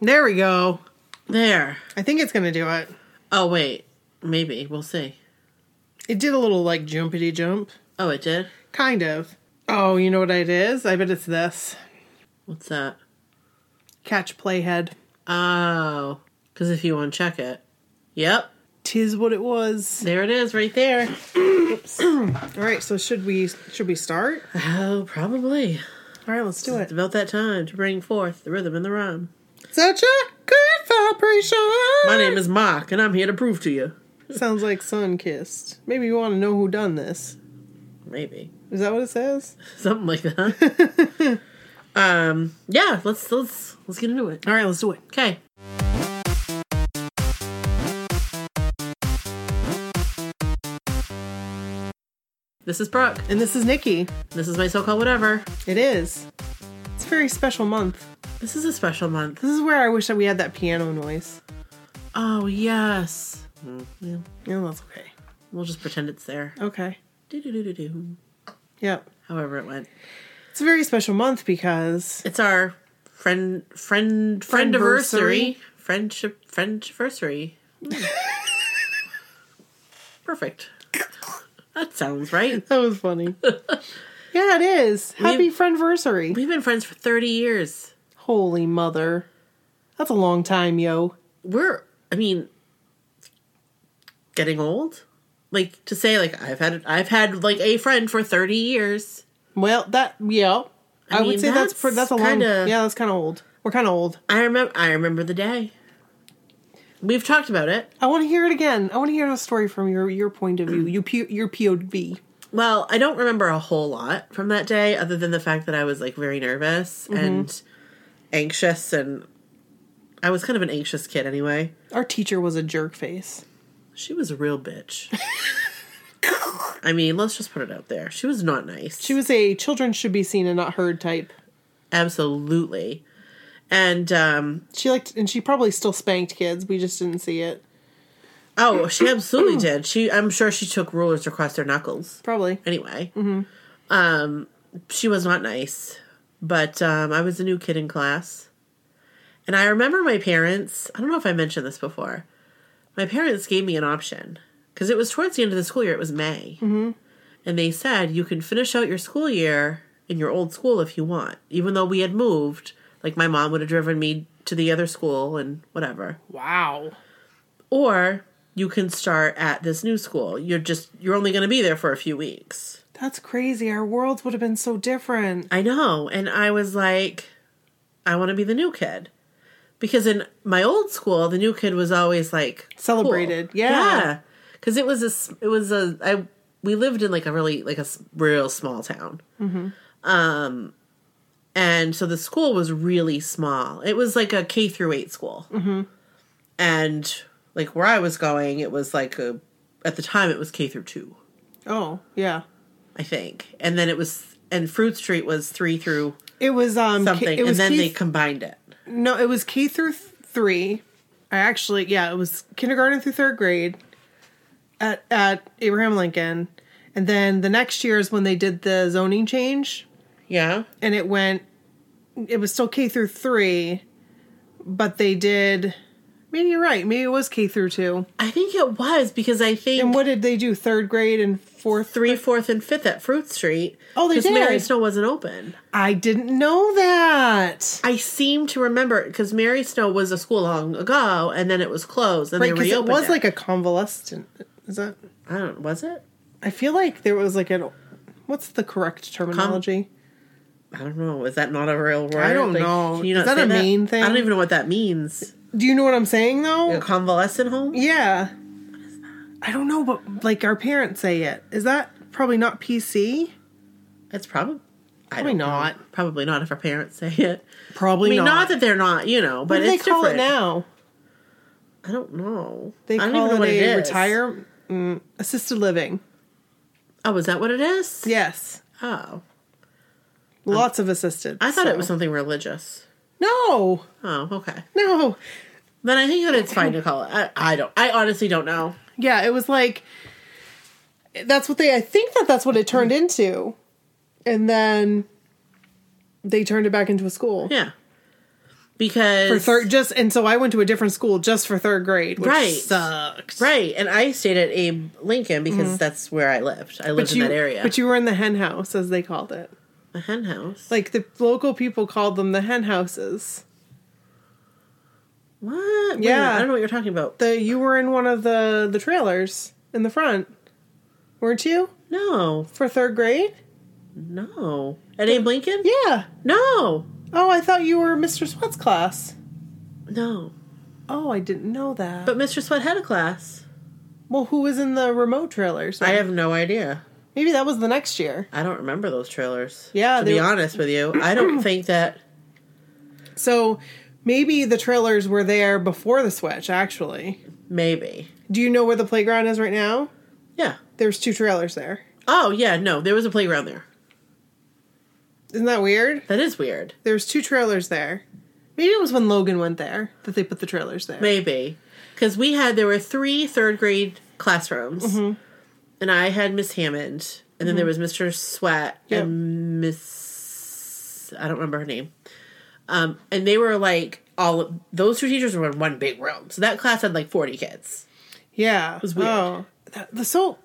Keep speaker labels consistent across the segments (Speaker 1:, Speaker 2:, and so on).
Speaker 1: There we go.
Speaker 2: There.
Speaker 1: I think it's gonna do it.
Speaker 2: Oh, wait. Maybe. We'll see.
Speaker 1: It did a little like jumpity jump.
Speaker 2: Oh, it did?
Speaker 1: Kind of. Oh, you know what it is? I bet it's this.
Speaker 2: What's that?
Speaker 1: Catch playhead.
Speaker 2: Oh. Because if you uncheck it. Yep.
Speaker 1: Tis what it was.
Speaker 2: There it is right there.
Speaker 1: All right, so should we should we start?
Speaker 2: Oh, probably.
Speaker 1: All right, let's do it.
Speaker 2: It's about that time to bring forth the rhythm and the rhyme.
Speaker 1: Such a good vibration.
Speaker 2: My name is Mock, and I'm here to prove to you.
Speaker 1: Sounds like sun kissed. Maybe you want to know who done this.
Speaker 2: Maybe.
Speaker 1: Is that what it says?
Speaker 2: Something like that. um, yeah, let's let's let's get into it.
Speaker 1: All right, let's do it.
Speaker 2: Okay. This is Brooke.
Speaker 1: And this is Nikki.
Speaker 2: This is my so-called whatever.
Speaker 1: It is. It's a very special month.
Speaker 2: This is a special month.
Speaker 1: This is where I wish that we had that piano noise.
Speaker 2: Oh yes. Yeah,
Speaker 1: Yeah, that's okay.
Speaker 2: we'll just pretend it's there.
Speaker 1: Okay.
Speaker 2: Do-do-do-do-do.
Speaker 1: Yep.
Speaker 2: However it went.
Speaker 1: It's a very special month because
Speaker 2: It's our friend friend friendiversary. Friendship friendiversary. Mm. Perfect. That sounds right.
Speaker 1: that was funny. yeah, it is. Happy friendversary.
Speaker 2: We've been friends for 30 years.
Speaker 1: Holy mother. That's a long time, yo.
Speaker 2: We're I mean getting old. Like to say like I've had I've had like a friend for 30 years.
Speaker 1: Well, that yeah. I,
Speaker 2: mean,
Speaker 1: would say that's
Speaker 2: that's
Speaker 1: pr- that's a long
Speaker 2: kinda-
Speaker 1: yeah. That's kind of old. We're kind of old.
Speaker 2: I remember I remember the day. We've talked about it.
Speaker 1: I want to hear it again. I want to hear a story from your your point of view, your P- your POV.
Speaker 2: Well, I don't remember a whole lot from that day other than the fact that I was like very nervous and anxious and I was kind of an anxious kid anyway.
Speaker 1: Our teacher was a jerk face.
Speaker 2: She was a real bitch. I mean, let's just put it out there. She was not nice.
Speaker 1: She was a children should be seen and not heard type.
Speaker 2: absolutely. And um
Speaker 1: She liked and she probably still spanked kids. We just didn't see it.
Speaker 2: oh, she absolutely did. She I'm sure she took rulers across their knuckles.
Speaker 1: Probably.
Speaker 2: anyway um she was not nice but um i was a new kid in class and i remember my parents i don't know if i mentioned this before my parents gave me an option because it was towards the end of the school year it was may and they said you can finish out your school year in your old school if you want even though we had moved like my mom would have driven me to the other school and whatever
Speaker 1: Wow.
Speaker 2: or you can start at this new school you're just you're only going to be there for a few weeks
Speaker 1: That's crazy. Our worlds would have been so different.
Speaker 2: I know. And I was like, I want to be the new kid. Because in my old school, the new kid was always like cool.
Speaker 1: Celebrated. Yeah.
Speaker 2: Cuz it was a s- it was a I we lived in like a really like a s- real small town. Um
Speaker 1: Mm-hmm.
Speaker 2: and so the school was really small. It was like a K through 8 school.
Speaker 1: Mm-hmm.
Speaker 2: And like where I was going, it was like a at the time it was K through 2.
Speaker 1: Oh, yeah.
Speaker 2: I think. And then it was and Fruit Street was three through
Speaker 1: It was um K-
Speaker 2: something,
Speaker 1: it
Speaker 2: and
Speaker 1: was
Speaker 2: then
Speaker 1: K-
Speaker 2: they combined it.
Speaker 1: No, it was K through th- 3. I actually yeah, it was kindergarten through 3rd grade at at Abraham Lincoln. And then the next year is when they did the zoning change.
Speaker 2: Yeah.
Speaker 1: and it went it was still K through 3 but they did maybe you're right maybe it was K through 2
Speaker 2: I think it was because I think
Speaker 1: and what did they do third grade and fourth
Speaker 2: three, fourth, and fifth at Fruit Street.
Speaker 1: Oh, they
Speaker 2: 'cause
Speaker 1: did.
Speaker 2: Mary Snow wasn't open.
Speaker 1: I didn't know that
Speaker 2: I seem to remember because Mary Snow was a school long ago, and then it was closed, and
Speaker 1: right
Speaker 2: they
Speaker 1: because it
Speaker 2: reopened.
Speaker 1: was like a convalescent is that
Speaker 2: I don't. Was it?
Speaker 1: I feel like there was like an what's the correct terminology
Speaker 2: I don't know. Is that not a real word?
Speaker 1: I don't
Speaker 2: Like,
Speaker 1: know.
Speaker 2: can you
Speaker 1: Is
Speaker 2: not
Speaker 1: that
Speaker 2: say
Speaker 1: a mean thing?
Speaker 2: I don't even know what that means.
Speaker 1: do you know what I'm saying though
Speaker 2: A convalescent home.
Speaker 1: yeah I don't know but like our parents say it is that probably not PC
Speaker 2: It's probably. I
Speaker 1: Probably
Speaker 2: don't know.
Speaker 1: not.
Speaker 2: Probably not if our parents say it.
Speaker 1: probably
Speaker 2: I mean, not.
Speaker 1: not
Speaker 2: that they're not, you know, but
Speaker 1: what do they
Speaker 2: it's
Speaker 1: call
Speaker 2: different.
Speaker 1: it now
Speaker 2: I don't know.
Speaker 1: They
Speaker 2: I
Speaker 1: call
Speaker 2: don't even know
Speaker 1: it
Speaker 2: what
Speaker 1: a
Speaker 2: it is.
Speaker 1: retire mm, assisted living.
Speaker 2: Oh, is that what it is?
Speaker 1: Yes,
Speaker 2: Oh,
Speaker 1: lots of assisted.
Speaker 2: I thought
Speaker 1: so.
Speaker 2: it was something religious.
Speaker 1: no,
Speaker 2: Oh, okay.
Speaker 1: no.
Speaker 2: Then I think that it's fine to call it. I, I don't. I honestly don't know.
Speaker 1: Yeah, it was like that's what they. I think that that's what it turned into, and then they turned it back into a school.
Speaker 2: Yeah. because
Speaker 1: for third just and so I went to a different school just for third grade, which
Speaker 2: Right.
Speaker 1: sucked.
Speaker 2: right, and I stayed at Abe Lincoln because that's where I lived. I lived
Speaker 1: Mm-hmm. But you,
Speaker 2: in that area.
Speaker 1: but you were in the hen house as they called it.
Speaker 2: a hen house.
Speaker 1: Like the local people called them the hen houses.
Speaker 2: what? Wait a
Speaker 1: Yeah.
Speaker 2: minute, I don't know what you're talking about.
Speaker 1: The you were in one of the the trailers in the front, weren't you?
Speaker 2: No,
Speaker 1: For third grade?
Speaker 2: no. At Abe Lincoln?
Speaker 1: Yeah.
Speaker 2: No,
Speaker 1: Oh, I thought you were Mr. Sweat's class.
Speaker 2: no.
Speaker 1: Oh, I didn't know that.
Speaker 2: But Mr. Sweat had a class.
Speaker 1: well, who was in the remote trailers?
Speaker 2: I have no idea.
Speaker 1: Maybe that was the next year.
Speaker 2: I don't remember those trailers.
Speaker 1: Yeah,
Speaker 2: to
Speaker 1: they
Speaker 2: be
Speaker 1: were-
Speaker 2: honest with you, I don't think that.
Speaker 1: So maybe the trailers were there before the switch, actually.
Speaker 2: Maybe.
Speaker 1: Do you know where the playground is right now?
Speaker 2: Yeah.
Speaker 1: There's two trailers there.
Speaker 2: Oh yeah. No, there was a playground there.
Speaker 1: Isn't that weird?
Speaker 2: That is weird.
Speaker 1: There's two trailers there. Maybe it was when Logan went there that they put the trailers there.
Speaker 2: Maybe. Because we had, there were three third grade classrooms.
Speaker 1: Mm-hmm.
Speaker 2: And I had Miss Hammond. And then there was Mr. Sweat
Speaker 1: Yep.
Speaker 2: and Miss, I don't remember her name. Um, and they were like, all those two teachers were in one big room. So that class had like 40 kids.
Speaker 1: Yeah. It was
Speaker 2: weird.
Speaker 1: Oh. That- the so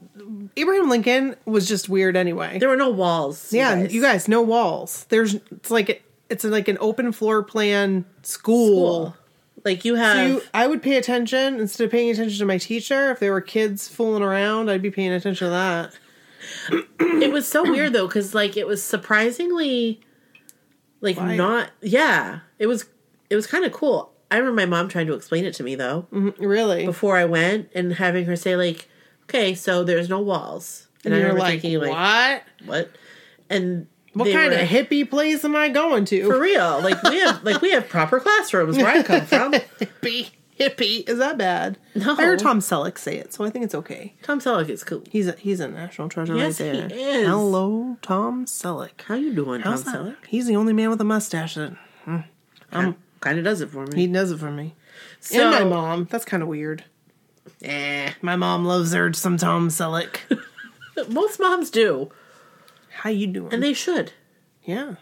Speaker 1: Abraham Lincoln was just weird anyway.
Speaker 2: There were no walls.
Speaker 1: yeah, you guys. no walls. There's it's like it's like an open floor plan school.
Speaker 2: Cool. Like you have,
Speaker 1: You, I would pay attention instead of paying attention to my teacher. If there were kids fooling around, I'd be paying attention to that.
Speaker 2: it was so weird though, because like it was surprisingly, like
Speaker 1: Quiet.
Speaker 2: not, yeah, it was, it was kind of cool. I remember my mom trying to explain it to me though.
Speaker 1: Mm, Really?
Speaker 2: before I went and having her say like, "Okay, so there's no walls," and,
Speaker 1: and
Speaker 2: I
Speaker 1: you're
Speaker 2: remember
Speaker 1: like,
Speaker 2: thinking like,
Speaker 1: what?
Speaker 2: "What?" And
Speaker 1: What
Speaker 2: they
Speaker 1: kind
Speaker 2: were-
Speaker 1: of hippie place am I going to?
Speaker 2: for real? Like we have like we have proper classrooms where I come from.
Speaker 1: hippie, hippie. Is that bad?
Speaker 2: No.
Speaker 1: I heard Tom Selleck say it, so I think it's okay.
Speaker 2: Tom Selleck is cool.
Speaker 1: He's a, he's a national treasure
Speaker 2: Yes, he
Speaker 1: right there.
Speaker 2: is.
Speaker 1: Hello, Tom Selleck.
Speaker 2: How you doing,
Speaker 1: How's
Speaker 2: Tom
Speaker 1: that?
Speaker 2: Selleck?
Speaker 1: He's the only man with a mustache that
Speaker 2: kind of does it for me.
Speaker 1: he does it for me. and
Speaker 2: So,
Speaker 1: my mom. That's kind of weird.
Speaker 2: Eh,
Speaker 1: My mom loves her some Tom Selleck.
Speaker 2: most moms do,
Speaker 1: How you doing?
Speaker 2: and they should.
Speaker 1: yeah.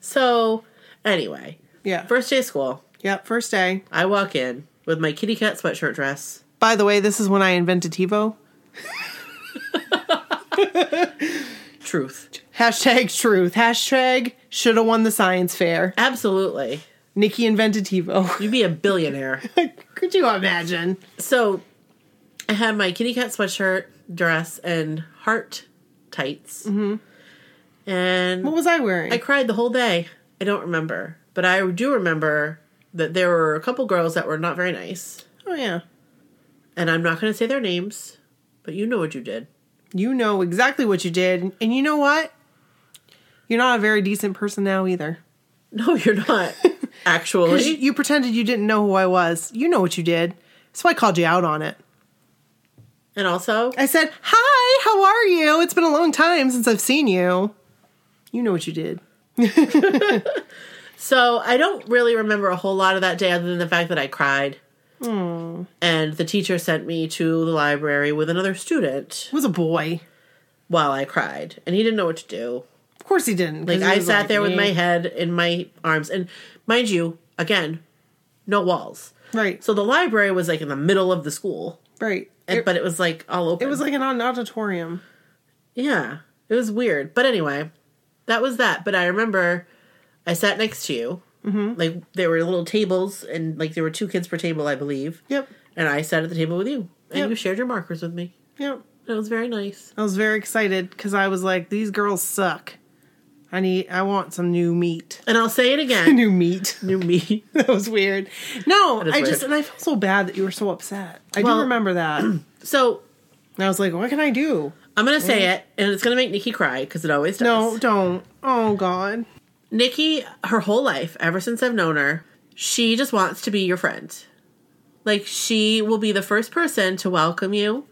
Speaker 2: So anyway,
Speaker 1: Yeah.
Speaker 2: first day of school,
Speaker 1: yeah. First day.
Speaker 2: I walk in with my kitty cat sweatshirt dress.
Speaker 1: By the way, this is when I invented TiVo.
Speaker 2: Truth,
Speaker 1: Hashtag truth. Hashtag should have won the science fair.
Speaker 2: absolutely.
Speaker 1: Nikki invented TiVo.
Speaker 2: You'd be a billionaire.
Speaker 1: Could you imagine?
Speaker 2: So I had my kitty cat sweatshirt, dress, and heart tights. Mm-hmm. And
Speaker 1: What was I wearing?
Speaker 2: I cried the whole day. I don't remember, but I do remember that there were a couple girls that were not very nice.
Speaker 1: oh yeah.
Speaker 2: And I'm not going to say their names, but you know what you did.
Speaker 1: You know exactly what you did, and you know what? You're not a very decent person now either.
Speaker 2: No, you're not.
Speaker 1: 'Cause
Speaker 2: Actually,
Speaker 1: You, you pretended you didn't know who I was. You know what you did. So I called you out on it.
Speaker 2: and also,
Speaker 1: I said, "Hi, how are you? It's been a long time since I've seen you." You know what you did.
Speaker 2: so I don't really remember a whole lot of that day other than the fact that I cried.
Speaker 1: Hmm.
Speaker 2: And the teacher sent me to the library with another student.
Speaker 1: It was a boy.
Speaker 2: while I cried, and he didn't know what to do.
Speaker 1: Of course he didn't. 'cause
Speaker 2: Like
Speaker 1: he
Speaker 2: I
Speaker 1: was
Speaker 2: sat there with
Speaker 1: eh.
Speaker 2: my head in my arms, and mind you, again, no walls.
Speaker 1: right,
Speaker 2: So the library was like in the middle of the school,
Speaker 1: right.
Speaker 2: and,
Speaker 1: It,
Speaker 2: but it was like all open.
Speaker 1: it was like an auditorium.
Speaker 2: yeah, it was weird. But anyway, that was that. But I remember I sat next to you. Mm-hmm. Like there were little tables, and like there were two kids per table, I believe.
Speaker 1: Yep,
Speaker 2: And I sat at the table with you, and
Speaker 1: Yep.
Speaker 2: you shared your markers with me.
Speaker 1: yep.
Speaker 2: It was very nice.
Speaker 1: I was very excited because I was like, "These girls suck. I need. I want some new meat.
Speaker 2: And I'll say it again.
Speaker 1: New meat."
Speaker 2: New me.
Speaker 1: that was weird. No, I
Speaker 2: is
Speaker 1: just
Speaker 2: weird.
Speaker 1: and I felt so bad that you were so upset. I
Speaker 2: Well-
Speaker 1: do remember that. and
Speaker 2: So
Speaker 1: I was like, what can I do?
Speaker 2: I'm gonna say it, and it's gonna make Nikki cry because it always does.
Speaker 1: Mm-hmm. No, don't. Oh God.
Speaker 2: Nikki, her whole life, ever since I've known her, she just wants to be your friend. Like she will be the first person to welcome you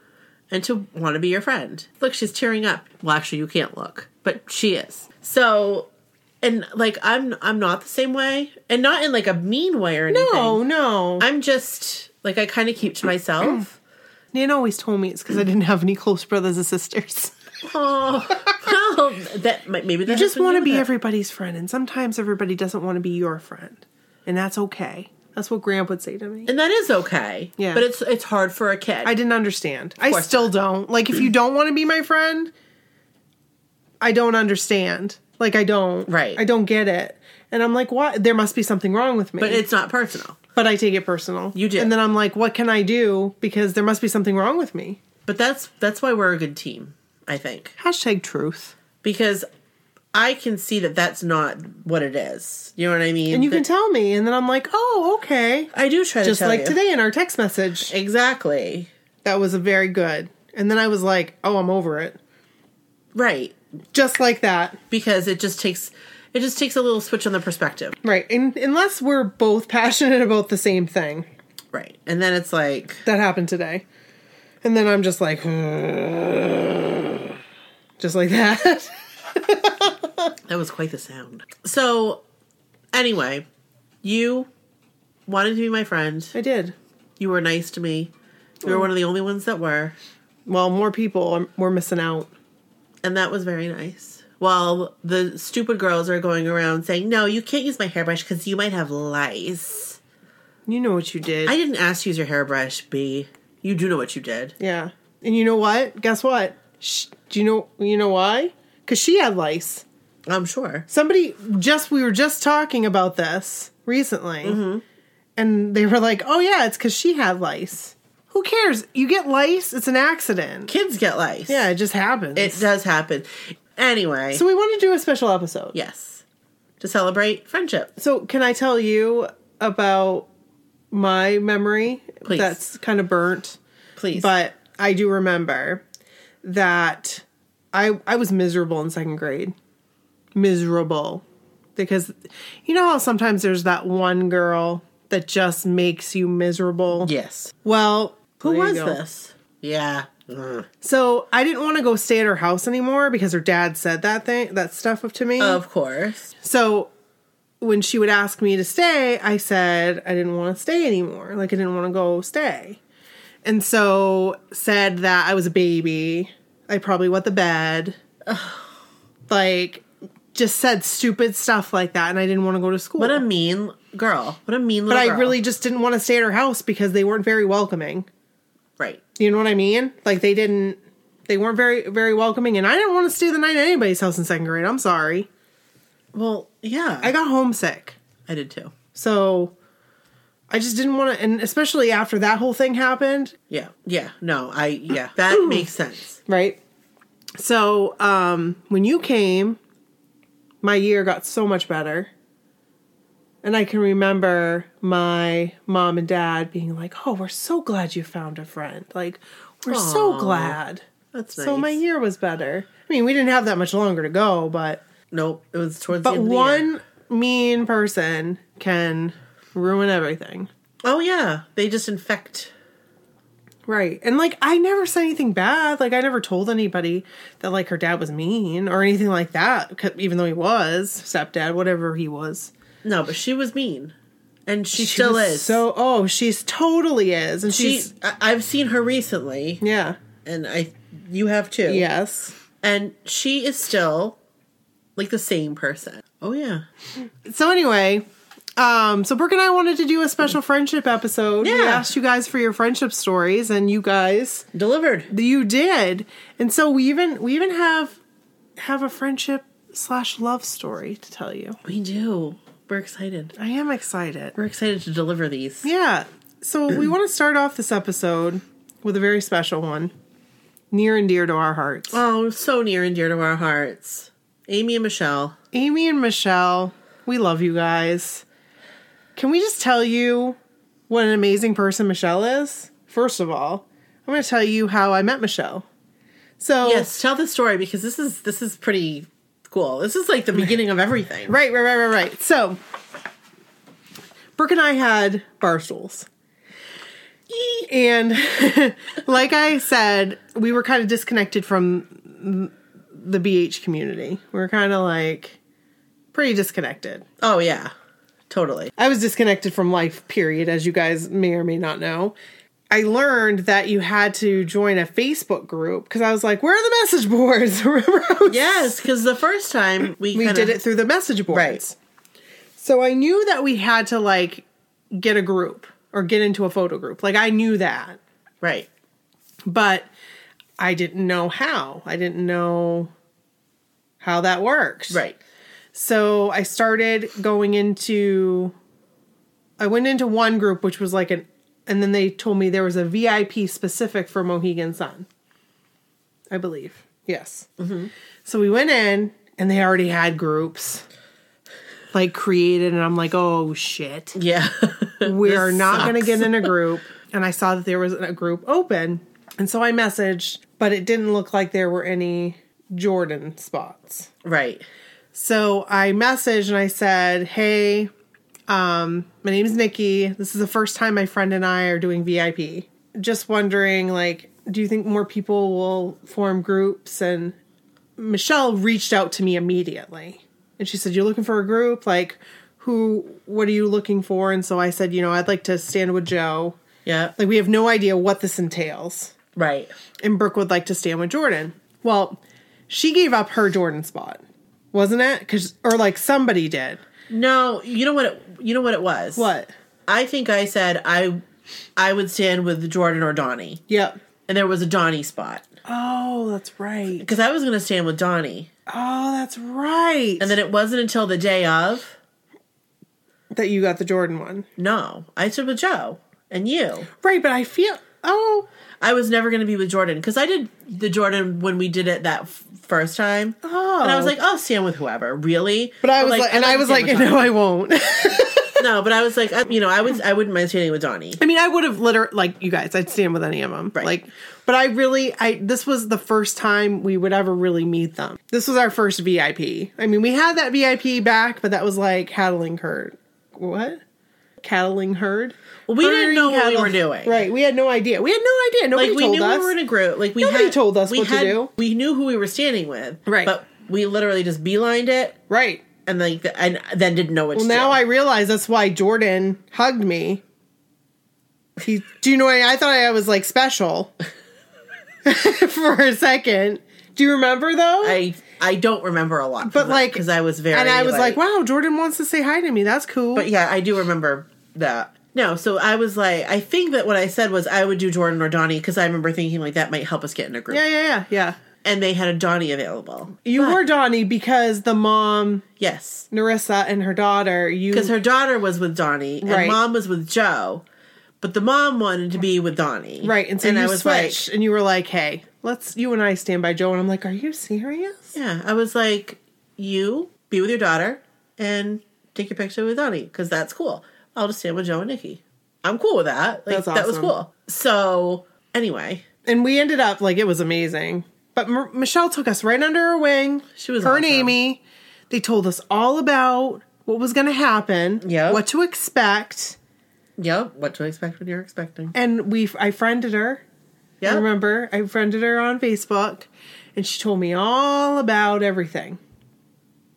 Speaker 2: and to want to be your friend. Look, she's tearing up. Well, actually, you can't look, but she is. So, and like I'm, I'm not the same way, and not in like a mean way or anything.
Speaker 1: No, no.
Speaker 2: I'm just like I kind of keep to myself.
Speaker 1: Nana always told me it's because I didn't have any close brothers or sisters.
Speaker 2: oh, well, that might- maybe that
Speaker 1: I
Speaker 2: has
Speaker 1: just
Speaker 2: something
Speaker 1: want to
Speaker 2: do
Speaker 1: be
Speaker 2: with it.
Speaker 1: everybody's friend, and sometimes everybody doesn't want to be your friend. and that's okay. That's what Graham would say to me.
Speaker 2: And that is okay.
Speaker 1: Yeah.
Speaker 2: But it's it's hard for a kid.
Speaker 1: I didn't understand. I
Speaker 2: course
Speaker 1: still don't. Like, if you don't want to be my friend, I don't understand. Like, I don't.
Speaker 2: Right.
Speaker 1: I don't get it. And I'm like, what? There must be something wrong with me.
Speaker 2: but it's not personal.
Speaker 1: but I take it personal.
Speaker 2: You do.
Speaker 1: And then I'm like, what can I do? Because there must be something wrong with me.
Speaker 2: But that's that's why we're a good team, I think.
Speaker 1: Hashtag truth.
Speaker 2: Because I can see that that's not what it is. You know what I mean?
Speaker 1: And you can
Speaker 2: That-
Speaker 1: tell me. And then I'm like, oh, okay.
Speaker 2: I do try
Speaker 1: Just
Speaker 2: to tell
Speaker 1: like
Speaker 2: you.
Speaker 1: today in our text message.
Speaker 2: Exactly.
Speaker 1: That was a very good. And then I was like, oh, I'm over it.
Speaker 2: Right.
Speaker 1: Just like that.
Speaker 2: Because it just takes it just takes a little switch on the perspective.
Speaker 1: Right. And unless we're both passionate about the same thing.
Speaker 2: Right. And then it's like
Speaker 1: that happened today. And then I'm just like, just like that.
Speaker 2: That was quite the sound. So, anyway, you wanted to be my friend.
Speaker 1: I did.
Speaker 2: You were nice to me. You were one of the only ones that were.
Speaker 1: Well, more people are, were missing out.
Speaker 2: And that was very nice. While the stupid girls are going around saying, No, you can't use my hairbrush because you might have lice.
Speaker 1: You know what you did.
Speaker 2: I didn't ask to use your hairbrush, B. You do know what you did.
Speaker 1: yeah. And you know what? Guess what? Sh do you know you know why? Cuz she had lice.
Speaker 2: I'm sure.
Speaker 1: Somebody just we were just talking about this recently.
Speaker 2: Mm-hmm.
Speaker 1: And they were like, "Oh yeah, it's cuz she had lice." Who cares? You get lice, it's an accident.
Speaker 2: Kids get lice.
Speaker 1: Yeah, it just happens.
Speaker 2: It does happen. Anyway,
Speaker 1: so we want to do a special episode.
Speaker 2: yes. To celebrate friendship.
Speaker 1: So, can I tell you about my memory?
Speaker 2: Please.
Speaker 1: That's kind of burnt,
Speaker 2: Please.
Speaker 1: but I do remember that I I was miserable in second grade. Miserable. Because you know how sometimes there's that one girl that just makes you miserable?
Speaker 2: yes.
Speaker 1: Well,
Speaker 2: Who
Speaker 1: there you
Speaker 2: was
Speaker 1: go.
Speaker 2: this? Yeah. Ugh.
Speaker 1: So I didn't want to go stay at her house anymore because her dad said that thing that stuff to me.
Speaker 2: Of course.
Speaker 1: So when she would ask me to stay, I said I didn't want to stay anymore. Like I didn't want to go stay. And so said that I was a baby. I probably wet the bed. Like just said stupid stuff like that and I didn't want to go to school.
Speaker 2: What a mean girl. What a mean
Speaker 1: but
Speaker 2: little
Speaker 1: I
Speaker 2: girl.
Speaker 1: really just didn't want to stay at her house because they weren't very welcoming.
Speaker 2: Right.
Speaker 1: You know what I mean? Like they didn't they weren't very very welcoming and I didn't want to stay the night at anybody's house in second grade. I'm sorry.
Speaker 2: Well, yeah.
Speaker 1: I got homesick.
Speaker 2: I did too.
Speaker 1: So I just didn't want to, and especially after that whole thing happened,
Speaker 2: Yeah. Yeah. No, I, yeah. That makes sense.
Speaker 1: right? So um, when you came, my year got so much better. And I can remember my mom and dad being like, oh, we're so glad you found a friend. Like, we're so
Speaker 2: Aw,
Speaker 1: glad.
Speaker 2: That's nice.
Speaker 1: So my year was better. I mean, we didn't have that much longer to go, but
Speaker 2: nope. It was towards the
Speaker 1: but
Speaker 2: end. of the year.
Speaker 1: one mean person can ruin everything.
Speaker 2: Oh, yeah. They just infect.
Speaker 1: Right. And like I never said anything bad. Like I never told anybody that like her dad was mean or anything like that, c- even though he was stepdad, whatever he was.
Speaker 2: No, but she was mean. And she,
Speaker 1: She
Speaker 2: still
Speaker 1: was
Speaker 2: is.
Speaker 1: So, oh, she's totally is. And
Speaker 2: she,
Speaker 1: she's
Speaker 2: I, I've seen her recently,
Speaker 1: yeah.
Speaker 2: and I, you have too.
Speaker 1: Yes.
Speaker 2: And she is still like the same person. Oh, yeah.
Speaker 1: So anyway, um so Brooke and I wanted to do a special friendship episode. We
Speaker 2: Yeah.
Speaker 1: asked you guys for your friendship stories and you guys
Speaker 2: Delivered.
Speaker 1: you did. And so we even we even have have a friendship slash love story to tell you.
Speaker 2: We do. We're excited.
Speaker 1: I am excited.
Speaker 2: We're excited to deliver these.
Speaker 1: Yeah. So we want to start off this episode with a very special one, near and dear to our hearts.
Speaker 2: Oh, so near and dear to our hearts. Amy and Michelle.
Speaker 1: Amy and Michelle, we love you guys. Can we just tell you what an amazing person Michelle is? First of all, I'm going to tell you how I met Michelle. So,
Speaker 2: Yes, tell the story because this is this is pretty cool. This is like the beginning of everything.
Speaker 1: right, right, right, right, right. So, Brooke and I had bar stools. And like I said, we were kind of disconnected from the BH community. We were kind of like pretty disconnected.
Speaker 2: Oh yeah. Totally.
Speaker 1: I was disconnected from life, period, as you guys may or may not know. I learned that you had to join a Facebook group because I was like, where are the message boards? Remember? I was-
Speaker 2: Yes, because the first time we
Speaker 1: we
Speaker 2: kinda-
Speaker 1: did it through the message boards.
Speaker 2: Right.
Speaker 1: So I knew that we had to like get a group or get into a photo group. Like I knew that,
Speaker 2: Right.
Speaker 1: but I didn't know how. I didn't know how that worked.
Speaker 2: Right.
Speaker 1: So I started going into I went into one group which was like an and then they told me there was a VIP specific for Mohegan Sun. I believe. Yes. So we went in and they already had groups like created and I'm like, "Oh shit.
Speaker 2: Yeah.
Speaker 1: We are not
Speaker 2: sucks.
Speaker 1: going to get in a group." and I saw that there was a group open. And so I messaged, but it didn't look like there were any Jordan spots.
Speaker 2: right.
Speaker 1: So I messaged and I said, Hey, um, my name is Nikki. This is the first time my friend and I are doing VIP. Just wondering, like, do you think more people will form groups? And Michelle reached out to me immediately and she said, You're looking for a group? Like, who, what are you looking for? And so I said, You know, I'd like to stand with Joe.
Speaker 2: Yeah.
Speaker 1: Like, we have no idea what this entails.
Speaker 2: Right.
Speaker 1: And Brooke would like to stand with Jordan. Well, she gave up her Jordan spot, wasn't it? Cause or like somebody did.
Speaker 2: No, you know what it, you know what it was?
Speaker 1: What?
Speaker 2: I think I said I I would stand with Jordan or Donnie.
Speaker 1: Yep.
Speaker 2: And there was a Donnie spot.
Speaker 1: Oh, that's right.
Speaker 2: Because I was gonna stand with Donnie.
Speaker 1: Oh, that's right.
Speaker 2: And then it wasn't until the day of
Speaker 1: that you got the Jordan one.
Speaker 2: no, I stood with Joe and you.
Speaker 1: Right, but I feel oh
Speaker 2: I was never going to be with Jordan because I did the Jordan when we did it that f- first time.
Speaker 1: oh.
Speaker 2: And I was like, I'll stand with whoever, really.
Speaker 1: but I was like, and I was like,
Speaker 2: stand with
Speaker 1: no, I won't.
Speaker 2: Donnie. no, but I was like, I, you know, I would, I wouldn't mind standing with Donnie.
Speaker 1: I mean, I would have liter like you guys. I'd stand with any of them.
Speaker 2: Right.
Speaker 1: Like, but I really, I this was the first time we would ever really meet them. This was our first VIP. I mean, we had that VIP back, but that was like cattling herd. What? Cattling herd.
Speaker 2: We didn't know what we
Speaker 1: cattle-
Speaker 2: were doing.
Speaker 1: Right. We had no idea. We had no idea. Nobody
Speaker 2: Like we
Speaker 1: told
Speaker 2: knew
Speaker 1: us.
Speaker 2: we were in a group. Like we
Speaker 1: Nobody
Speaker 2: had,
Speaker 1: told us
Speaker 2: we
Speaker 1: what to
Speaker 2: had-
Speaker 1: do.
Speaker 2: We knew who we were standing with.
Speaker 1: Right.
Speaker 2: But we literally just beelined it
Speaker 1: right.
Speaker 2: and like, th- and then didn't know what
Speaker 1: Well,
Speaker 2: to
Speaker 1: now
Speaker 2: do.
Speaker 1: I realize that's why Jordan hugged me. He, do you know? what I I thought I was like special for a second. Do you remember though?
Speaker 2: I, I don't remember a lot.
Speaker 1: But, like-
Speaker 2: because I was very,
Speaker 1: and I was like, "Wow, Jordan wants to say hi to me. That's cool."
Speaker 2: But yeah, I do remember that. No, so I was like, I think that what I said was I would do Jordan or Donnie because I remember thinking like that might help us get in a group.
Speaker 1: yeah, yeah, yeah, yeah.
Speaker 2: And they had a Donnie available.
Speaker 1: You were Donnie because the mom,
Speaker 2: Yes.
Speaker 1: Narissa, and her daughter. You
Speaker 2: Because her daughter was with Donnie and
Speaker 1: Right.
Speaker 2: mom was with Joe, but the mom wanted to be with Donnie.
Speaker 1: right, and so you
Speaker 2: I
Speaker 1: switched, and you were like, "Hey, let's." You and I stand by Joe, and I'm like, "Are you serious?"
Speaker 2: like, yeah, I was like, you be with your daughter and take your picture with Donnie because that's cool. I'll just stand with Joe and Nikki. I'm cool with that. Like,
Speaker 1: That's
Speaker 2: That was
Speaker 1: awesome.
Speaker 2: cool. So, anyway,
Speaker 1: And we ended up like it was amazing. But M- Michelle took us right under her wing.
Speaker 2: She was
Speaker 1: her and
Speaker 2: awesome.
Speaker 1: Amy. They told us all about what was going to happen,
Speaker 2: Yep.
Speaker 1: what to expect,
Speaker 2: yep, what to expect when you're expecting.
Speaker 1: and we I friended her. I
Speaker 2: Yep.
Speaker 1: remember I friended her on Facebook and she told me all about everything.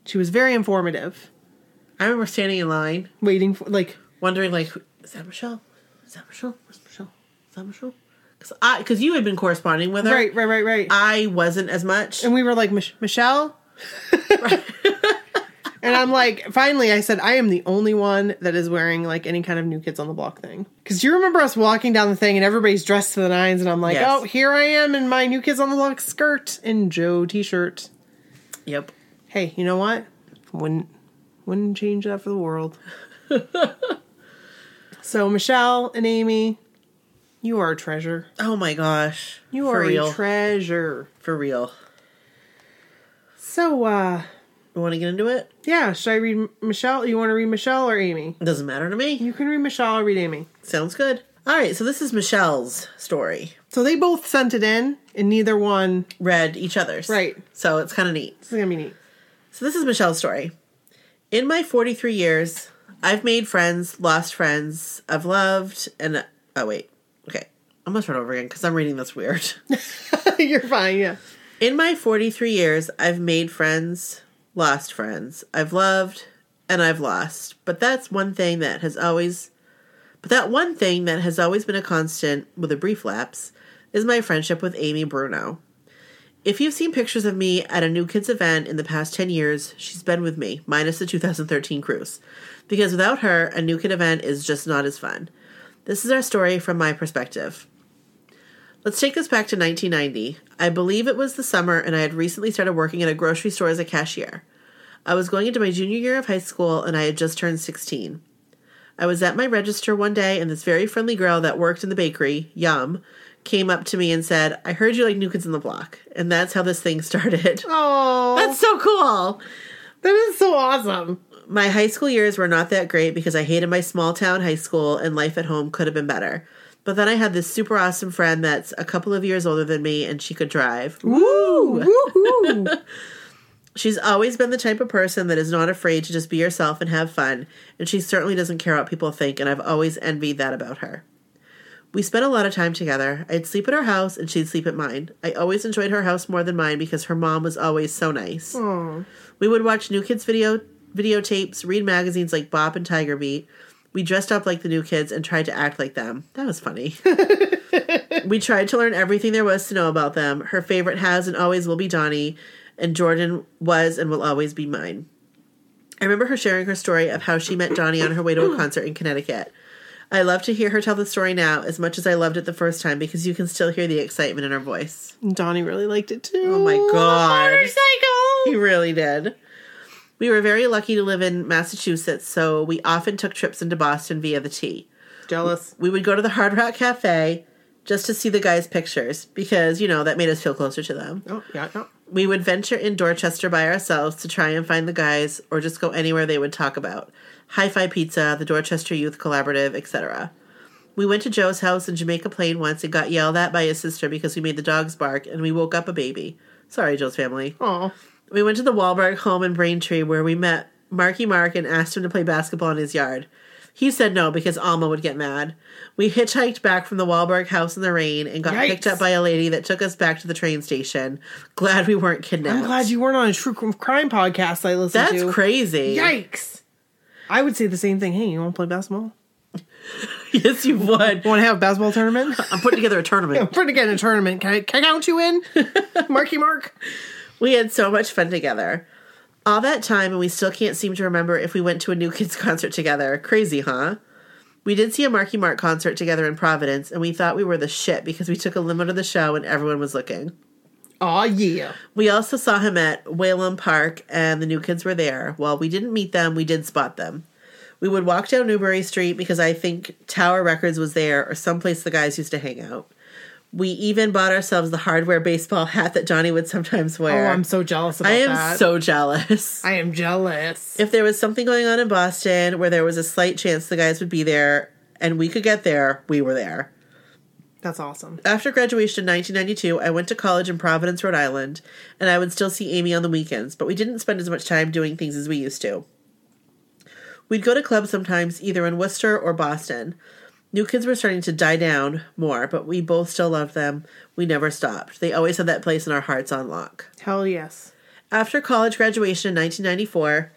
Speaker 1: She was very informative,
Speaker 2: I remember standing in line,
Speaker 1: waiting for, like,
Speaker 2: wondering like, who- is that Michelle? Is that Michelle? Is Michelle? Is that Michelle? Because I, because you had been corresponding with her,
Speaker 1: right, right, right, right.
Speaker 2: I wasn't as much.
Speaker 1: and we were like, "Mich- Michelle? and I'm like, finally, I said, I am the only one that is wearing like any kind of new kids on the block thing. Because you remember us walking down the thing and everybody's dressed to the nines, and I'm like,
Speaker 2: Yes.
Speaker 1: oh, here I am in my new kids on the block skirt and Joe t shirt.
Speaker 2: Yep.
Speaker 1: Hey, you know what? Wouldn't wouldn't change that for the world. so Michelle and Amy, you are a treasure.
Speaker 2: Oh my gosh.
Speaker 1: You
Speaker 2: for
Speaker 1: are
Speaker 2: real.
Speaker 1: a treasure.
Speaker 2: for real.
Speaker 1: So uh
Speaker 2: You want to get into it?
Speaker 1: yeah, should I read M- Michelle? You want to read Michelle or Amy?
Speaker 2: It doesn't matter to me.
Speaker 1: You can read Michelle, I'll read Amy.
Speaker 2: Sounds good. All right. So this is Michelle's story.
Speaker 1: So they both sent it in and neither one
Speaker 2: Read each other's.
Speaker 1: Right.
Speaker 2: So it's kind of neat.
Speaker 1: this is gonna be neat.
Speaker 2: So this is Michelle's story. In my 43 years, I've made friends, lost friends, I've loved, and oh wait, okay, I'm gonna start over again because I'm reading this weird.
Speaker 1: You're fine, yeah.
Speaker 2: In my 43 years, I've made friends, lost friends, I've loved, and I've lost. But that's one thing that has always, but that one thing that has always been a constant, with a brief lapse, is my friendship with Amy Bruno. If you've seen pictures of me at a New Kids event in the past 10 years, she's been with me, minus the 2013 cruise. Because without her, a New Kid event is just not as fun. This is our story from my perspective. Let's take this back to 1990. I believe it was the summer, and I had recently started working at a grocery store as a cashier. I was going into my junior year of high school, and I had just turned 16. I was at my register one day, and this very friendly girl that worked in the bakery, Yum, came up to me and said, I heard you like New Kids in the Block. And that's how this thing started.
Speaker 1: Oh,
Speaker 2: That's so cool.
Speaker 1: that is so awesome.
Speaker 2: My high school years were not that great because I hated my small town high school and life at home could have been better. But then I had this super awesome friend that's a couple of years older than me and she could drive.
Speaker 1: Woo! Woohoo!
Speaker 2: She's always been the type of person that is not afraid to just be yourself and have fun, and she certainly doesn't care what people think, and I've always envied that about her. We spent a lot of time together. I'd sleep at her house, and she'd sleep at mine. I always enjoyed her house more than mine because her mom was always so nice. We would watch New Kids video videotapes, read magazines like Bop and Tiger Beat. We dressed up like the New Kids and tried to act like them. That was funny. we tried to learn everything there was to know about them. Her favorite has and always will be Donnie, and Jordan was and will always be mine. I remember her sharing her story of how she met Donnie on her way to a concert in Connecticut. I love to hear her tell the story now as much as I loved it the first time because you can still hear the excitement in her voice.
Speaker 1: Donnie really liked it too.
Speaker 2: Oh my God.
Speaker 1: Motorcycle.
Speaker 2: He really did. We were very lucky to live in Massachusetts, so we often took trips into Boston via the T.
Speaker 1: Jealous.
Speaker 2: We would go to the Hard Rock Cafe just to see the guys' pictures because, you know, that made us feel closer to them.
Speaker 1: Oh yeah. No.
Speaker 2: We would venture in Dorchester by ourselves to try and find the guys or just go anywhere they would talk about. Hi-Fi Pizza, the Dorchester Youth Collaborative, etc. We went to Joe's house in Jamaica Plain once and got yelled at by his sister because we made the dogs bark and we woke up a baby. Sorry, Joe's family.
Speaker 1: Oh.
Speaker 2: We went to the Wahlberg home in Braintree where we met Marky Mark and asked him to play basketball in his yard. He said no because Alma would get mad. We hitchhiked back from the Wahlberg house in the rain and got
Speaker 1: Yikes.
Speaker 2: picked up by a lady that took us back to the train station. Glad we weren't kidnapped.
Speaker 1: I'm glad you weren't on a true crime podcast I listened
Speaker 2: That's
Speaker 1: to.
Speaker 2: crazy.
Speaker 1: Yikes. I would say the same thing. Hey, you want to play basketball?
Speaker 2: Yes, you would.
Speaker 1: You want to have a basketball tournament?
Speaker 2: I'm putting together a tournament.
Speaker 1: I'm trying to get in a tournament. Can I, can I count you in? Marky Mark?
Speaker 2: We had so much fun together. All that time, and we still can't seem to remember if we went to a New Kids concert together. Crazy, huh? We did see a Marky Mark concert together in Providence, and we thought we were the shit because we took a limo to the show and everyone was looking.
Speaker 1: Aw, yeah.
Speaker 2: We also saw him at Whalen Park, and the new kids were there. While we didn't meet them, we did spot them. We would walk down Newbury Street because I think Tower Records was there or someplace the guys used to hang out. We even bought ourselves the hardware baseball hat that Johnny would sometimes
Speaker 1: Oh,
Speaker 2: wear.
Speaker 1: I'm so jealous about
Speaker 2: I am
Speaker 1: that.
Speaker 2: so jealous.
Speaker 1: I am jealous.
Speaker 2: if there was something going on in Boston where there was a slight chance the guys would be there and we could get there, we were there.
Speaker 1: That's awesome.
Speaker 2: After graduation in 1992, I went to college in Providence, Rhode Island, and I would still see Amy on the weekends, but we didn't spend as much time doing things as we used to. We'd go to clubs sometimes, either in Worcester or Boston. New kids were starting to die down more, but we both still loved them. We never stopped. They always had that place in our hearts on lock.
Speaker 1: Hell yes.
Speaker 2: After college graduation in 1994,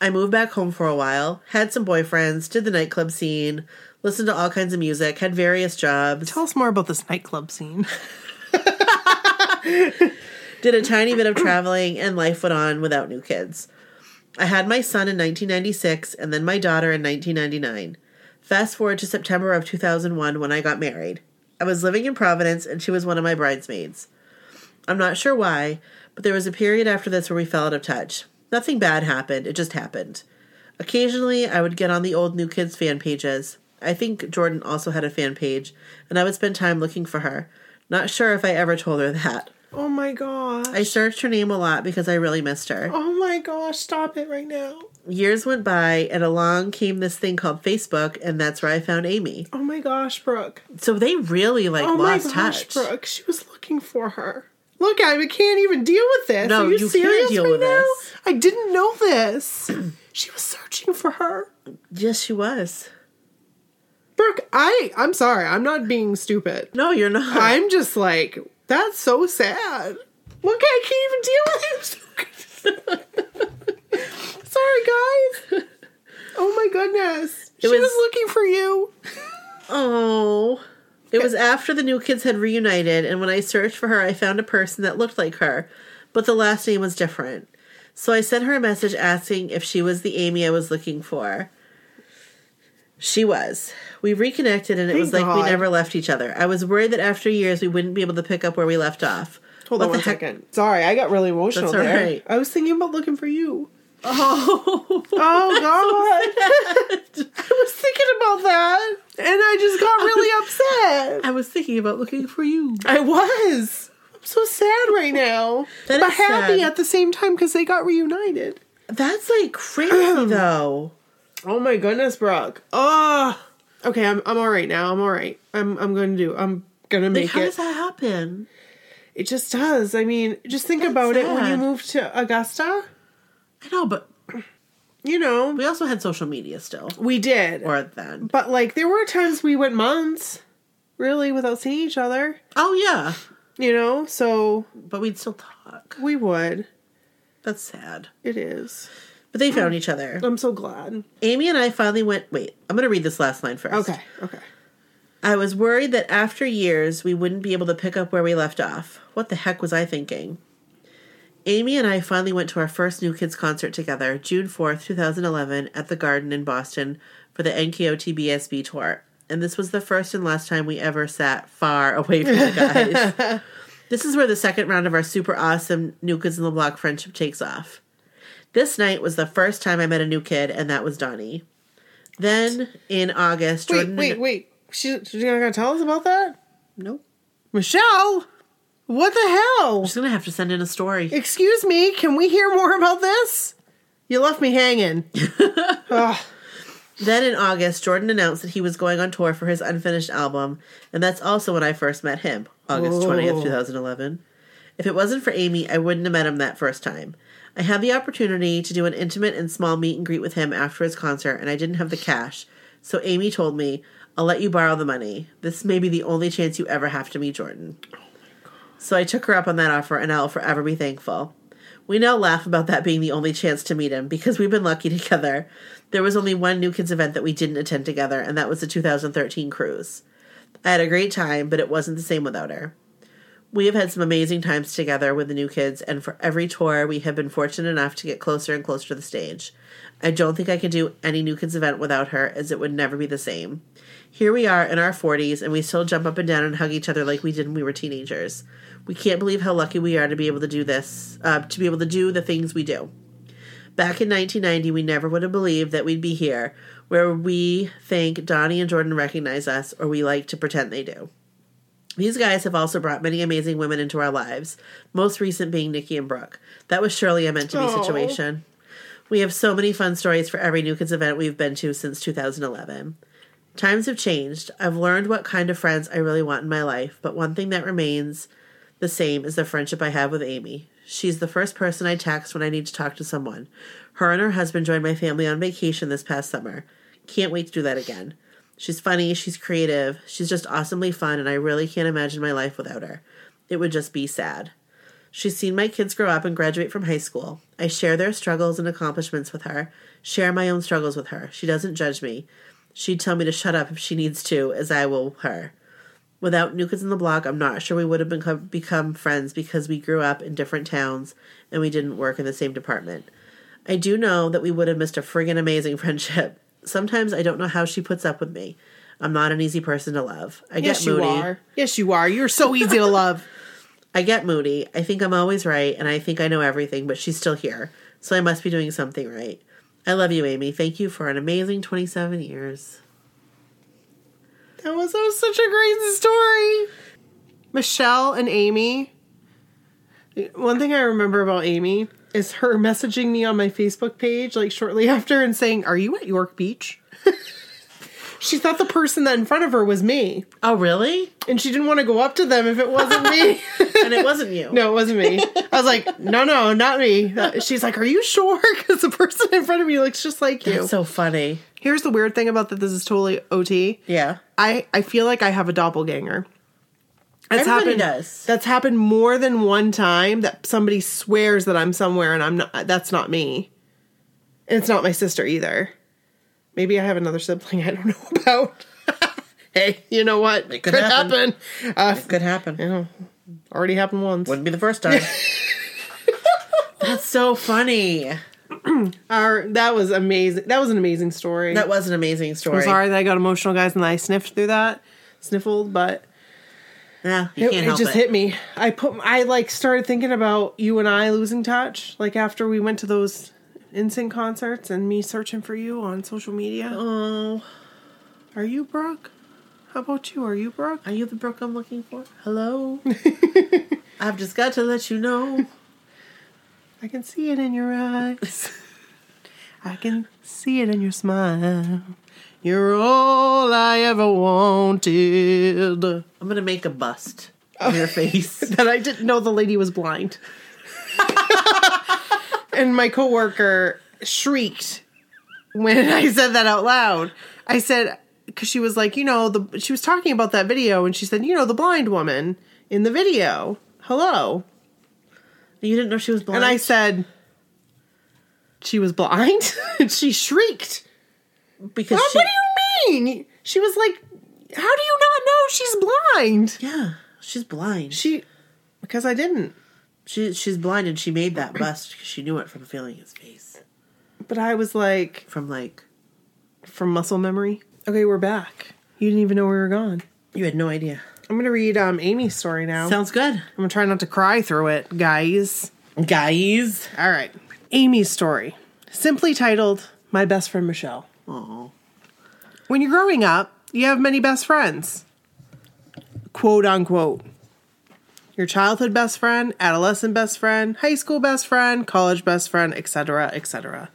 Speaker 2: I moved back home for a while, had some boyfriends, did the nightclub scene, listened to all kinds of music, had various jobs.
Speaker 1: Tell us more about this nightclub scene.
Speaker 2: did a tiny bit of traveling, and life went on without new kids. I had my son in 1996 and then my daughter in 1999. Fast forward to September of 2001 when I got married. I was living in Providence and she was one of my bridesmaids. I'm not sure why, but there was a period after this where we fell out of touch. Nothing bad happened, it just happened. Occasionally, I would get on the old New Kids fan pages. I think Jordan also had a fan page, and I would spend time looking for her. Not sure if I ever told her that.
Speaker 1: oh my gosh.
Speaker 2: I searched her name a lot because I really missed her.
Speaker 1: oh my gosh. Stop it right now.
Speaker 2: Years went by, and along came this thing called Facebook, and that's where I found Amy.
Speaker 1: Oh my gosh, Brooke.
Speaker 2: So they really like
Speaker 1: Oh my
Speaker 2: lost
Speaker 1: gosh,
Speaker 2: touch.
Speaker 1: Brooke. She was looking for her. Look, I can't even deal with this.
Speaker 2: No,
Speaker 1: Are you,
Speaker 2: you can't
Speaker 1: serious
Speaker 2: deal
Speaker 1: right
Speaker 2: with
Speaker 1: now?
Speaker 2: this.
Speaker 1: I didn't know this. she was searching for her.
Speaker 2: Yes, she was.
Speaker 1: Brooke, I I'm sorry. I'm not being stupid.
Speaker 2: No, you're not.
Speaker 1: I'm just like, that's so sad. Look, I can't even deal with him. Sorry, guys. Oh my goodness. she was,
Speaker 2: was-
Speaker 1: looking for you.
Speaker 2: oh, It was after the new kids had reunited, and when I searched for her, I found a person that looked like her, but the last name was different. So I sent her a message asking if she was the Amy I was looking for. She was. We reconnected, and it was
Speaker 1: Thank
Speaker 2: like we
Speaker 1: God.
Speaker 2: never left each other. I was worried that after years, we wouldn't be able to pick up where we left off.
Speaker 1: Hold
Speaker 2: What
Speaker 1: on
Speaker 2: the
Speaker 1: one
Speaker 2: heck-
Speaker 1: second. Sorry, I got really emotional
Speaker 2: That's all
Speaker 1: there.
Speaker 2: right.
Speaker 1: I was thinking about looking for you.
Speaker 2: Oh.
Speaker 1: Oh God, I was thinking about that, and I just got really upset.
Speaker 2: I was thinking about looking for you.
Speaker 1: I was. I'm so sad right now,
Speaker 2: That
Speaker 1: but
Speaker 2: is
Speaker 1: happy
Speaker 2: sad.
Speaker 1: at the same time because they got reunited.
Speaker 2: That's like crazy, though.
Speaker 1: Oh my goodness, Brock. Oh, okay. I'm I'm all right now. I'm all right. I'm I'm going to do. I'm gonna
Speaker 2: Like,
Speaker 1: make
Speaker 2: how
Speaker 1: it.
Speaker 2: does that happen?
Speaker 1: It just does. I mean, just think about it when you
Speaker 2: sad.
Speaker 1: move to Augusta.
Speaker 2: I know, but
Speaker 1: You know,
Speaker 2: we also had social media still,
Speaker 1: we did.
Speaker 2: or then.
Speaker 1: But like there were times we went months really without seeing each other,
Speaker 2: Oh yeah,
Speaker 1: you know? So
Speaker 2: but we'd still talk.
Speaker 1: we would.
Speaker 2: That's sad.
Speaker 1: It is.
Speaker 2: But they found each other.
Speaker 1: I'm so glad.
Speaker 2: Amy and I finally went. Wait, I'm gonna read this last line first.
Speaker 1: Okay. Okay.
Speaker 2: I was worried that after years we wouldn't be able to pick up where we left off. What the heck was I thinking? Amy and I finally went to our first New Kids concert together, June 4th, 2011, at the Garden in Boston for the NKOT BSB tour. And this was the first and last time we ever sat far away from the guys. this is where the second round of our super awesome New Kids in the Block friendship takes off. This night was the first time I met a new kid, and that was Donnie. Then in August,
Speaker 1: Wait,
Speaker 2: Jordan
Speaker 1: wait,
Speaker 2: and-
Speaker 1: wait. She, she's not gonna tell us about that?
Speaker 2: Nope.
Speaker 1: Michelle? What the hell?
Speaker 2: She's gonna have to send in a story.
Speaker 1: Excuse me, can we hear more about this? You left me hanging. Ugh.
Speaker 2: Then in August, Jordan announced that he was going on tour for his unfinished album, and that's also when I first met him, August
Speaker 1: Whoa.
Speaker 2: twentieth, two thousand eleven. If it wasn't for Amy, I wouldn't have met him that first time. I had the opportunity to do an intimate and small meet and greet with him after his concert, and I didn't have the cash, so Amy told me, "I'll let you borrow the money. This may be the only chance you ever have to meet Jordan." So I took her up on that offer, and I'll forever be thankful. We now laugh about that being the only chance to meet him because we've been lucky together. There was only one New Kids event that we didn't attend together, and that was the 2013 cruise. I had a great time, but it wasn't the same without her. We have had some amazing times together with the New Kids, and for every tour, we have been fortunate enough to get closer and closer to the stage. I don't think I could do any New Kids event without her, as it would never be the same. Here we are in our 40s, and we still jump up and down and hug each other like we did when we were teenagers. We can't believe how lucky we are to be able to do this, uh, to be able to do the things we do. Back in 1990, we never would have believed that we'd be here, where we think Donnie and Jordan recognize us, or we like to pretend they do. These guys have also brought many amazing women into our lives, most recent being Nikki and Brooke. That was surely a meant to be
Speaker 1: Aw.
Speaker 2: situation. We have so many fun stories for every New Kids event we've been to since 2011. Times have changed. I've learned what kind of friends I really want in my life, but one thing that remains the same is the friendship I have with Amy. She's the first person I text when I need to talk to someone. Her and her husband joined my family on vacation this past summer. Can't wait to do that again. She's funny, she's creative, she's just awesomely fun, and I really can't imagine my life without her. It would just be sad. She's seen my kids grow up and graduate from high school. I share their struggles and accomplishments with her, share my own struggles with her. She doesn't judge me. She'd tell me to shut up if she needs to, as I will her. Without New Kids in the Block, I'm not sure we would have become, become friends because we grew up in different towns and we didn't work in the same department. I do know that we would have missed a friggin' amazing friendship. Sometimes I don't know how she puts up with me. I'm not an easy person to love. I
Speaker 1: Yes,
Speaker 2: get moody.
Speaker 1: you are. Yes, you are. You're so easy to love.
Speaker 2: I get moody. I think I'm always right, and I think I know everything, but she's still here. So I must be doing something right. I love you, Amy. Thank you for an amazing 27 years.
Speaker 1: That was, that was such a great story. Michelle and Amy. One thing I remember about Amy is her messaging me on my Facebook page like shortly after and saying, "Are you at York Beach?" she thought the person that in front of her was me,
Speaker 2: Oh, really?
Speaker 1: and she didn't want to go up to them if it wasn't me.
Speaker 2: And it wasn't you.
Speaker 1: no, it wasn't me. I was like, "No, no, not me." She's like, "Are you sure?" Because the person in front of me looks just like you.
Speaker 2: It's so funny.
Speaker 1: Here's the weird thing about that. This is totally OT.
Speaker 2: Yeah.
Speaker 1: I I feel like I have a doppelganger. That's happened.
Speaker 2: Everybody does.
Speaker 1: That's happened more than one time that somebody swears that I'm somewhere and I'm not. That's not me. And it's not my sister either. Maybe I have another sibling I don't know about. hey, you know what?
Speaker 2: It could happen.
Speaker 1: happen. Uh,
Speaker 2: Could happen.
Speaker 1: you know, already happened once.
Speaker 2: Wouldn't be the first time. That's so funny.
Speaker 1: Our, that was amazing. That was an amazing story.
Speaker 2: That was an amazing story.
Speaker 1: I'm sorry that I got emotional, guys, and I sniffed through that, sniffled, but
Speaker 2: Yeah, you
Speaker 1: it,
Speaker 2: can't
Speaker 1: it
Speaker 2: help
Speaker 1: just
Speaker 2: it.
Speaker 1: hit me. I put, I like started thinking about you and I losing touch, like after we went to those instant concerts and me searching for you on social media.
Speaker 2: Oh,
Speaker 1: Are you Brooke? How about you? Are you Brooke?
Speaker 2: are you the Brooke I'm looking for? Hello. I've just got to let you know.
Speaker 1: I can see it in your eyes. I can see it in your smile. You're all I ever wanted. That
Speaker 2: I'm gonna make a bust
Speaker 1: Oh.
Speaker 2: of your face.
Speaker 1: I didn't know the lady was blind. and my coworker shrieked when I said that out loud. I said because she was like, you know, the she was talking about that video, and she said, you know, the blind woman in the video. Hello,
Speaker 2: You didn't know she was blind.
Speaker 1: And I said, she was blind? and she shrieked.
Speaker 2: because
Speaker 1: "Oh,
Speaker 2: she,
Speaker 1: what do you mean? She was like, how do you not know she's blind?
Speaker 2: yeah, she's blind. She,
Speaker 1: She, because I didn't.
Speaker 2: she's blind, and she made that bust because she knew it from feeling his face,
Speaker 1: But I was like,
Speaker 2: from like
Speaker 1: from muscle memory. Okay, we're back. You didn't even know we were gone.
Speaker 2: you had no idea.
Speaker 1: I'm going to read um, Amy's story now.
Speaker 2: Sounds good,
Speaker 1: I'm going to try not to cry through it, guys.
Speaker 2: guys.
Speaker 1: All right. Amy's story, simply titled My Best Friend Michelle.
Speaker 2: Oh,
Speaker 1: When you're growing up, you have many best friends. Quote unquote. Your childhood best friend, adolescent best friend, high school best friend, college best friend, etc., etc.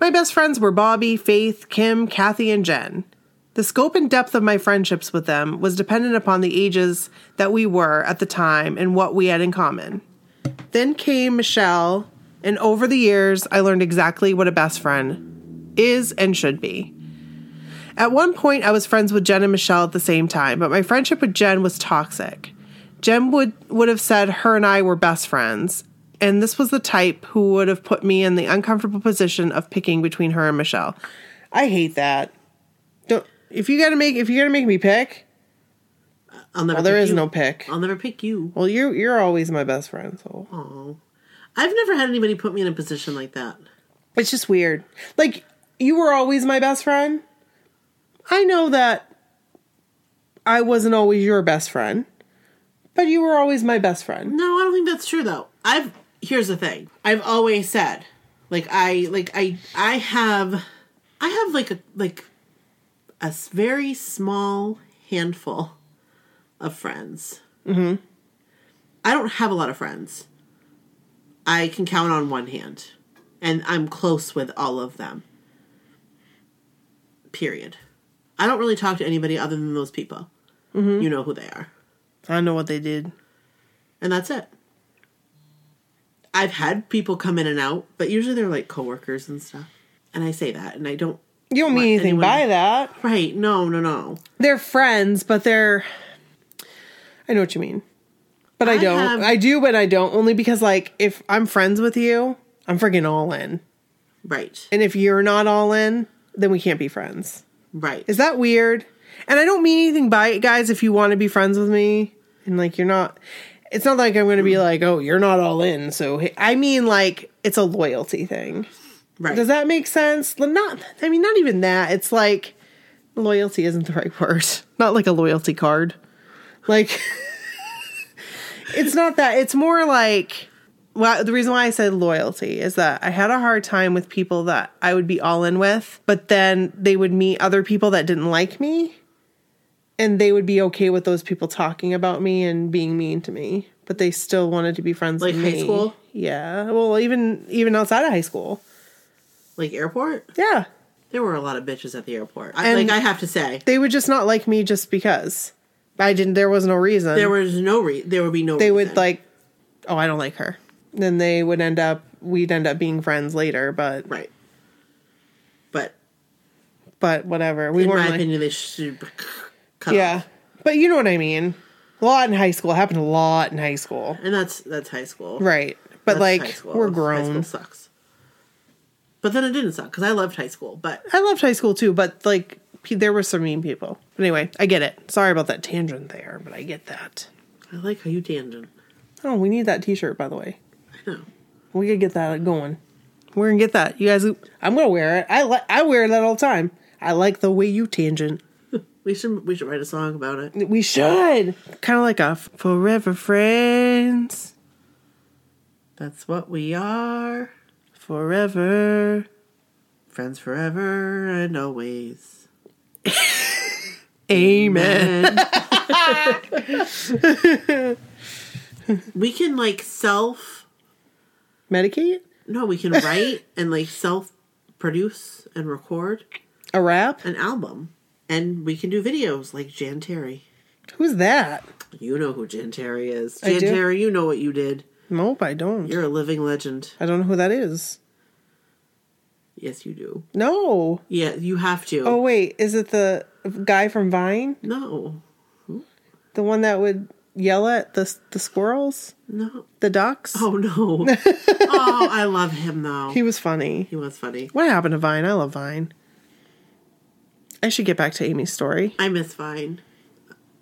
Speaker 1: My best friends were Bobby, Faith, Kim, Kathy, and Jen. The scope and depth of my friendships with them was dependent upon the ages that we were at the time and what we had in common. Then came Michelle, and over the years, I learned exactly what a best friend is and should be. At one point, I was friends with Jen and Michelle at the same time, but my friendship with Jen was toxic. Jen would, would have said her and I were best friends, and this was the type who would have put me in the uncomfortable position of picking between her and Michelle. I hate that. Don't if you gotta make if you gotta make me pick,
Speaker 2: I'll never.
Speaker 1: well, there
Speaker 2: pick
Speaker 1: is
Speaker 2: you.
Speaker 1: no pick.
Speaker 2: I'll never pick you.
Speaker 1: Well, you you're always my best friend, so
Speaker 2: Oh, I've never had anybody put me in a position like that.
Speaker 1: It's just weird. Like you were always my best friend. I know that I wasn't always your best friend, but you were always my best friend.
Speaker 2: No, I don't think that's true though. I've here's the thing. I've always said, like I like I I have I have like a like a s- very small handful of friends. Mm-hmm. I don't have a lot of friends. I can count on one hand, and I'm close with all of them. Period. I don't really talk to anybody other than those people. You know who they are
Speaker 1: I know what they did.
Speaker 2: and that's it. I've had people come in and out, but usually they're like coworkers and stuff. And I say that, and I don't.
Speaker 1: You don't mean
Speaker 2: Want
Speaker 1: anything
Speaker 2: anyone-
Speaker 1: by that.
Speaker 2: Right? No, no, no.
Speaker 1: They're friends, but they're I know what you mean. But I
Speaker 2: I
Speaker 1: don't.
Speaker 2: have-
Speaker 1: I do but I don't only because like if I'm friends with you, I'm freaking all in.
Speaker 2: Right?
Speaker 1: And if you're not all in, then we can't be friends.
Speaker 2: Right?
Speaker 1: Is that weird? And I don't mean anything by it, guys. If you want to be friends with me, and like you're not, it's not like I'm going to be like, oh, you're not all in. So hey- I mean, like it's a loyalty thing.
Speaker 2: Right?
Speaker 1: Does that make sense? Well, Not, I mean, not even that. It's like loyalty isn't the right word. Not like a loyalty card. Like it's not that. It's more like. Well, the reason why I said loyalty is that I had a hard time with people that I would be all in with, but then they would meet other people that didn't like me, and they would be okay with those people talking about me and being mean to me, but they still wanted to be friends.
Speaker 2: Like
Speaker 1: with
Speaker 2: high
Speaker 1: me.
Speaker 2: school?
Speaker 1: yeah. Well, even even outside of high school,
Speaker 2: like airport?
Speaker 1: yeah,
Speaker 2: There were a lot of bitches at the airport. I,
Speaker 1: And-
Speaker 2: like I have to say,
Speaker 1: they would just not like me just because I didn't. There was no reason.
Speaker 2: there was no re. There would be no.
Speaker 1: they would like, oh, I don't like her. Then they would end up. We'd end up being friends later, but
Speaker 2: Right. But
Speaker 1: but whatever. We
Speaker 2: in
Speaker 1: weren't.
Speaker 2: my
Speaker 1: like-
Speaker 2: opinion, they should cut
Speaker 1: yeah,
Speaker 2: off.
Speaker 1: but you know what I mean. A lot in high school It happened. A lot in high school,
Speaker 2: And that's that's high school.
Speaker 1: right? But
Speaker 2: That's high
Speaker 1: like
Speaker 2: school.
Speaker 1: we're
Speaker 2: High school
Speaker 1: grown.
Speaker 2: sucks. But then it didn't suck because I loved high school. But
Speaker 1: I loved high school too, but like pe- there were some mean people. But anyway, I get it. Sorry about that tangent there, but I get that.
Speaker 2: I like how you tangent.
Speaker 1: Oh, we need that T-shirt, by the way.
Speaker 2: I know.
Speaker 1: We could get that going. We're gonna get that. You guys, I'm gonna wear it. I like. I wear that all the time. I like the way you tangent.
Speaker 2: We should we should write a song about it.
Speaker 1: We should kind of like a forever friends,
Speaker 2: That's what we are.
Speaker 1: forever.
Speaker 2: Friends forever and always.
Speaker 1: Amen.
Speaker 2: we can like self
Speaker 1: Medicate
Speaker 2: no, we can write and like self produce and record
Speaker 1: a rap.
Speaker 2: an album. And we can do videos like Jan Terry.
Speaker 1: Who's that?
Speaker 2: You know who Jan Terry is.
Speaker 1: I
Speaker 2: Jan
Speaker 1: do.
Speaker 2: Terry, you know what you did.
Speaker 1: Nope, I don't.
Speaker 2: You're a living legend.
Speaker 1: I don't know who that is.
Speaker 2: Yes, you do.
Speaker 1: No.
Speaker 2: Yeah, you have to.
Speaker 1: Oh wait, is it the guy from Vine?
Speaker 2: No.
Speaker 1: The one that would yell at the the squirrels,
Speaker 2: No.
Speaker 1: the ducks?
Speaker 2: Oh no. oh, I love him though.
Speaker 1: He was funny.
Speaker 2: He was funny.
Speaker 1: What happened to Vine? I love Vine. I should get back to Amy's story.
Speaker 2: I miss Vine.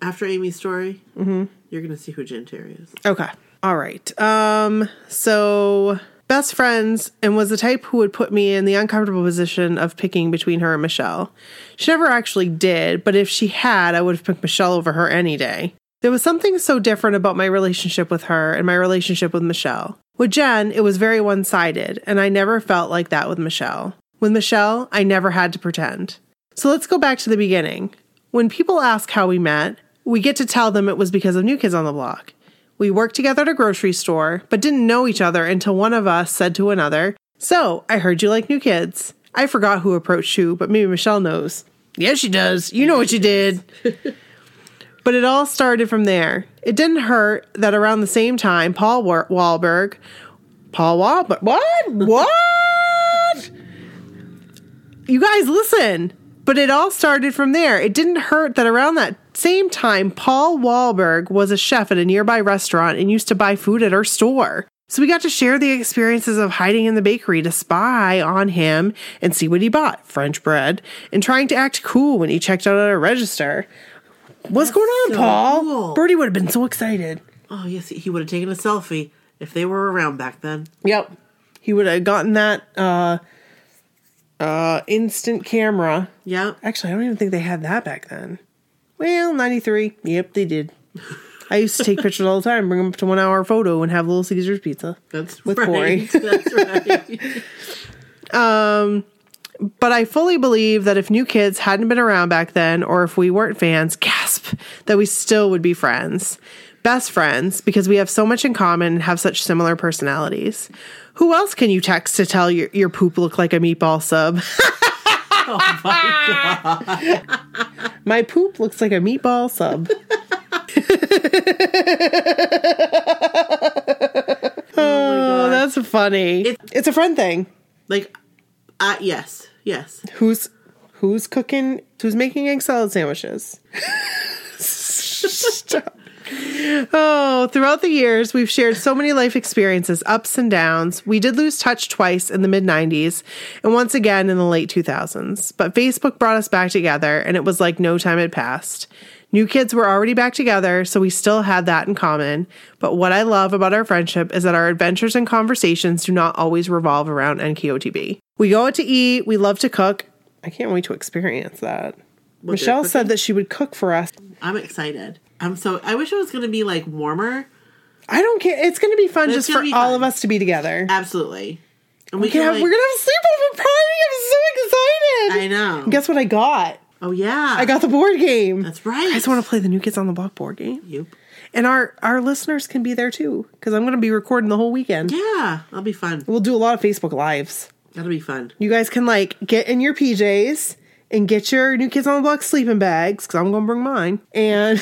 Speaker 2: After Amy's story,
Speaker 1: Mm-hmm.
Speaker 2: you're gonna see who Jen Terry is.
Speaker 1: Okay. All right. Um so best friends and was the type who would put me in the uncomfortable position of picking between her and Michelle. She never actually did, but if she had, I would have picked Michelle over her any day. There was something so different about my relationship with her and my relationship with Michelle. With Jen, it was very one sided, and I never felt like that with Michelle. With Michelle, I never had to pretend. So let's go back to the beginning. When people ask how we met, we get to tell them it was because of New Kids on the Block. We worked together at a grocery store, but didn't know each other until one of us said to another, So, I heard you like new kids. I forgot who approached who, but maybe Michelle knows. Yes, she does. You know what you did. But it all started from there. It didn't hurt that around the same time, Paul Wa- Wahlberg, Paul Wahlberg, what? What? you guys listen. But it all started from there. It didn't hurt that around that same time, Paul Wahlberg was a chef at a nearby restaurant and used to buy food at our store. So we got to share the experiences of hiding in the bakery to spy on him and see what he bought French bread and trying to act cool when he checked out at a register. What's going on,
Speaker 2: so
Speaker 1: Paul?
Speaker 2: cool.
Speaker 1: Bertie would have been so excited.
Speaker 2: Oh yes, he would have taken a selfie if they were around back then.
Speaker 1: Yep. He would have gotten that uh, uh, instant camera.
Speaker 2: Yep.
Speaker 1: Actually, I don't even think they had that back then. Well, 93. Yep, they did. I used to take pictures all the time, bring them up to one hour photo, and have Little Caesars pizza.
Speaker 2: That's
Speaker 1: With
Speaker 2: right.
Speaker 1: Corey.
Speaker 2: That's right.
Speaker 1: But I fully believe that if new kids hadn't been around back then, or if we weren't fans, gasp, that we still would be friends. Best friends, because we have so much in common and have such similar personalities. Who else can you text to tell your, your poop look like a meatball sub? My poop looks like a meatball sub. oh, that's funny. it's a friend thing.
Speaker 2: like, uh, yes, yes.
Speaker 1: Who's who's cooking? Who's making egg salad sandwiches? Stop. Oh, throughout the years, we've shared so many life experiences, ups and downs. We did lose touch twice in the mid 90s and once again in the late 2000s. But Facebook brought us back together, and it was like no time had passed. New kids were already back together, so we still had that in common. But what I love about our friendship is that our adventures and conversations do not always revolve around NKOTB. We go out to eat, we love to cook. I can't wait to experience that.
Speaker 2: What, they're
Speaker 1: Michelle said that she would cook for us
Speaker 2: I'm excited. I'm so. I wish it was gonna be like warmer.
Speaker 1: I don't care. It's going to be fun
Speaker 2: It's
Speaker 1: just for
Speaker 2: gonna be
Speaker 1: all
Speaker 2: fun.
Speaker 1: of us to be together.
Speaker 2: Absolutely. And we
Speaker 1: We can have,
Speaker 2: like-
Speaker 1: we're going to have a sleepover party. I'm so excited.
Speaker 2: I know.
Speaker 1: And guess what I got?
Speaker 2: oh yeah.
Speaker 1: I got the board game.
Speaker 2: That's right.
Speaker 1: I just want to play the New Kids on the Block board game.
Speaker 2: Yep.
Speaker 1: And our, our listeners can be there too because I'm going to be recording the whole weekend.
Speaker 2: Yeah, that'll be fun.
Speaker 1: We'll do a lot of Facebook Lives.
Speaker 2: That'll be fun.
Speaker 1: You guys can like get in your PJs and get your new kids on the block sleeping bags because I'm gonna bring mine and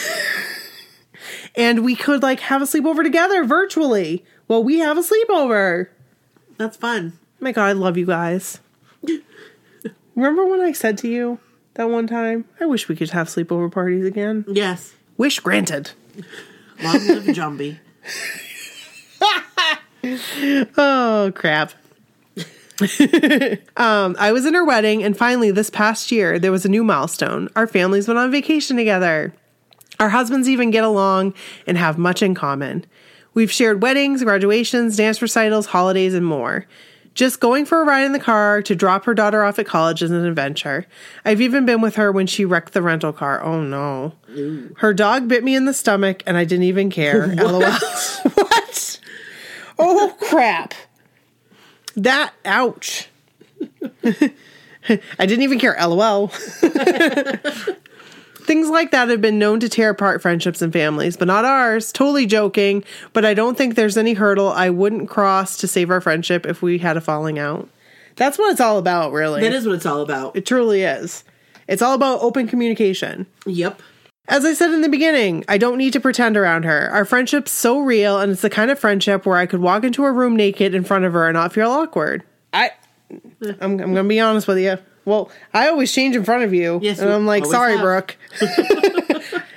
Speaker 1: and we could like have a sleepover together virtually. Well, we have a sleepover.
Speaker 2: That's fun.
Speaker 1: My God, I love you guys. Remember when I said to you that one time, I wish we could have sleepover parties again?
Speaker 2: Yes.
Speaker 1: Wish granted.
Speaker 2: Long live Jumbie.
Speaker 1: Oh, crap. um, I was in her wedding, and finally, this past year, there was a new milestone. Our families went on vacation together. Our husbands even get along and have much in common. We've shared weddings, graduations, dance recitals, holidays, and more. Just going for a ride in the car to drop her daughter off at college is an adventure. I've even been with her when she wrecked the rental car. Oh no. Her dog bit me in the stomach and I didn't even care. LOL. what? Oh crap. That ouch. I didn't even care. LOL. Things like that have been known to tear apart friendships and families, but not ours. Totally joking, but I don't think there's any hurdle I wouldn't cross to save our friendship if we had a falling out. That's what it's all about, really.
Speaker 2: That is what it's all about.
Speaker 1: It truly is. It's all about open communication.
Speaker 2: Yep.
Speaker 1: As I said in the beginning, I don't need to pretend around her. Our friendship's so real, and it's the kind of friendship where I could walk into a room naked in front of her and not feel awkward. I, I'm, I'm gonna be honest with you. Well, I always change in front of you,
Speaker 2: Yes,
Speaker 1: and
Speaker 2: you
Speaker 1: I'm like,
Speaker 2: always
Speaker 1: sorry,
Speaker 2: have."
Speaker 1: Brooke.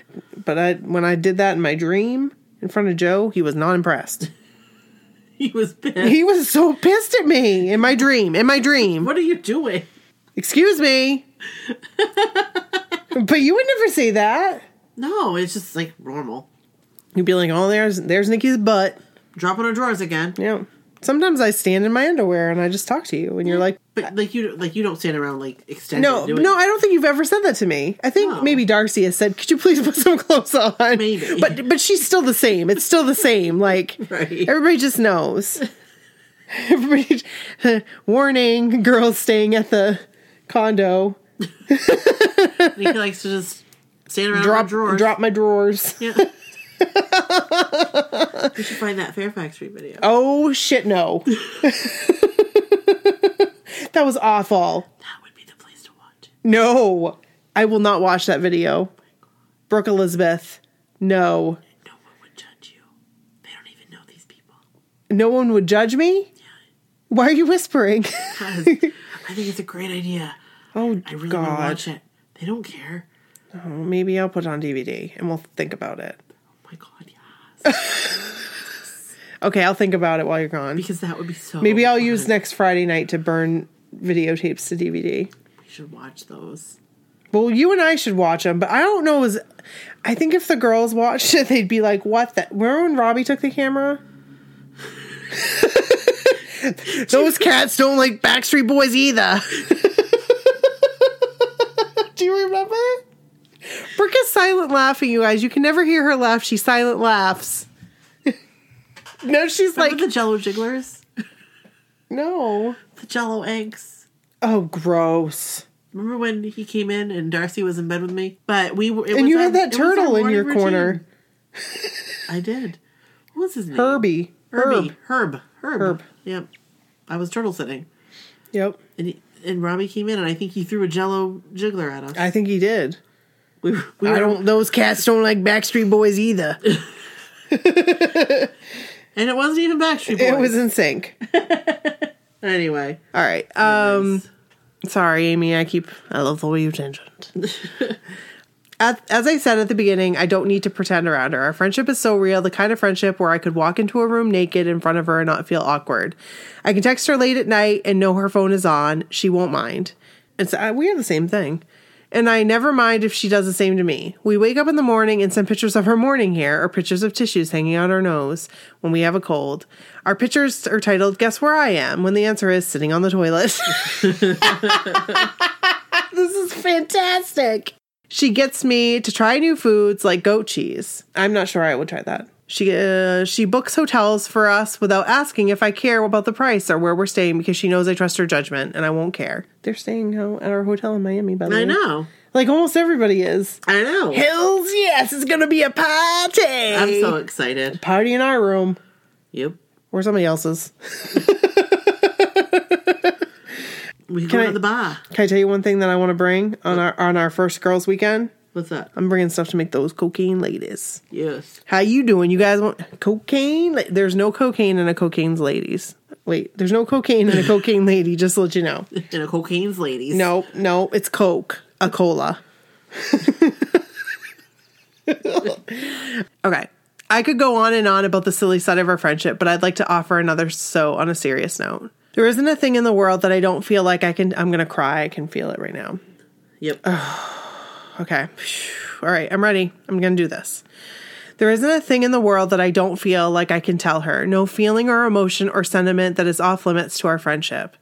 Speaker 1: but I, when I did that in my dream in front of Joe, he was not impressed.
Speaker 2: He was pissed.
Speaker 1: He was so pissed at me in my dream. In my dream,
Speaker 2: What are you doing?
Speaker 1: excuse me. but you would never say that.
Speaker 2: No, it's just like normal.
Speaker 1: You'd be like, oh, there's there's Nikki's butt.
Speaker 2: Dropping our drawers again.
Speaker 1: Yeah. Sometimes I stand in my underwear and I just talk to you, and you're like,
Speaker 2: But like you like you don't stand around like extended.
Speaker 1: no,
Speaker 2: do it.
Speaker 1: no, I don't think you've ever said that to me. I think
Speaker 2: No.
Speaker 1: maybe Darcy has said, could you please put some clothes on?
Speaker 2: Maybe.
Speaker 1: But but she's still the same. It's still the same. Like
Speaker 2: Right.
Speaker 1: everybody just knows. everybody, warning, girls staying at the condo.
Speaker 2: He likes to just stand around
Speaker 1: Drop
Speaker 2: drop drawers.
Speaker 1: drop my drawers.
Speaker 2: Yeah. you should find that Fairfax Street video.
Speaker 1: Oh shit, no. that was awful.
Speaker 2: That would be the place to watch. it.
Speaker 1: No, I will not watch that video. Brooke Elizabeth, no.
Speaker 2: No one would judge you. They don't even know these people.
Speaker 1: No one would judge me? Why are you whispering?
Speaker 2: 'Cause I think it's a great idea.
Speaker 1: oh,
Speaker 2: I really want to
Speaker 1: God.
Speaker 2: watch it. They don't care.
Speaker 1: Oh, maybe I'll put it on DVD and we'll think about it.
Speaker 2: Oh my god, yes.
Speaker 1: Okay, I'll think about it while you're gone.
Speaker 2: Because that would be so.
Speaker 1: Maybe I'll
Speaker 2: fun.
Speaker 1: use next Friday night to burn videotapes to DVD.
Speaker 2: We should watch those.
Speaker 1: Well, you and I should watch them, but I don't know. Is I think if the girls watched it, they'd be like, "What the?" Remember when Robbie took the camera? Those cats don't like Backstreet Boys either. Do you remember? Brooke is silent laughing, you guys. You can never hear her laugh. She silent laughs. no, she's
Speaker 2: Like
Speaker 1: like,
Speaker 2: the Jello jigglers,
Speaker 1: no.
Speaker 2: the Jello eggs.
Speaker 1: Oh, gross.
Speaker 2: Remember when he came in and Darcy was in bed with me? But we were. It
Speaker 1: And
Speaker 2: was
Speaker 1: you
Speaker 2: our-
Speaker 1: had that
Speaker 2: it was our
Speaker 1: turtle in
Speaker 2: morning
Speaker 1: your
Speaker 2: routine.
Speaker 1: corner.
Speaker 2: I did. What was his name?
Speaker 1: Herbie.
Speaker 2: Herbie.
Speaker 1: Herb.
Speaker 2: Herb. Herb.
Speaker 1: Herb.
Speaker 2: Yep. I was turtle sitting.
Speaker 1: Yep.
Speaker 2: And, he, and Robbie came in, and I think he threw a jello jiggler at us.
Speaker 1: I think he did.
Speaker 2: we, were- we
Speaker 1: I
Speaker 2: were-
Speaker 1: don't. Those cats don't like Backstreet Boys either.
Speaker 2: and it wasn't even Backstreet Boys.
Speaker 1: It was in sync.
Speaker 2: anyway.
Speaker 1: All right. Um, sorry, Amy. I keep. I love the way you tangent. As, as I said at the beginning, I don't need to pretend around her. Our friendship is so real, the kind of friendship where I could walk into a room naked in front of her and not feel awkward. I can text her late at night and know her phone is on. She won't mind. It's uh, we have the same thing. And I never mind if she does the same to me. We wake up in the morning and send pictures of her morning hair or pictures of tissues hanging out her nose when we have a cold. Our pictures are titled Guess Where I Am when the answer is sitting on the toilet. this is fantastic. She gets me to try new foods like goat cheese. I'm not sure I would try that. She uh, she books hotels for us without asking if I care about the price or where we're staying because she knows I trust her judgment and I won't care. They're staying out at our hotel in Miami, by the way.
Speaker 2: I know.
Speaker 1: Like almost everybody is.
Speaker 2: I know.
Speaker 1: Hills, yes, it's gonna be a party.
Speaker 2: I'm so excited.
Speaker 1: party in our room
Speaker 2: Yep.
Speaker 1: or somebody else's.
Speaker 2: We can go
Speaker 1: I-
Speaker 2: to the bar.
Speaker 1: Can I tell you one thing that I want to bring on our on our first girls' weekend?
Speaker 2: What's that?
Speaker 1: I'm bringing stuff to make those cocaine ladies.
Speaker 2: Yes.
Speaker 1: How you doing? You guys want cocaine? Like, There's no cocaine in a cocaine's ladies. Wait, there's no cocaine in a cocaine lady. Just to let you know.
Speaker 2: And a cocaine's ladies.
Speaker 1: No, no, it's Coke, a cola. okay. I could go on and on about the silly side of our friendship, but I'd like to offer another so on a serious note. There isn't a thing in the world that I don't feel like I can. I'm gonna cry. I can feel it right now.
Speaker 2: Yep.
Speaker 1: Okay. All right. I'm ready. I'm going to do this. There isn't a thing in the world that I don't feel like I can tell her. No feeling or emotion or sentiment that is off limits to our friendship.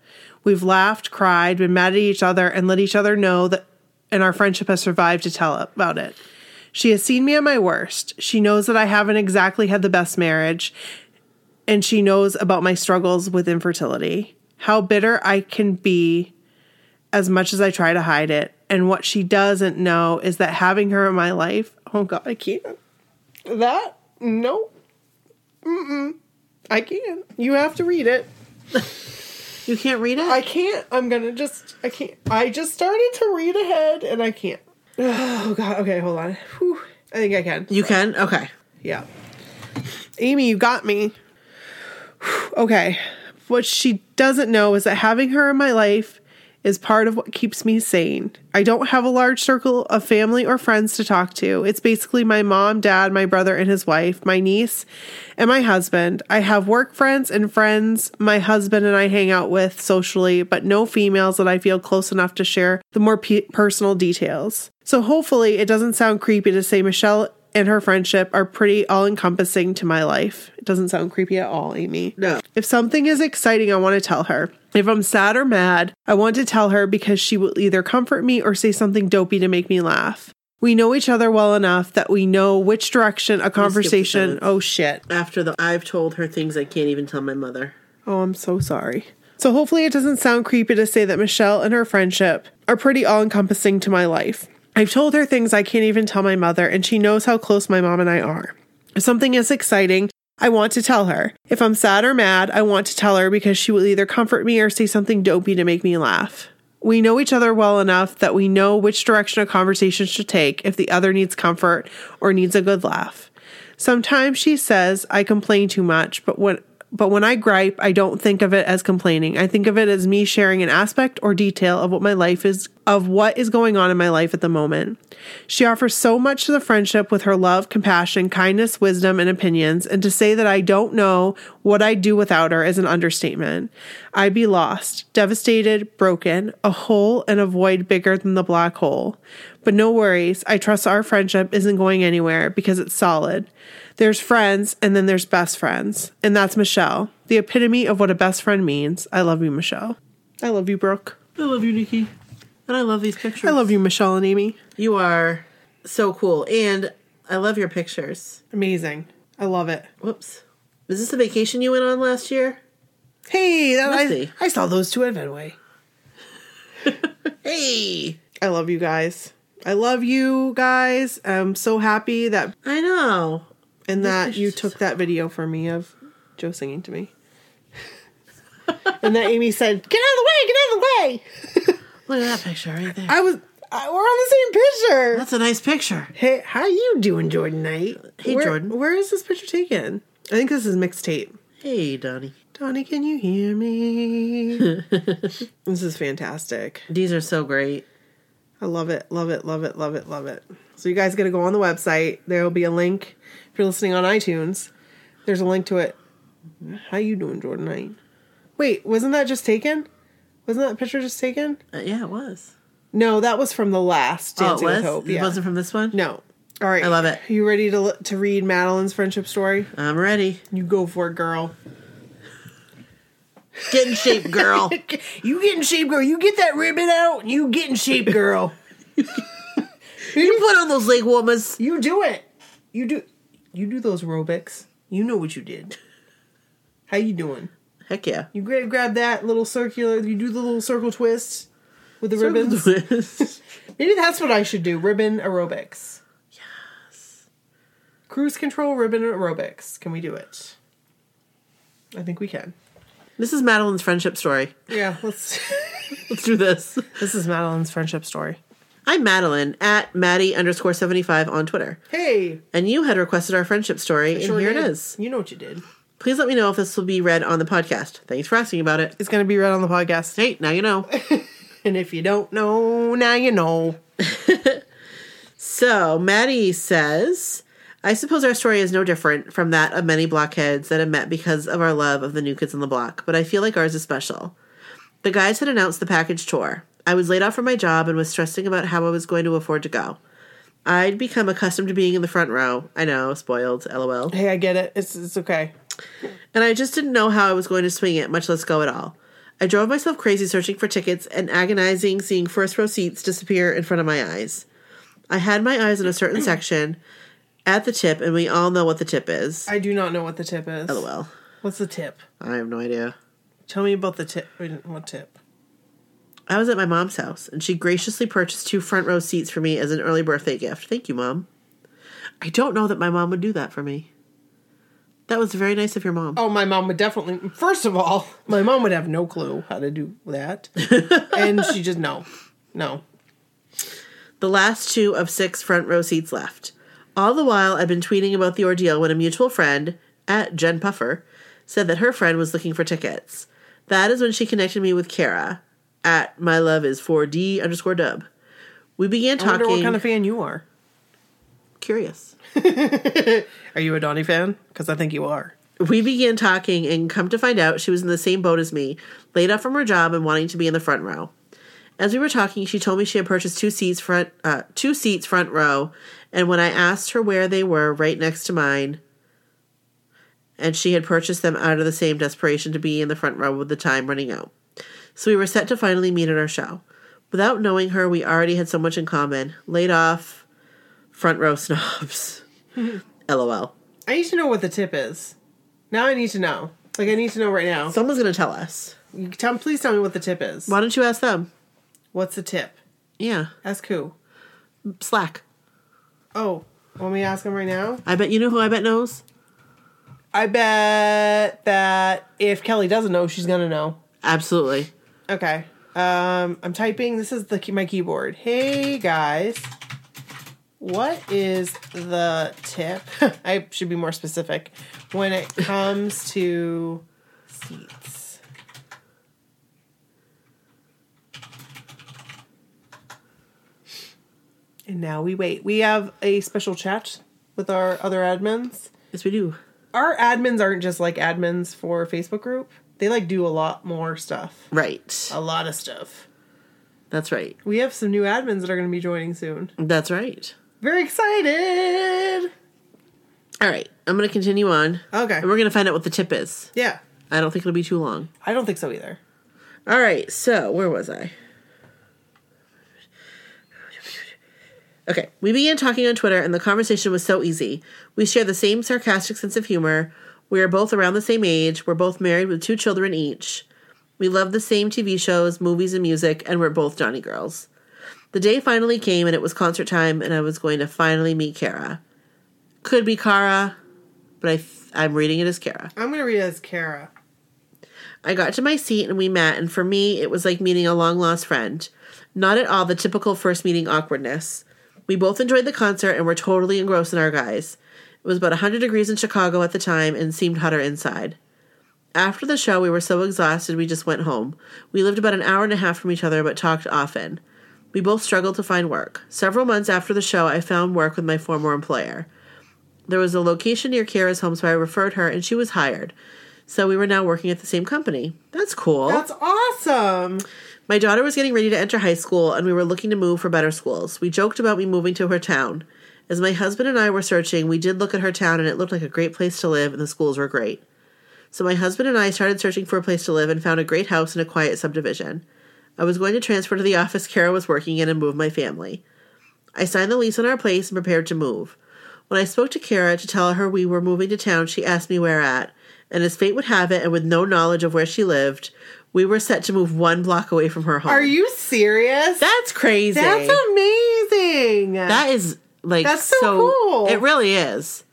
Speaker 1: We've laughed, cried, been mad at each other, and let each other know that, and our friendship has survived to tell about it. She has seen me at my worst. She knows that I haven't exactly had the best marriage, and she knows about my struggles with infertility. How bitter I can be as much as I try to hide it. And what she doesn't know is that having her in my life, oh God, I can't. That, no. Mm-mm. I can't. You have to read it.
Speaker 2: You can't read it?
Speaker 1: I can't. I'm going to just, I can't. I just started to read ahead and I can't. Oh God. Okay, hold on. Whew. I think I can.
Speaker 2: you can? Okay.
Speaker 1: Yeah. Amy, you got me. okay. What she doesn't know is that having her in my life is part of what keeps me sane. I don't have a large circle of family or friends to talk to. It's basically my mom, dad, my brother and his wife, my niece, and my husband. I have work friends and friends my husband and I hang out with socially, but no females that I feel close enough to share the more pe- personal details. So hopefully it doesn't sound creepy to say Michelle and her friendship are pretty all encompassing to my life. It doesn't sound creepy at all, Amy.
Speaker 2: No.
Speaker 1: If something is exciting, I want to tell her. If I'm sad or mad, I want to tell her because she will either comfort me or say something dopey to make me laugh. We know each other well enough that we know which direction a conversation.
Speaker 2: sentence.
Speaker 1: Oh shit.
Speaker 2: After the I've told her things I can't even tell my mother.
Speaker 1: Oh, I'm so sorry. So hopefully it doesn't sound creepy to say that Michelle and her friendship are pretty all encompassing to my life. I've told her things I can't even tell my mother, and she knows how close my mom and I are. If something is exciting, I want to tell her. If I'm sad or mad, I want to tell her because she will either comfort me or say something dopey to make me laugh. We know each other well enough that we know which direction a conversation should take if the other needs comfort or needs a good laugh. Sometimes she says I complain too much, but when but when I gripe, I don't think of it as complaining. I think of it as me sharing an aspect or detail of what my life is of what is going on in my life at the moment. She offers so much to the friendship with her love, compassion, kindness, wisdom, and opinions, and to say that I don't know what I'd do without her is an understatement. I'd be lost, devastated, broken, a hole and a void bigger than the black hole. But no worries, I trust our friendship isn't going anywhere because it's solid. There's friends and then there's best friends. And that's Michelle, the epitome of what a best friend means. I love you, Michelle. I love you, Brooke.
Speaker 2: I love you, Nikki. And I love these pictures.
Speaker 1: I love you, Michelle and Amy.
Speaker 2: You are so cool. And I love your pictures.
Speaker 1: Amazing. I love it.
Speaker 2: Whoops. Is this the vacation you went on last year?
Speaker 1: Hey, that, I,
Speaker 2: Lucy.
Speaker 1: I saw those two at Fenway.
Speaker 2: Hey!
Speaker 1: I love you guys. I love you guys. I'm so happy that
Speaker 2: I know.
Speaker 1: and that you took that video for me of Joe singing to me. and that Amy said, "Get out of the way! Get out of the way!"
Speaker 2: Look at that picture right there.
Speaker 1: I was. I, we're on the same picture.
Speaker 2: That's a nice picture.
Speaker 1: Hey, how you doing, Jordan Knight?
Speaker 2: Hey,
Speaker 1: Where-
Speaker 2: Jordan.
Speaker 1: Where is this picture taken? I think this is mixtape.
Speaker 2: Hey, Donnie.
Speaker 1: Donnie, can you hear me? this is fantastic.
Speaker 2: These are so great.
Speaker 1: I love it, love it, love it, love it, love it. So you guys got to go on the website. There will be a link if you're listening on iTunes. There's a link to it. How you doing, Jordan Knight? Wait, wasn't that just taken? Wasn't that picture just taken?
Speaker 2: Uh, yeah, it was.
Speaker 1: No, that was from the last
Speaker 2: Oh, it
Speaker 1: Dancing
Speaker 2: was?
Speaker 1: with Hope.
Speaker 2: It
Speaker 1: Yeah.
Speaker 2: wasn't from this one?
Speaker 1: no. All right.
Speaker 2: I love it.
Speaker 1: You ready to l- to read Madeline's friendship story?
Speaker 2: I'm ready.
Speaker 1: You go for it, girl.
Speaker 2: Get in shape, girl.
Speaker 1: You get in shape, girl. You get that ribbon out and you get in shape, girl.
Speaker 2: you put on those leg warmers.
Speaker 1: You do it. You do you do those aerobics. You know what you did. How you doing?
Speaker 2: Heck yeah.
Speaker 1: You grab grab that little circular, you do the little circle twist with the ribbons. Maybe that's what I should do. Ribbon aerobics. Yes. Cruise control ribbon aerobics. Can we do it? I think we can.
Speaker 2: this is Madeline's friendship story.
Speaker 1: Yeah, let's
Speaker 2: Let's do this.
Speaker 1: This is Madeline's friendship story.
Speaker 2: I'm Madeline at Maddie underscore 75 on Twitter.
Speaker 1: Hey,
Speaker 2: And you had requested our friendship story, and
Speaker 1: sure
Speaker 2: here
Speaker 1: did.
Speaker 2: it is.
Speaker 1: You know what you did.
Speaker 2: Please let me know if this will be read on the podcast. Thanks for asking about it.
Speaker 1: It's going to be read on the podcast.
Speaker 2: Hey, now you know.
Speaker 1: And if you don't know, now you know.
Speaker 2: So Maddie says, I suppose our story is no different from that of many blockheads that have met because of our love of the new kids on the block, but I feel like ours is special. The guys had announced the package tour. I was laid off from my job and was stressing about how I was going to afford to go. I'd become accustomed to being in the front row. I know, spoiled, lol.
Speaker 1: Hey, I get it. It's it's okay.
Speaker 2: And I just didn't know how I was going to swing it, much less go at all. I drove myself crazy searching for tickets and agonizing seeing first row seats disappear in front of my eyes. I had my eyes on a certain section at the tip, and we all know what the tip is.
Speaker 1: I do not know what the tip is.
Speaker 2: Well,
Speaker 1: What's the tip?
Speaker 2: I have no idea.
Speaker 1: Tell me about the tip. We didn't want tip.
Speaker 2: I was at my mom's house, and she graciously purchased two front row seats for me as an early birthday gift. Thank you, Mom. I don't know that my mom would do that for me. That was very nice of your mom.
Speaker 1: Oh, my mom would definitely. First of all, my mom would have no clue how to do that, and she just no, no.
Speaker 2: the last two of six front row seats left. All the while, I'd been tweeting about the ordeal when a mutual friend, at Jen Puffer, said that her friend was looking for tickets. That is when she connected me with Kara, at my love is 4D underscore dub. We began
Speaker 1: I wonder
Speaker 2: talking.
Speaker 1: what kind of fan you are.
Speaker 2: curious.
Speaker 1: Are you a Donnie fan? Because I think you are.
Speaker 2: We began talking, and come to find out, she was in the same boat as me, laid off from her job and wanting to be in the front row. As we were talking, she told me she had purchased two seats front, uh, two seats front row, and when I asked her where they were, right next to mine, and she had purchased them out of the same desperation to be in the front row with the time running out. So we were set to finally meet at our show. Without knowing her, we already had so much in common. Laid off, front row snobs. LOL.
Speaker 1: I need to know what the tip is. Now I need to know. Like I need to know right now.
Speaker 2: Someone's gonna tell us.
Speaker 1: You tell, please tell me what the tip is.
Speaker 2: Why don't you ask them?
Speaker 1: What's the tip?
Speaker 2: Yeah.
Speaker 1: Ask who.
Speaker 2: Slack.
Speaker 1: Oh, want me to ask him right now?
Speaker 2: I bet you know who I bet knows?
Speaker 1: I bet that if Kelly doesn't know, she's gonna know.
Speaker 2: Absolutely.
Speaker 1: Okay. Um, I'm typing. This is the key- my keyboard. Hey guys, what is the tip? I should be more specific when it comes to seats. And now we wait. We have a special chat with our other admins
Speaker 2: Yes, we do.
Speaker 1: our admins aren't just like admins for Facebook group. They like do a lot more stuff.
Speaker 2: Right.
Speaker 1: A lot of stuff.
Speaker 2: That's right.
Speaker 1: We have some new admins that are going to be joining soon.
Speaker 2: That's right.
Speaker 1: Very excited.
Speaker 2: All right. I'm going to continue on.
Speaker 1: Okay.
Speaker 2: And we're going to find out what the tip is.
Speaker 1: Yeah.
Speaker 2: I don't think it'll be too long.
Speaker 1: I don't think so either.
Speaker 2: All right. So, where was I? Okay. We began talking on Twitter, and the conversation was so easy. We share the same sarcastic sense of humor. We are both around the same age. We're both married with two children each. We love the same TV shows, movies, and music, and we're both Johnny girls. The day finally came, and it was concert time, and I was going to finally meet Kara. Could be Kara, but I th- I'm reading it as Kara.
Speaker 1: I'm going to read it as Kara.
Speaker 2: I got to my seat and we met, and for me, it was like meeting a long lost friend. Not at all the typical first meeting awkwardness. We both enjoyed the concert and were totally engrossed in our guys. It was about 100 degrees in Chicago at the time and seemed hotter inside. After the show, we were so exhausted we just went home. We lived about an hour and a half from each other but talked often. We both struggled to find work. Several months after the show, I found work with my former employer. There was a location near Kara's home, so I referred her and she was hired. So we were now working at the same company. That's cool.
Speaker 1: That's awesome.
Speaker 2: My daughter was getting ready to enter high school and we were looking to move for better schools. We joked about me moving to her town. As my husband and I were searching, we did look at her town and it looked like a great place to live and the schools were great. So my husband and I started searching for a place to live and found a great house in a quiet subdivision. I was going to transfer to the office Kara was working in and move my family. I signed the lease on our place and prepared to move. When I spoke to Kara to tell her we were moving to town, she asked me where at, and as fate would have it, and with no knowledge of where she lived, we were set to move one block away from her home.
Speaker 1: Are you serious?
Speaker 2: That's crazy.
Speaker 1: That's amazing.
Speaker 2: that is like
Speaker 1: That's so cool.
Speaker 2: It really is.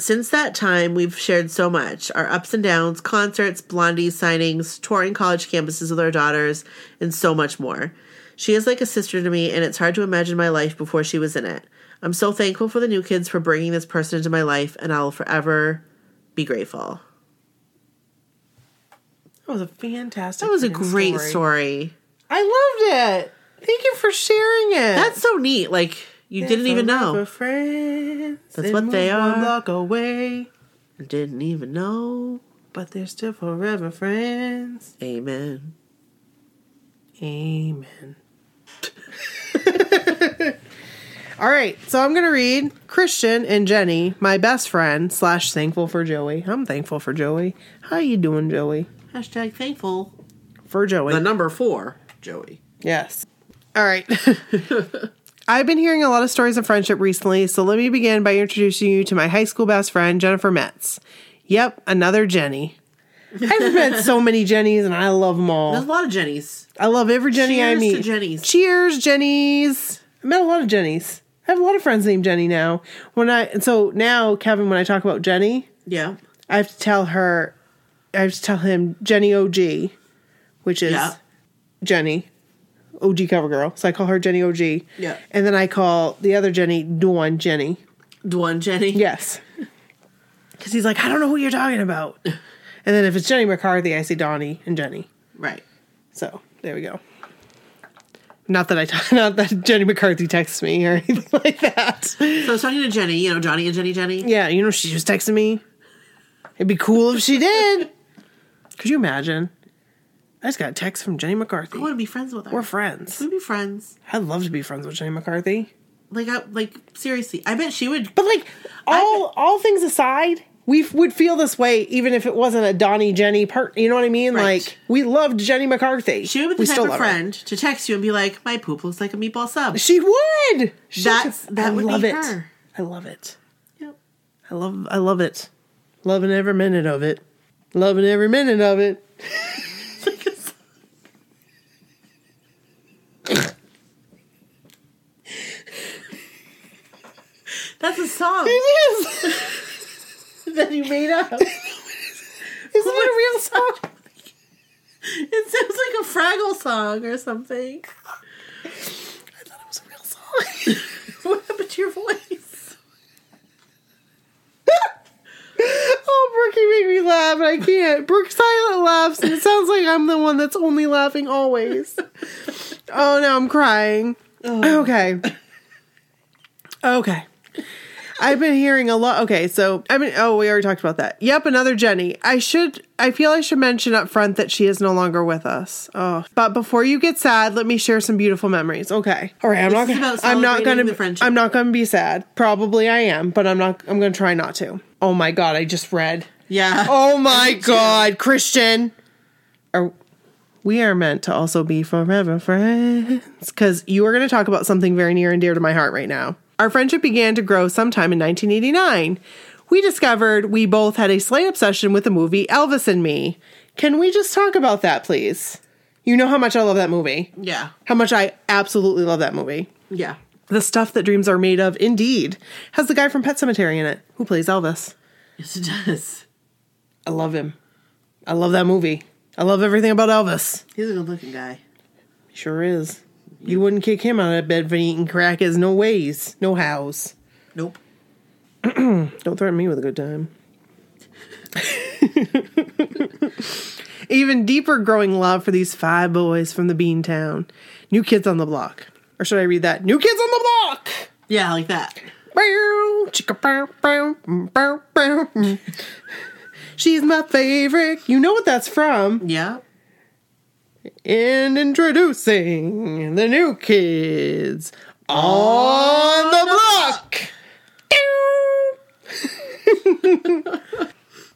Speaker 2: Since that time, we've shared so much our ups and downs, concerts, blondie signings, touring college campuses with our daughters, and so much more. She is like a sister to me, and it's hard to imagine my life before she was in it. I'm so thankful for the new kids for bringing this person into my life, and I'll forever be grateful.
Speaker 1: That was a fantastic
Speaker 2: That was a
Speaker 1: freaking
Speaker 2: great story.
Speaker 1: I loved it. Thank you for sharing it.
Speaker 2: That's so neat. Like, You didn't even know.
Speaker 1: That's
Speaker 2: what they are.
Speaker 1: Block away,
Speaker 2: Didn't even know.
Speaker 1: but they're still forever friends.
Speaker 2: Amen.
Speaker 1: Amen. All right, so I'm gonna read Christian and Jenny, my best friend slash thankful for Joey. I'm thankful for Joey. How you doing, Joey?
Speaker 2: Hashtag thankful.
Speaker 1: For Joey.
Speaker 2: The number four, Joey.
Speaker 1: Yes. All right. I've been hearing a lot of stories of friendship recently, so let me begin by introducing you to my high school best friend, Jennifer Metz. Yep, another Jenny. I've met so many Jennies and I love them
Speaker 2: There's a
Speaker 1: all.
Speaker 2: lot of Jennies.
Speaker 1: I love every Jenny I
Speaker 2: Cheers
Speaker 1: meet.
Speaker 2: to Jennies.
Speaker 1: Cheers, Jennies. I met a lot of Jennies. I have a lot of friends named Jenny now. When I and so now, Kevin, when I talk about Jenny,
Speaker 2: Yeah.
Speaker 1: I have to tell her I have to tell him Jenny OG, which is
Speaker 2: Yeah.
Speaker 1: Jenny, OG cover girl. So I call her Jenny OG.
Speaker 2: Yeah.
Speaker 1: And then I call the other Jenny Dawn Jenny.
Speaker 2: Dwan Jenny.
Speaker 1: Yes. Because he's like, I don't know who you're talking about. and then if it's Jenny McCarthy, I say Donnie and Jenny.
Speaker 2: Right.
Speaker 1: So there we go. Not that I, t- not that Jenny McCarthy texts me or anything like that.
Speaker 2: So I was talking to Jenny, you know, Johnny and Jenny Jenny.
Speaker 1: Yeah, you know she just texted me. It'd be cool if she did. Could you imagine? I just got a text from Jenny McCarthy.
Speaker 2: I want to be friends with her.
Speaker 1: We're friends.
Speaker 2: We'd be friends.
Speaker 1: I'd love to be friends with Jenny McCarthy.
Speaker 2: Like, I, like seriously, I bet she would.
Speaker 1: But like all all things aside, we f- would feel this way even if it wasn't a Donnie Jenny part. You know what I mean?
Speaker 2: Right.
Speaker 1: Like we loved Jenny McCarthy.
Speaker 2: She would be
Speaker 1: we
Speaker 2: the
Speaker 1: still
Speaker 2: type of
Speaker 1: love her.
Speaker 2: friend to text you and be like, "My poop looks like a meatball sub."
Speaker 1: She would. She
Speaker 2: That's- that would be
Speaker 1: love it.
Speaker 2: her.
Speaker 1: I love it.
Speaker 2: Yep.
Speaker 1: I love I love it. Loving every minute of it. Loving every minute of it.
Speaker 2: That's a song
Speaker 1: It is.
Speaker 2: that you made up.
Speaker 1: Is it a real song?
Speaker 2: It sounds like a Fraggle song or something.
Speaker 1: I thought it was a real song.
Speaker 2: What happened to your voice?
Speaker 1: oh, Brooke, you make me laugh, and I can't. Brooke silent laughs, and it sounds like I'm the one that's only laughing always. oh, now I'm crying. Okay. Okay. I've been hearing a lot. Okay, so I mean, oh, we already talked about that. Yep, another Jenny. I should, I feel I should mention up front that she is no longer with us. Oh, but before you get sad, let me share some beautiful memories. Okay, all right. I'm
Speaker 2: This
Speaker 1: not. Gonna,
Speaker 2: is about
Speaker 1: I'm not
Speaker 2: celebrating the
Speaker 1: gonna.
Speaker 2: friendship.
Speaker 1: I'm not gonna be sad. Probably I am, but I'm not. I'm gonna try not to. Oh my god, I just read.
Speaker 2: Yeah.
Speaker 1: Oh my god, Christian. Are we are meant to also be forever friends because you are going to talk about something very near and dear to my heart right now. Our friendship began to grow sometime in 1989. We discovered we both had a slight obsession with the movie Elvis and Me. Can we just talk about that, please? You know how much I love that movie,
Speaker 2: Yeah.
Speaker 1: how much I absolutely love that movie.
Speaker 2: Yeah.
Speaker 1: The stuff that dreams are made of, indeed, has the guy from Pet Cemetery in it who plays Elvis.
Speaker 2: Yes, it does.
Speaker 1: I love him. I love that movie. I love everything about Elvis.
Speaker 2: He's a good-looking guy.
Speaker 1: He sure is. You wouldn't kick him out of bed for eating crackers. No ways. No hows.
Speaker 2: Nope.
Speaker 1: Don't threaten me with a good time. Even deeper growing love for these five boys from the Bean Town. New kids on the block. Or should I read that? New kids on the block!
Speaker 2: Yeah, like that.
Speaker 1: Bow, chicka bow, bow, mm, bow, bow, mm. She's my favorite. You know what that's from.
Speaker 2: Yeah.
Speaker 1: and introducing the new kids on the block.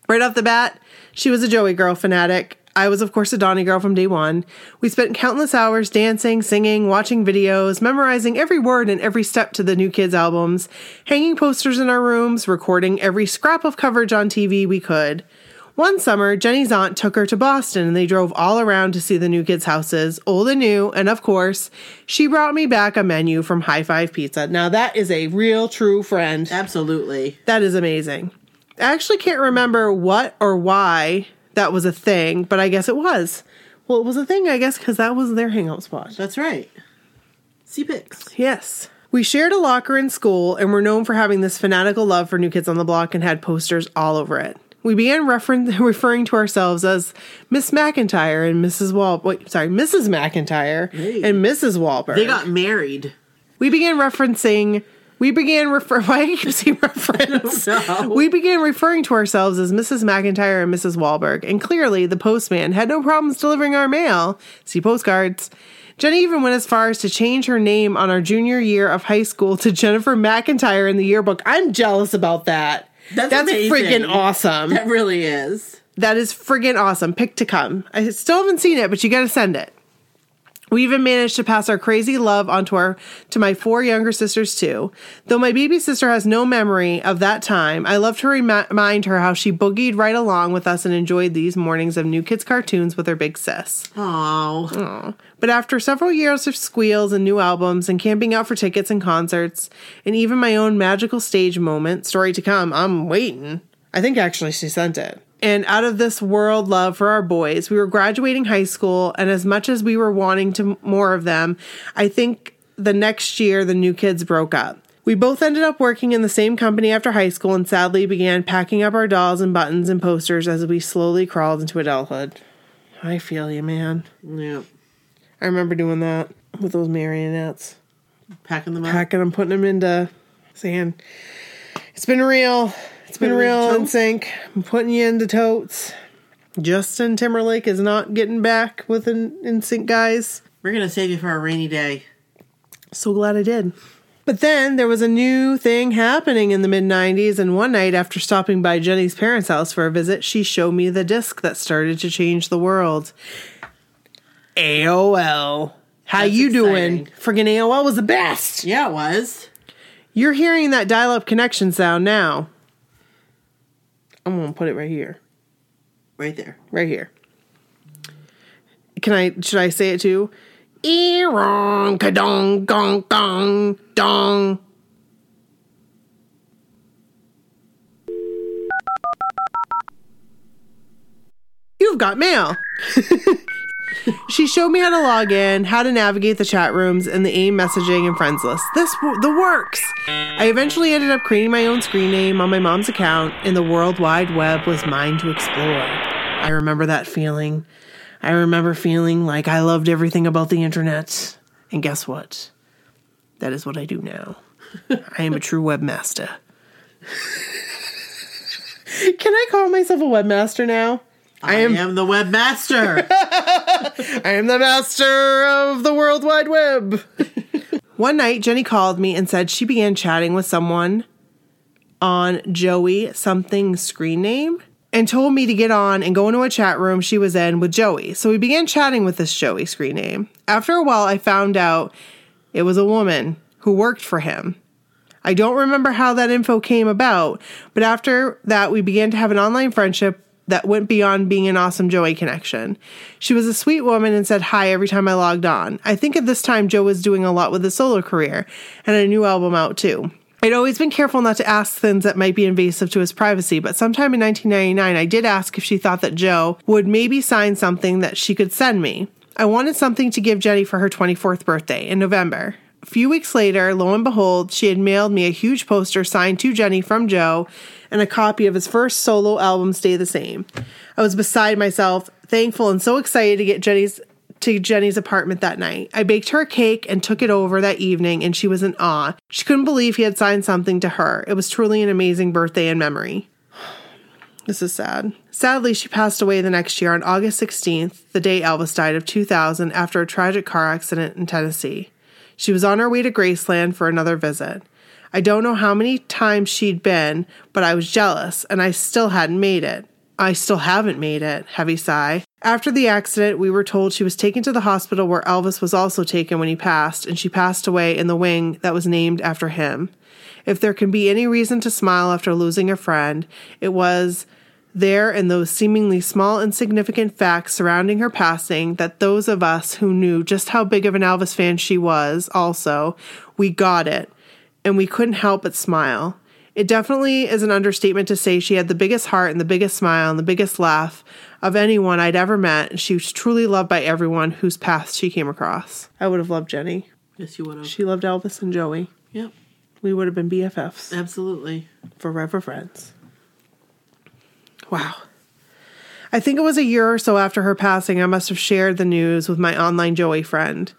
Speaker 1: right off the bat, she was a Joey Girl fanatic. I was, of course, a Donnie Girl from day one. We spent countless hours dancing, singing, watching videos, memorizing every word and every step to the New Kids albums, hanging posters in our rooms, recording every scrap of coverage on TV we could. One summer, Jenny's aunt took her to Boston and they drove all around to see the new kids' houses, old and new, and of course, she brought me back a menu from High Five Pizza. Now, that is a real true friend.
Speaker 2: Absolutely.
Speaker 1: That is amazing. I actually can't remember what or why that was a thing, but I guess it was. Well, it was a thing, I guess, because that was their hangout spot.
Speaker 2: That's right. Sea pics.
Speaker 1: Yes. We shared a locker in school and were known for having this fanatical love for New Kids on the Block and had posters all over it. We began referen- referring to ourselves as Miss McIntyre and Mrs. Wal. Wait, sorry, Mrs. McIntyre
Speaker 2: Hey.
Speaker 1: and Mrs. Wahlberg.
Speaker 2: They got married.
Speaker 1: We began referencing. We began refer. Why do you keep saying reference?
Speaker 2: know.
Speaker 1: We began referring to ourselves as Mrs. McIntyre and Mrs. Wahlberg, and clearly the postman had no problems delivering our mail. See postcards. Jenny even went as far as to change her name on our junior year of high school to Jennifer McIntyre in the yearbook. I'm jealous about that.
Speaker 2: That's amazing.
Speaker 1: friggin' awesome.
Speaker 2: That really is.
Speaker 1: That is friggin' awesome. Pick to come. I still haven't seen it, but you gotta send it. We even managed to pass our crazy love onto our to my four younger sisters too. Though my baby sister has no memory of that time, I love to remi- remind her how she boogied right along with us and enjoyed these mornings of new kids cartoons with her big sis.
Speaker 2: Oh,
Speaker 1: But after several years of squeals and new albums and camping out for tickets and concerts and even my own magical stage moment, story to come, I'm waiting. I think actually she sent it. And out of this world love for our boys, we were graduating high school, and as much as we were wanting to more of them, I think the next year the new kids broke up. We both ended up working in the same company after high school and sadly began packing up our dolls and buttons and posters as we slowly crawled into adulthood. I feel you, man.
Speaker 2: yeah.
Speaker 1: I remember doing that with those marionettes,
Speaker 2: Packing them up.
Speaker 1: packing them, putting them into saying, It's been real. It's been
Speaker 2: Putting
Speaker 1: real
Speaker 2: them in
Speaker 1: in sync. I'm putting you into totes. Justin Timberlake is not getting back with an in sync guys.
Speaker 2: We're gonna save you for a rainy day.
Speaker 1: So glad I did. But then there was a new thing happening in the mid 90s, and one night after stopping by Jenny's parents' house for a visit, she showed me the disc that started to change the world. AOL. How
Speaker 2: That's
Speaker 1: you doing?
Speaker 2: exciting.
Speaker 1: Friggin' AOL was the best.
Speaker 2: Yeah, it was.
Speaker 1: You're hearing that dial up connection sound now. I'm gonna put it right here.
Speaker 2: Right there.
Speaker 1: Right here. Can I should I say it too? Erong kadong gong gong dong. You've got mail. she showed me how to log in, how to navigate the chat rooms and the AIM messaging and friends list. This w- the works. I eventually ended up creating my own screen name on my mom's account, and the World Wide Web was mine to explore. I remember that feeling. I remember feeling like I loved everything about the internet. And guess what? That is what I do now. I am a true webmaster. Can I call myself a webmaster now?
Speaker 2: I am, the webmaster.
Speaker 1: I am the master of the World Wide Web. One night, Jenny called me and said she began chatting with someone on Joey something screen name and told me to get on and go into a chat room she was in with Joey. So we began chatting with this Joey screen name. After a while, I found out it was a woman who worked for him. I don't remember how that info came about, but after that, we began to have an online friendship that went beyond being an awesome Joey connection. She was a sweet woman and said hi every time I logged on. I think at this time, Joe was doing a lot with his solo career and a new album out too. I'd always been careful not to ask things that might be invasive to his privacy, but sometime in 1999, I did ask if she thought that Joe would maybe sign something that she could send me. I wanted something to give Jenny for her 24th birthday in November. A few weeks later, lo and behold, she had mailed me a huge poster signed to Jenny from Joe and a copy of his first solo album, Stay the Same. I was beside myself, thankful and so excited to get Jenny's to Jenny's apartment that night. I baked her a cake and took it over that evening and she was in awe. She couldn't believe he had signed something to her. It was truly an amazing birthday and memory. This is sad. Sadly, she passed away the next year on August 16th, the day Elvis died of 2000 after a tragic car accident in Tennessee. She was on her way to Graceland for another visit. I don't know how many times she'd been, but I was jealous and I still hadn't made it. I still haven't made it, heavy sigh. After the accident, we were told she was taken to the hospital where Elvis was also taken when he passed, and she passed away in the wing that was named after him. If there can be any reason to smile after losing a friend, it was there in those seemingly small, insignificant facts surrounding her passing that those of us who knew just how big of an Elvis fan she was, also, we got it, and we couldn't help but smile. It definitely is an understatement to say she had the biggest heart and the biggest smile and the biggest laugh of anyone I'd ever met, and she was truly loved by everyone whose path she came across. I would have loved Jenny.
Speaker 2: yes, you would have.
Speaker 1: She loved Elvis and Joey.
Speaker 2: Yep,
Speaker 1: We would have been BFFs
Speaker 2: absolutely.
Speaker 1: forever friends. Wow. I think it was a year or so after her passing, I must have shared the news with my online Joey friend.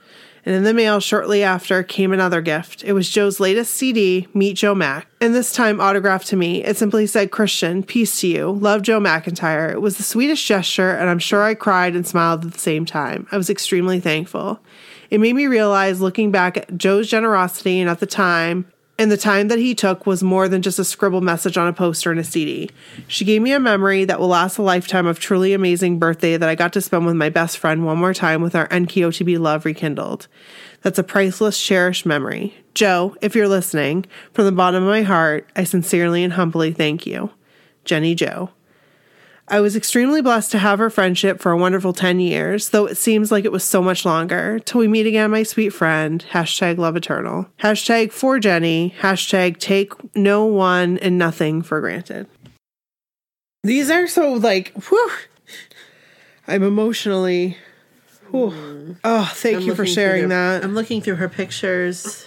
Speaker 1: And in the mail shortly after came another gift. It was Joe's latest CD, Meet Joe Mack, and this time autographed to me. It simply said, Christian, peace to you. Love Joe McIntyre. It was the sweetest gesture, and I'm sure I cried and smiled at the same time. I was extremely thankful. It made me realize, looking back at Joe's generosity and at the time, and the time that he took was more than just a scribble message on a poster and a CD. She gave me a memory that will last a lifetime of truly amazing birthday that I got to spend with my best friend one more time with our NKOTB love rekindled. That's a priceless, cherished memory. Joe, if you're listening, from the bottom of my heart, I sincerely and humbly thank you. Jenny Joe. I was extremely blessed to have her friendship for a wonderful 10 years, though it seems like it was so much longer. Till we meet again, my sweet friend. Hashtag love eternal. Hashtag for Jenny. Hashtag take no one and nothing for granted. These are so like, whew. I'm emotionally. Whew. Oh, thank
Speaker 2: Mm. I'm
Speaker 1: you for
Speaker 2: looking through
Speaker 1: sharing
Speaker 2: their-
Speaker 1: that.
Speaker 2: I'm looking through her pictures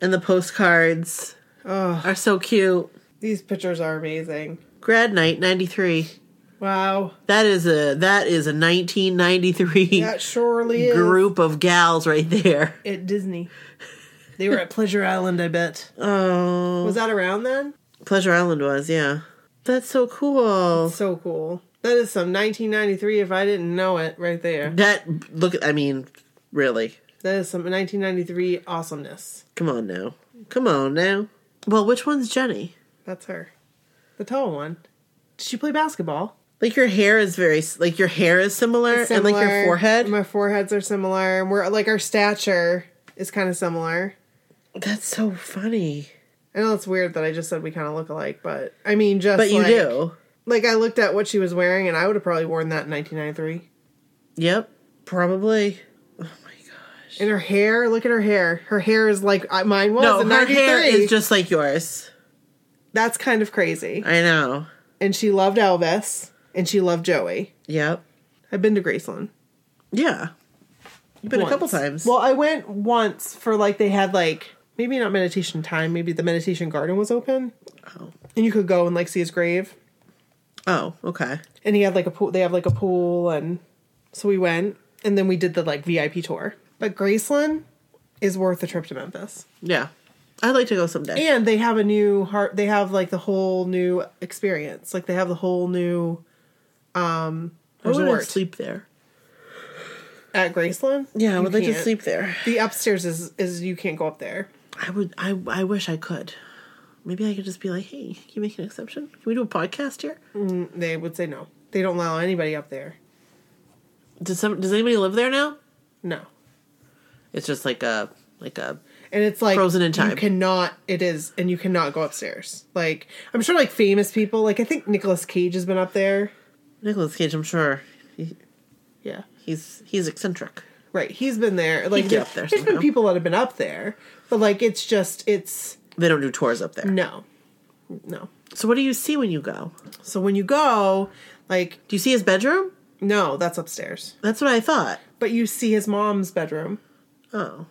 Speaker 2: and the postcards are so cute.
Speaker 1: Oh, These pictures are amazing.
Speaker 2: Grad night 93.
Speaker 1: Wow.
Speaker 2: That is a that is a 1993
Speaker 1: That surely is.
Speaker 2: group of gals right there.
Speaker 1: At Disney. They were at Pleasure Island, I bet.
Speaker 2: Oh,
Speaker 1: Was that around then?
Speaker 2: Pleasure Island was, yeah. That's so cool.
Speaker 1: So cool. That is some 1993 if I didn't know it right there.
Speaker 2: That look I mean, really.
Speaker 1: That is some 1993 awesomeness.
Speaker 2: Come on now. Come on now. Well, which one's Jenny?
Speaker 1: That's her. The tall one. Did she play basketball?
Speaker 2: Like your hair is very like your hair is similar, and like your
Speaker 1: Similar.
Speaker 2: forehead.
Speaker 1: My foreheads are similar. And we're like our stature is kind of similar.
Speaker 2: That's so funny.
Speaker 1: I know it's weird that I just said we kind of look alike, but I mean, just
Speaker 2: But you
Speaker 1: like-
Speaker 2: do.
Speaker 1: Like I looked at what she was wearing, and I would have probably worn that in 1993.
Speaker 2: Yep. Probably.
Speaker 1: And her hair, look at her hair. Her hair is like I- mine was.
Speaker 2: No,
Speaker 1: in
Speaker 2: her
Speaker 1: 93.
Speaker 2: hair is just like yours.
Speaker 1: That's kind of crazy.
Speaker 2: I know.
Speaker 1: And she loved Elvis, and she loved Joey.
Speaker 2: Yep.
Speaker 1: I've been to Graceland.
Speaker 2: Yeah. You've been a couple
Speaker 1: Once.
Speaker 2: times.
Speaker 1: Well, I went once for like they had like maybe not meditation time, maybe the meditation garden was open.
Speaker 2: Oh.
Speaker 1: And you could go and like see his grave.
Speaker 2: oh, okay.
Speaker 1: And he had like a pool they have like a pool and so we went and then we did the like VIP tour. But Graceland is worth the trip to Memphis.
Speaker 2: Yeah. I'd like to go someday.
Speaker 1: And they have a new heart they have like the whole new experience. Like they have the whole new um,
Speaker 2: I would
Speaker 1: resort.
Speaker 2: like to sleep there.
Speaker 1: at Graceland.
Speaker 2: Yeah, I
Speaker 1: You
Speaker 2: would like to
Speaker 1: can't.
Speaker 2: sleep there.
Speaker 1: The upstairs is is you can't go up there.
Speaker 2: I would. I. I wish I could. Maybe I could just be like, "Hey, can you make an exception? Can we do a podcast here?
Speaker 1: They would say no. They don't allow anybody up there.
Speaker 2: Does some? Does anybody live there now?
Speaker 1: No.
Speaker 2: It's just like a like a
Speaker 1: and it's like
Speaker 2: Frozen in time.
Speaker 1: You cannot. It is, and you cannot go upstairs. Like I'm sure, like famous people. Like I think Nicolas Cage has been up there.
Speaker 2: Nicholas Cage. I'm sure he,
Speaker 1: Yeah,
Speaker 2: he's he's eccentric.
Speaker 1: right. He's been there. Like
Speaker 2: get up there
Speaker 1: There's been
Speaker 2: somehow.
Speaker 1: people that have been up there, but like it's just it's
Speaker 2: They don't do tours up there.
Speaker 1: no, no.
Speaker 2: So what do you see when you go?
Speaker 1: So when you go, like
Speaker 2: Do you see his bedroom?
Speaker 1: no, that's upstairs.
Speaker 2: That's what I thought.
Speaker 1: But you see his mom's bedroom.
Speaker 2: Oh,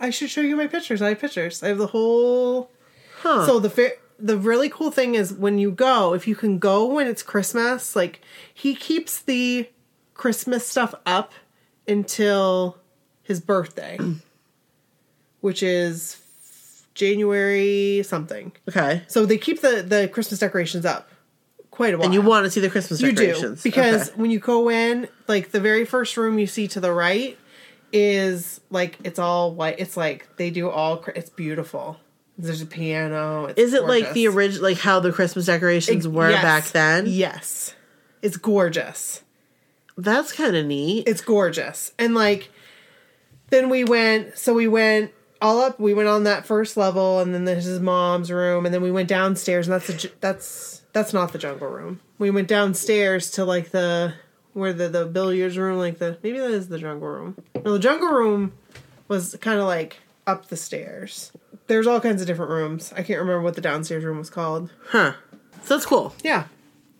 Speaker 1: I should show you my pictures. I have pictures. I have the whole
Speaker 2: huh.
Speaker 1: So the fa- the really cool thing is when you go, if you can go when it's Christmas, like he keeps the Christmas stuff up until his birthday, which is f- January something.
Speaker 2: okay.
Speaker 1: So they keep the the Christmas decorations up quite a while.
Speaker 2: And you want to see the Christmas
Speaker 1: You do
Speaker 2: decorations
Speaker 1: because
Speaker 2: Okay.
Speaker 1: when you go in, like the very first room you see to the right is like it's all white. It's like they do all. cr- It's beautiful. There's a piano. It's
Speaker 2: is it like the
Speaker 1: gorgeous.
Speaker 2: original, like how the Christmas decorations were
Speaker 1: Yes.
Speaker 2: back then?
Speaker 1: Yes, it's gorgeous.
Speaker 2: That's kind of neat.
Speaker 1: It's gorgeous, and like then we went. So we went all up. We went on that first level, and then there's his mom's room, and then we went downstairs, and that's a, ju- that's that's not the jungle room. We went downstairs to like the where the the billiards room, like the maybe that is the jungle room. No, the jungle room was kind of like up the stairs. There's all kinds of different rooms. I can't remember what the downstairs room was called.
Speaker 2: huh. So that's cool.
Speaker 1: Yeah.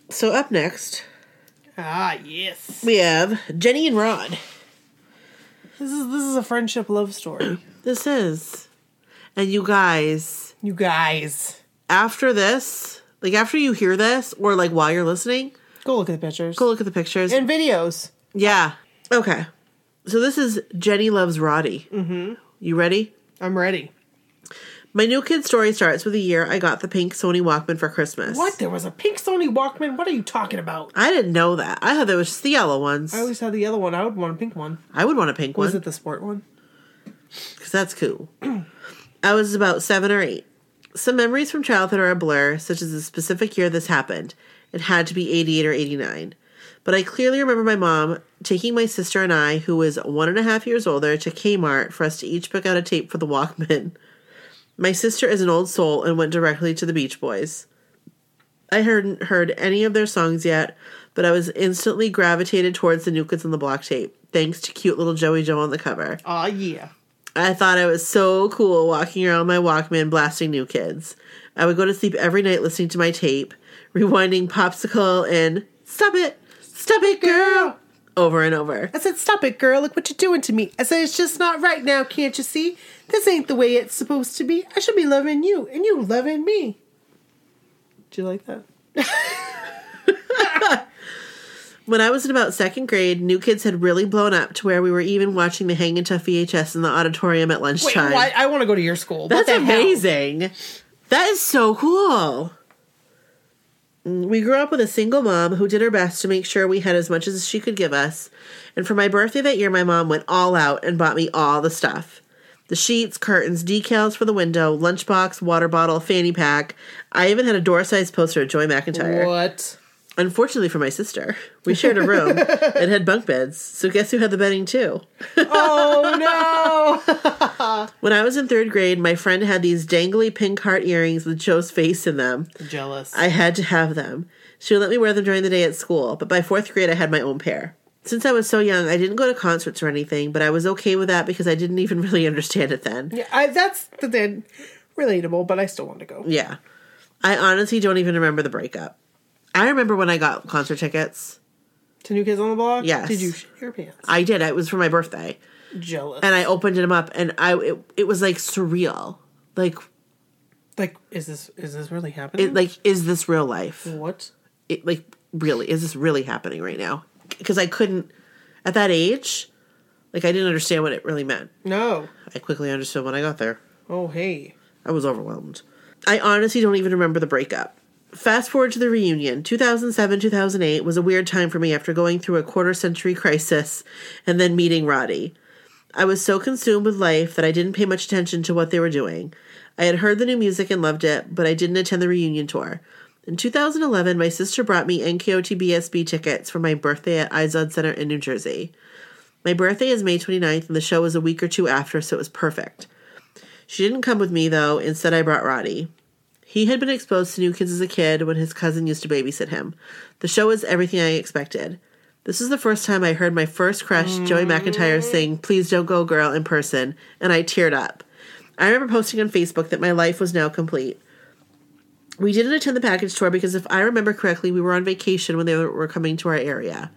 Speaker 2: So up next
Speaker 1: Ah yes.
Speaker 2: we have Jenny and Rod.
Speaker 1: This is this is a friendship love story.
Speaker 2: This is. And you guys,
Speaker 1: You guys.
Speaker 2: after this, like after you hear this, or like while you're listening,
Speaker 1: Go look at the pictures.
Speaker 2: go look at the pictures.
Speaker 1: And videos.
Speaker 2: yeah. Okay. So this is Jenny Loves Roddy. Mm-hmm. You ready?
Speaker 1: I'm ready.
Speaker 2: My new kid story starts with the year I got the pink Sony Walkman for Christmas.
Speaker 1: What? There was a pink Sony Walkman? What are you talking about?
Speaker 2: I didn't know that. I thought there was just the yellow ones.
Speaker 1: I always had the yellow one. I would want a pink one.
Speaker 2: I would want a pink
Speaker 1: Was
Speaker 2: one
Speaker 1: it the sport one?
Speaker 2: because that's cool. I was about seven or eight. Some memories from childhood are a blur, such as the specific year this happened. It had to be 88 or 89. But I clearly remember my mom taking my sister and I, who was one and a half years older, to Kmart for us to each pick out a tape for the Walkman. My sister is an old soul and went directly to the Beach Boys. I hadn't heard any of their songs yet, but I was instantly gravitated towards the New Kids on the Block tape, thanks to cute little Joey Joe on the cover.
Speaker 1: Aw, yeah.
Speaker 2: I thought it was so cool walking around my Walkman blasting new kids. I would go to sleep every night listening to my tape, rewinding Popsicle and Stop It, Stop It Girl over and over.
Speaker 1: I said, stop it, girl. Look what you're doing to me. I said, it's just not right now. Can't you see? This ain't the way it's supposed to be. I should be loving you, and you loving me. Do you like that?
Speaker 2: When I was in about second grade, New Kids had really blown up to where we were even watching the Hangin' Tough VHS in the auditorium at
Speaker 1: Wait,
Speaker 2: lunchtime.
Speaker 1: why? I want to go to your school.
Speaker 2: That's
Speaker 1: what the hell?
Speaker 2: amazing. That is so cool. We grew up with a single mom who did her best to make sure we had as much as she could give us. And for my birthday that year, my mom went all out and bought me all the stuff the sheets, curtains, decals for the window, lunchbox, water bottle, fanny pack. I even had a door sized poster of Joy McIntyre.
Speaker 1: What?
Speaker 2: Unfortunately for my sister, we shared a room and had bunk beds. So guess who had the bedding too?
Speaker 1: Oh no!
Speaker 2: When I was in third grade, my friend had these dangly pink heart earrings with Joe's face in them.
Speaker 1: Jealous.
Speaker 2: I had to have them. She would let me wear them during the day at school, but by fourth grade, I had my own pair. Since I was so young, I didn't go to concerts or anything, but I was okay with that because I didn't even really understand it then.
Speaker 1: yeah, I, that's the thing. Relatable, but I still want to go.
Speaker 2: Yeah. I honestly don't even remember the breakup. I remember when I got concert tickets.
Speaker 1: To New Kids on the Block.
Speaker 2: Yes.
Speaker 1: Did you shit your pants?
Speaker 2: I did. It was for my birthday.
Speaker 1: Jealous.
Speaker 2: And I opened them up and I it, it was like surreal. Like
Speaker 1: like, is this is this really happening?
Speaker 2: it like is this real life?
Speaker 1: what?
Speaker 2: it like really is this really happening right now because i couldn't at that age like i didn't understand what it really meant
Speaker 1: No.
Speaker 2: i quickly understood when i got there
Speaker 1: Oh hey.
Speaker 2: i was overwhelmed i honestly don't even remember the breakup fast forward to the reunion 2007 2008 was a weird time for me after going through a quarter century crisis and then meeting roddy I was so consumed with life that I didn't pay much attention to what they were doing. I had heard the new music and loved it, but I didn't attend the reunion tour. In 2011, my sister brought me NKOT BSB tickets for my birthday at Izod Center in New Jersey. My birthday is May 29th, and the show was a week or two after, so it was perfect. She didn't come with me, though. Instead, I brought Roddy. He had been exposed to new kids as a kid when his cousin used to babysit him. The show was everything I expected. This is the first time I heard my first crush, Joey McIntyre, sing Please Don't Go Girl in person, and I teared up. I remember posting on Facebook that my life was now complete. We didn't attend the package tour because, if I remember correctly, we were on vacation when they were coming to our area.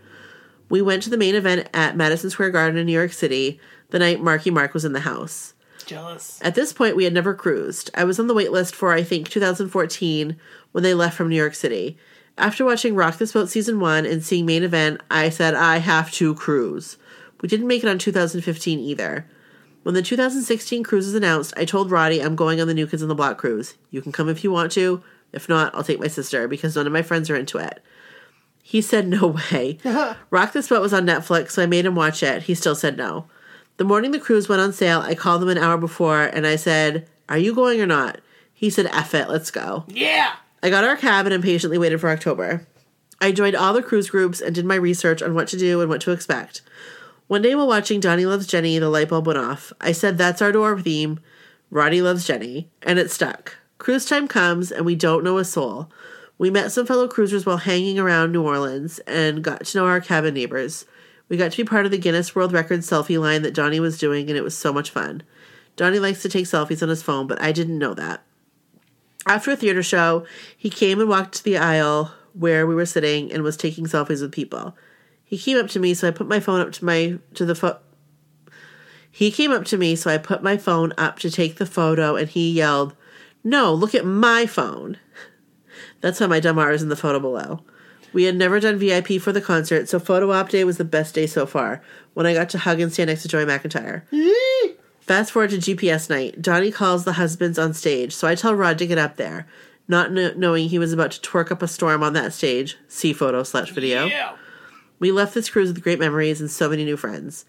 Speaker 2: We went to the main event at Madison Square Garden in New York City the night Marky Mark was in the house.
Speaker 1: Jealous.
Speaker 2: At this point, we had never cruised. I was on the wait list for, I think, 2014 when they left from New York City. After watching Rock This Boat Season 1 and seeing Main Event, I said, I have to cruise. We didn't make it on 2015 either. When the 2016 cruise was announced, I told Roddy I'm going on the New Kids on the Block cruise. You can come if you want to. If not, I'll take my sister because none of my friends are into it. He said no way. Rock This Boat was on Netflix, so I made him watch it. He still said no. The morning the cruise went on sale, I called him an hour before and I said, Are you going or not? He said, F it, let's go.
Speaker 1: Yeah.
Speaker 2: I got our cabin and patiently waited for October. I joined all the cruise groups and did my research on what to do and what to expect. One day while watching Donnie Loves Jenny, the light bulb went off. I said, That's our door theme. Roddy loves Jenny. And it stuck. Cruise time comes and we don't know a soul. We met some fellow cruisers while hanging around New Orleans and got to know our cabin neighbors. We got to be part of the Guinness World Records selfie line that Donnie was doing, and it was so much fun. Donnie likes to take selfies on his phone, but I didn't know that. After a theater show, he came and walked to the aisle where we were sitting and was taking selfies with people. He came up to me, so I put my phone up to my to the phone. He came up to me, so I put my phone up to take the photo, and he yelled, "No, look at my phone." That's why my dumb R is in the photo below. We had never done VIP for the concert, so photo op day was the best day so far when I got to hug and stand next to Joy McIntyre. Fast forward to GPS night. Donnie calls the husbands on stage, so I tell Rod to get up there, not kn- knowing he was about to twerk up a storm on that stage. See photo slash video. We left this cruise with great memories and so many new friends.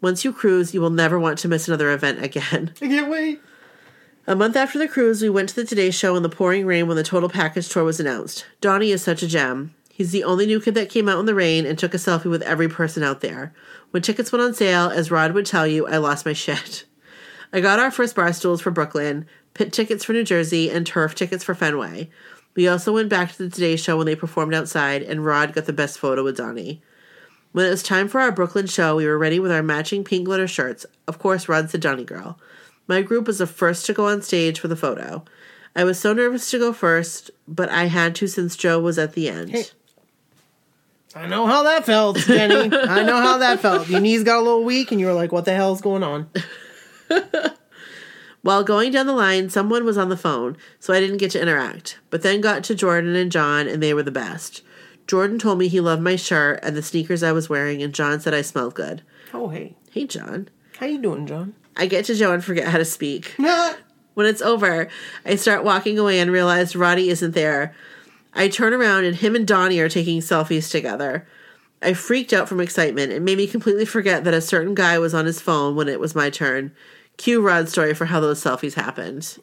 Speaker 2: Once you cruise, you will never want to miss another event again.
Speaker 1: I can't wait.
Speaker 2: A month after the cruise, we went to the Today Show in the pouring rain when the total package tour was announced. Donnie is such a gem. He's the only new kid that came out in the rain and took a selfie with every person out there. When tickets went on sale, as Rod would tell you, I lost my shit. I got our first bar stools for Brooklyn, pit tickets for New Jersey, and turf tickets for Fenway. We also went back to the Today Show when they performed outside, and Rod got the best photo with Donnie. When it was time for our Brooklyn show, we were ready with our matching pink glitter shirts. Of course, Rod's the Donny girl. My group was the first to go on stage for the photo. I was so nervous to go first, but I had to since Joe was at the end.
Speaker 1: I know how that felt, Jenny. I know how that felt. Your knees got a little weak, and you were like, "What the hell's going on?"
Speaker 2: While going down the line, someone was on the phone, so I didn't get to interact, but then got to Jordan and John, and they were the best. Jordan told me he loved my shirt and the sneakers I was wearing, and John said I smelled good.
Speaker 1: Oh hey,
Speaker 2: Hey, John.
Speaker 1: how you doing, John?
Speaker 2: I get to Joe and forget how to speak.
Speaker 1: Nah.
Speaker 2: When it's over, I start walking away and realize Roddy isn't there. I turn around and him and Donnie are taking selfies together. I freaked out from excitement. It made me completely forget that a certain guy was on his phone when it was my turn. Cue Rod's story for how those selfies happened.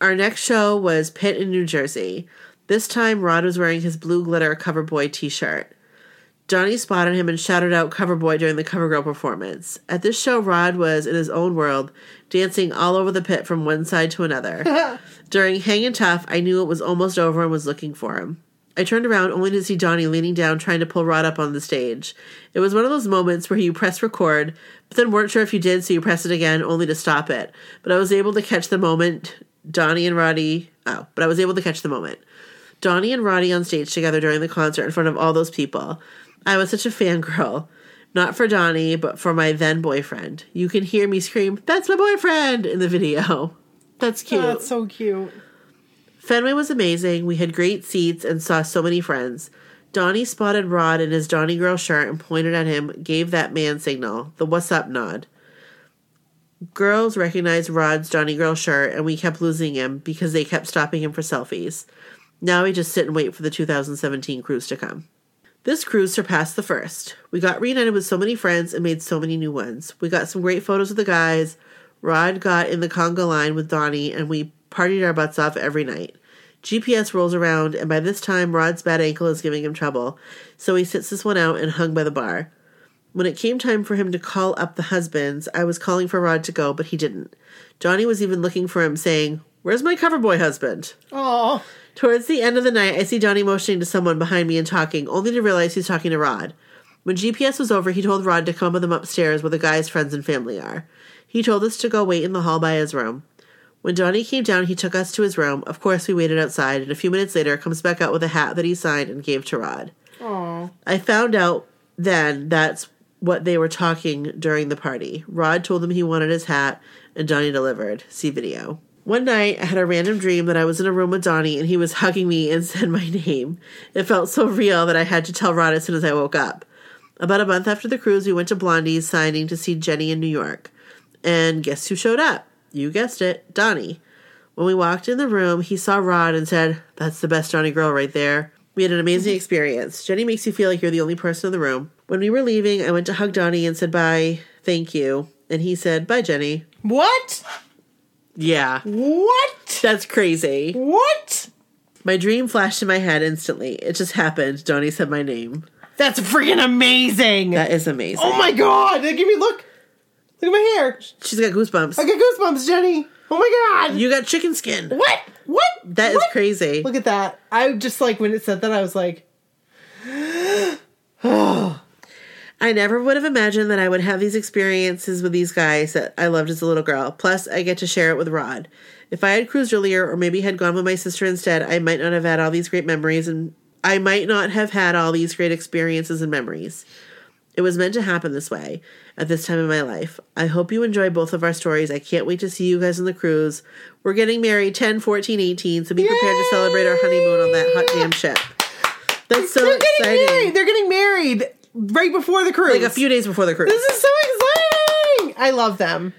Speaker 2: Our next show was Pitt in New Jersey. This time, Rod was wearing his blue glitter Coverboy t shirt. Johnny spotted him and shouted out Coverboy during the Covergirl performance. At this show, Rod was in his own world, dancing all over the pit from one side to another. during Hangin' Tough, I knew it was almost over and was looking for him. I turned around only to see Donnie leaning down trying to pull Rod up on the stage. It was one of those moments where you press record, but then weren't sure if you did, so you press it again only to stop it. But I was able to catch the moment Donnie and Roddy. Oh, but I was able to catch the moment. Donnie and Roddy on stage together during the concert in front of all those people. I was such a fangirl. Not for Donnie, but for my then boyfriend. You can hear me scream, That's my boyfriend! in the video. That's cute.
Speaker 1: That's so cute.
Speaker 2: Fenway was amazing. We had great seats and saw so many friends. Donnie spotted Rod in his Donnie Girl shirt and pointed at him, gave that man signal, the what's up nod. Girls recognized Rod's Donnie Girl shirt and we kept losing him because they kept stopping him for selfies. Now we just sit and wait for the 2017 cruise to come. This cruise surpassed the first. We got reunited with so many friends and made so many new ones. We got some great photos of the guys. Rod got in the conga line with Donnie, and we partied our butts off every night. GPS rolls around, and by this time, Rod's bad ankle is giving him trouble, so he sits this one out and hung by the bar. When it came time for him to call up the husbands, I was calling for Rod to go, but he didn't. Johnny was even looking for him, saying, Where's my cover boy husband?
Speaker 1: Oh,
Speaker 2: Towards the end of the night, I see Donnie motioning to someone behind me and talking, only to realize he's talking to Rod. When GPS was over, he told Rod to come with him upstairs where the guy's friends and family are. He told us to go wait in the hall by his room. When Donnie came down, he took us to his room. Of course, we waited outside, and a few minutes later, comes back out with a hat that he signed and gave to Rod.
Speaker 1: oh,
Speaker 2: I found out then that's what they were talking during the party. Rod told them he wanted his hat, and Donnie delivered. See video. One night, I had a random dream that I was in a room with Donnie and he was hugging me and said my name. It felt so real that I had to tell Rod as soon as I woke up. About a month after the cruise, we went to Blondie's signing to see Jenny in New York. And guess who showed up? You guessed it, Donnie. When we walked in the room, he saw Rod and said, That's the best Johnny girl right there. We had an
Speaker 1: Mhm.
Speaker 2: amazing experience. Jenny makes you feel like you're the only person in the room. When we were leaving, I went to hug Donnie and said, Bye, thank you. And he said, Bye, Jenny.
Speaker 1: what?
Speaker 2: Yeah.
Speaker 1: What?
Speaker 2: That's crazy.
Speaker 1: What?
Speaker 2: My dream flashed in my head instantly. It just happened. Donnie said my name.
Speaker 1: That's freaking amazing.
Speaker 2: That is amazing.
Speaker 1: oh my god! Give me look. Look at my hair.
Speaker 2: She's got goosebumps.
Speaker 1: I got goosebumps, Jenny. Oh my god.
Speaker 2: You got chicken skin.
Speaker 1: what? What?
Speaker 2: That is
Speaker 1: What?
Speaker 2: crazy.
Speaker 1: Look at that. I just like when it said that, I was like,
Speaker 2: I never would have imagined that I would have these experiences with these guys that I loved as a little girl. Plus, I get to share it with Rod. If I had cruised earlier or maybe had gone with my sister instead, I might not have had all these great memories and I might not have had all these great experiences and memories. It was meant to happen this way at this time in my life. I hope you enjoy both of our stories. I can't wait to see you guys on the cruise. We're getting married 10, 14, 18, so be prepared to celebrate our honeymoon on that hot damn ship. That's so
Speaker 1: They're getting
Speaker 2: exciting.
Speaker 1: married. They're getting married right before the cruise.
Speaker 2: Like a few days before the cruise.
Speaker 1: This is so exciting. I love them.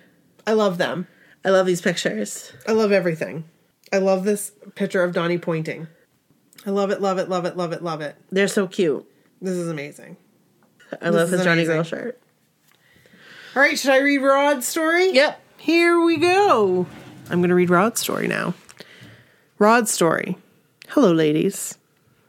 Speaker 1: I love them.
Speaker 2: I love these pictures.
Speaker 1: I love everything. I love this picture of Donnie pointing. I love it, love it, love it, love it, love it.
Speaker 2: They're so cute.
Speaker 1: This is amazing.
Speaker 2: I love
Speaker 1: is
Speaker 2: his Johnny
Speaker 1: amazing.
Speaker 2: Girl shirt.
Speaker 1: All right, should I read Rod's story?
Speaker 2: Yep.
Speaker 1: Here we go. I'm going to read Rod's story now. Rod's story. Hello, ladies.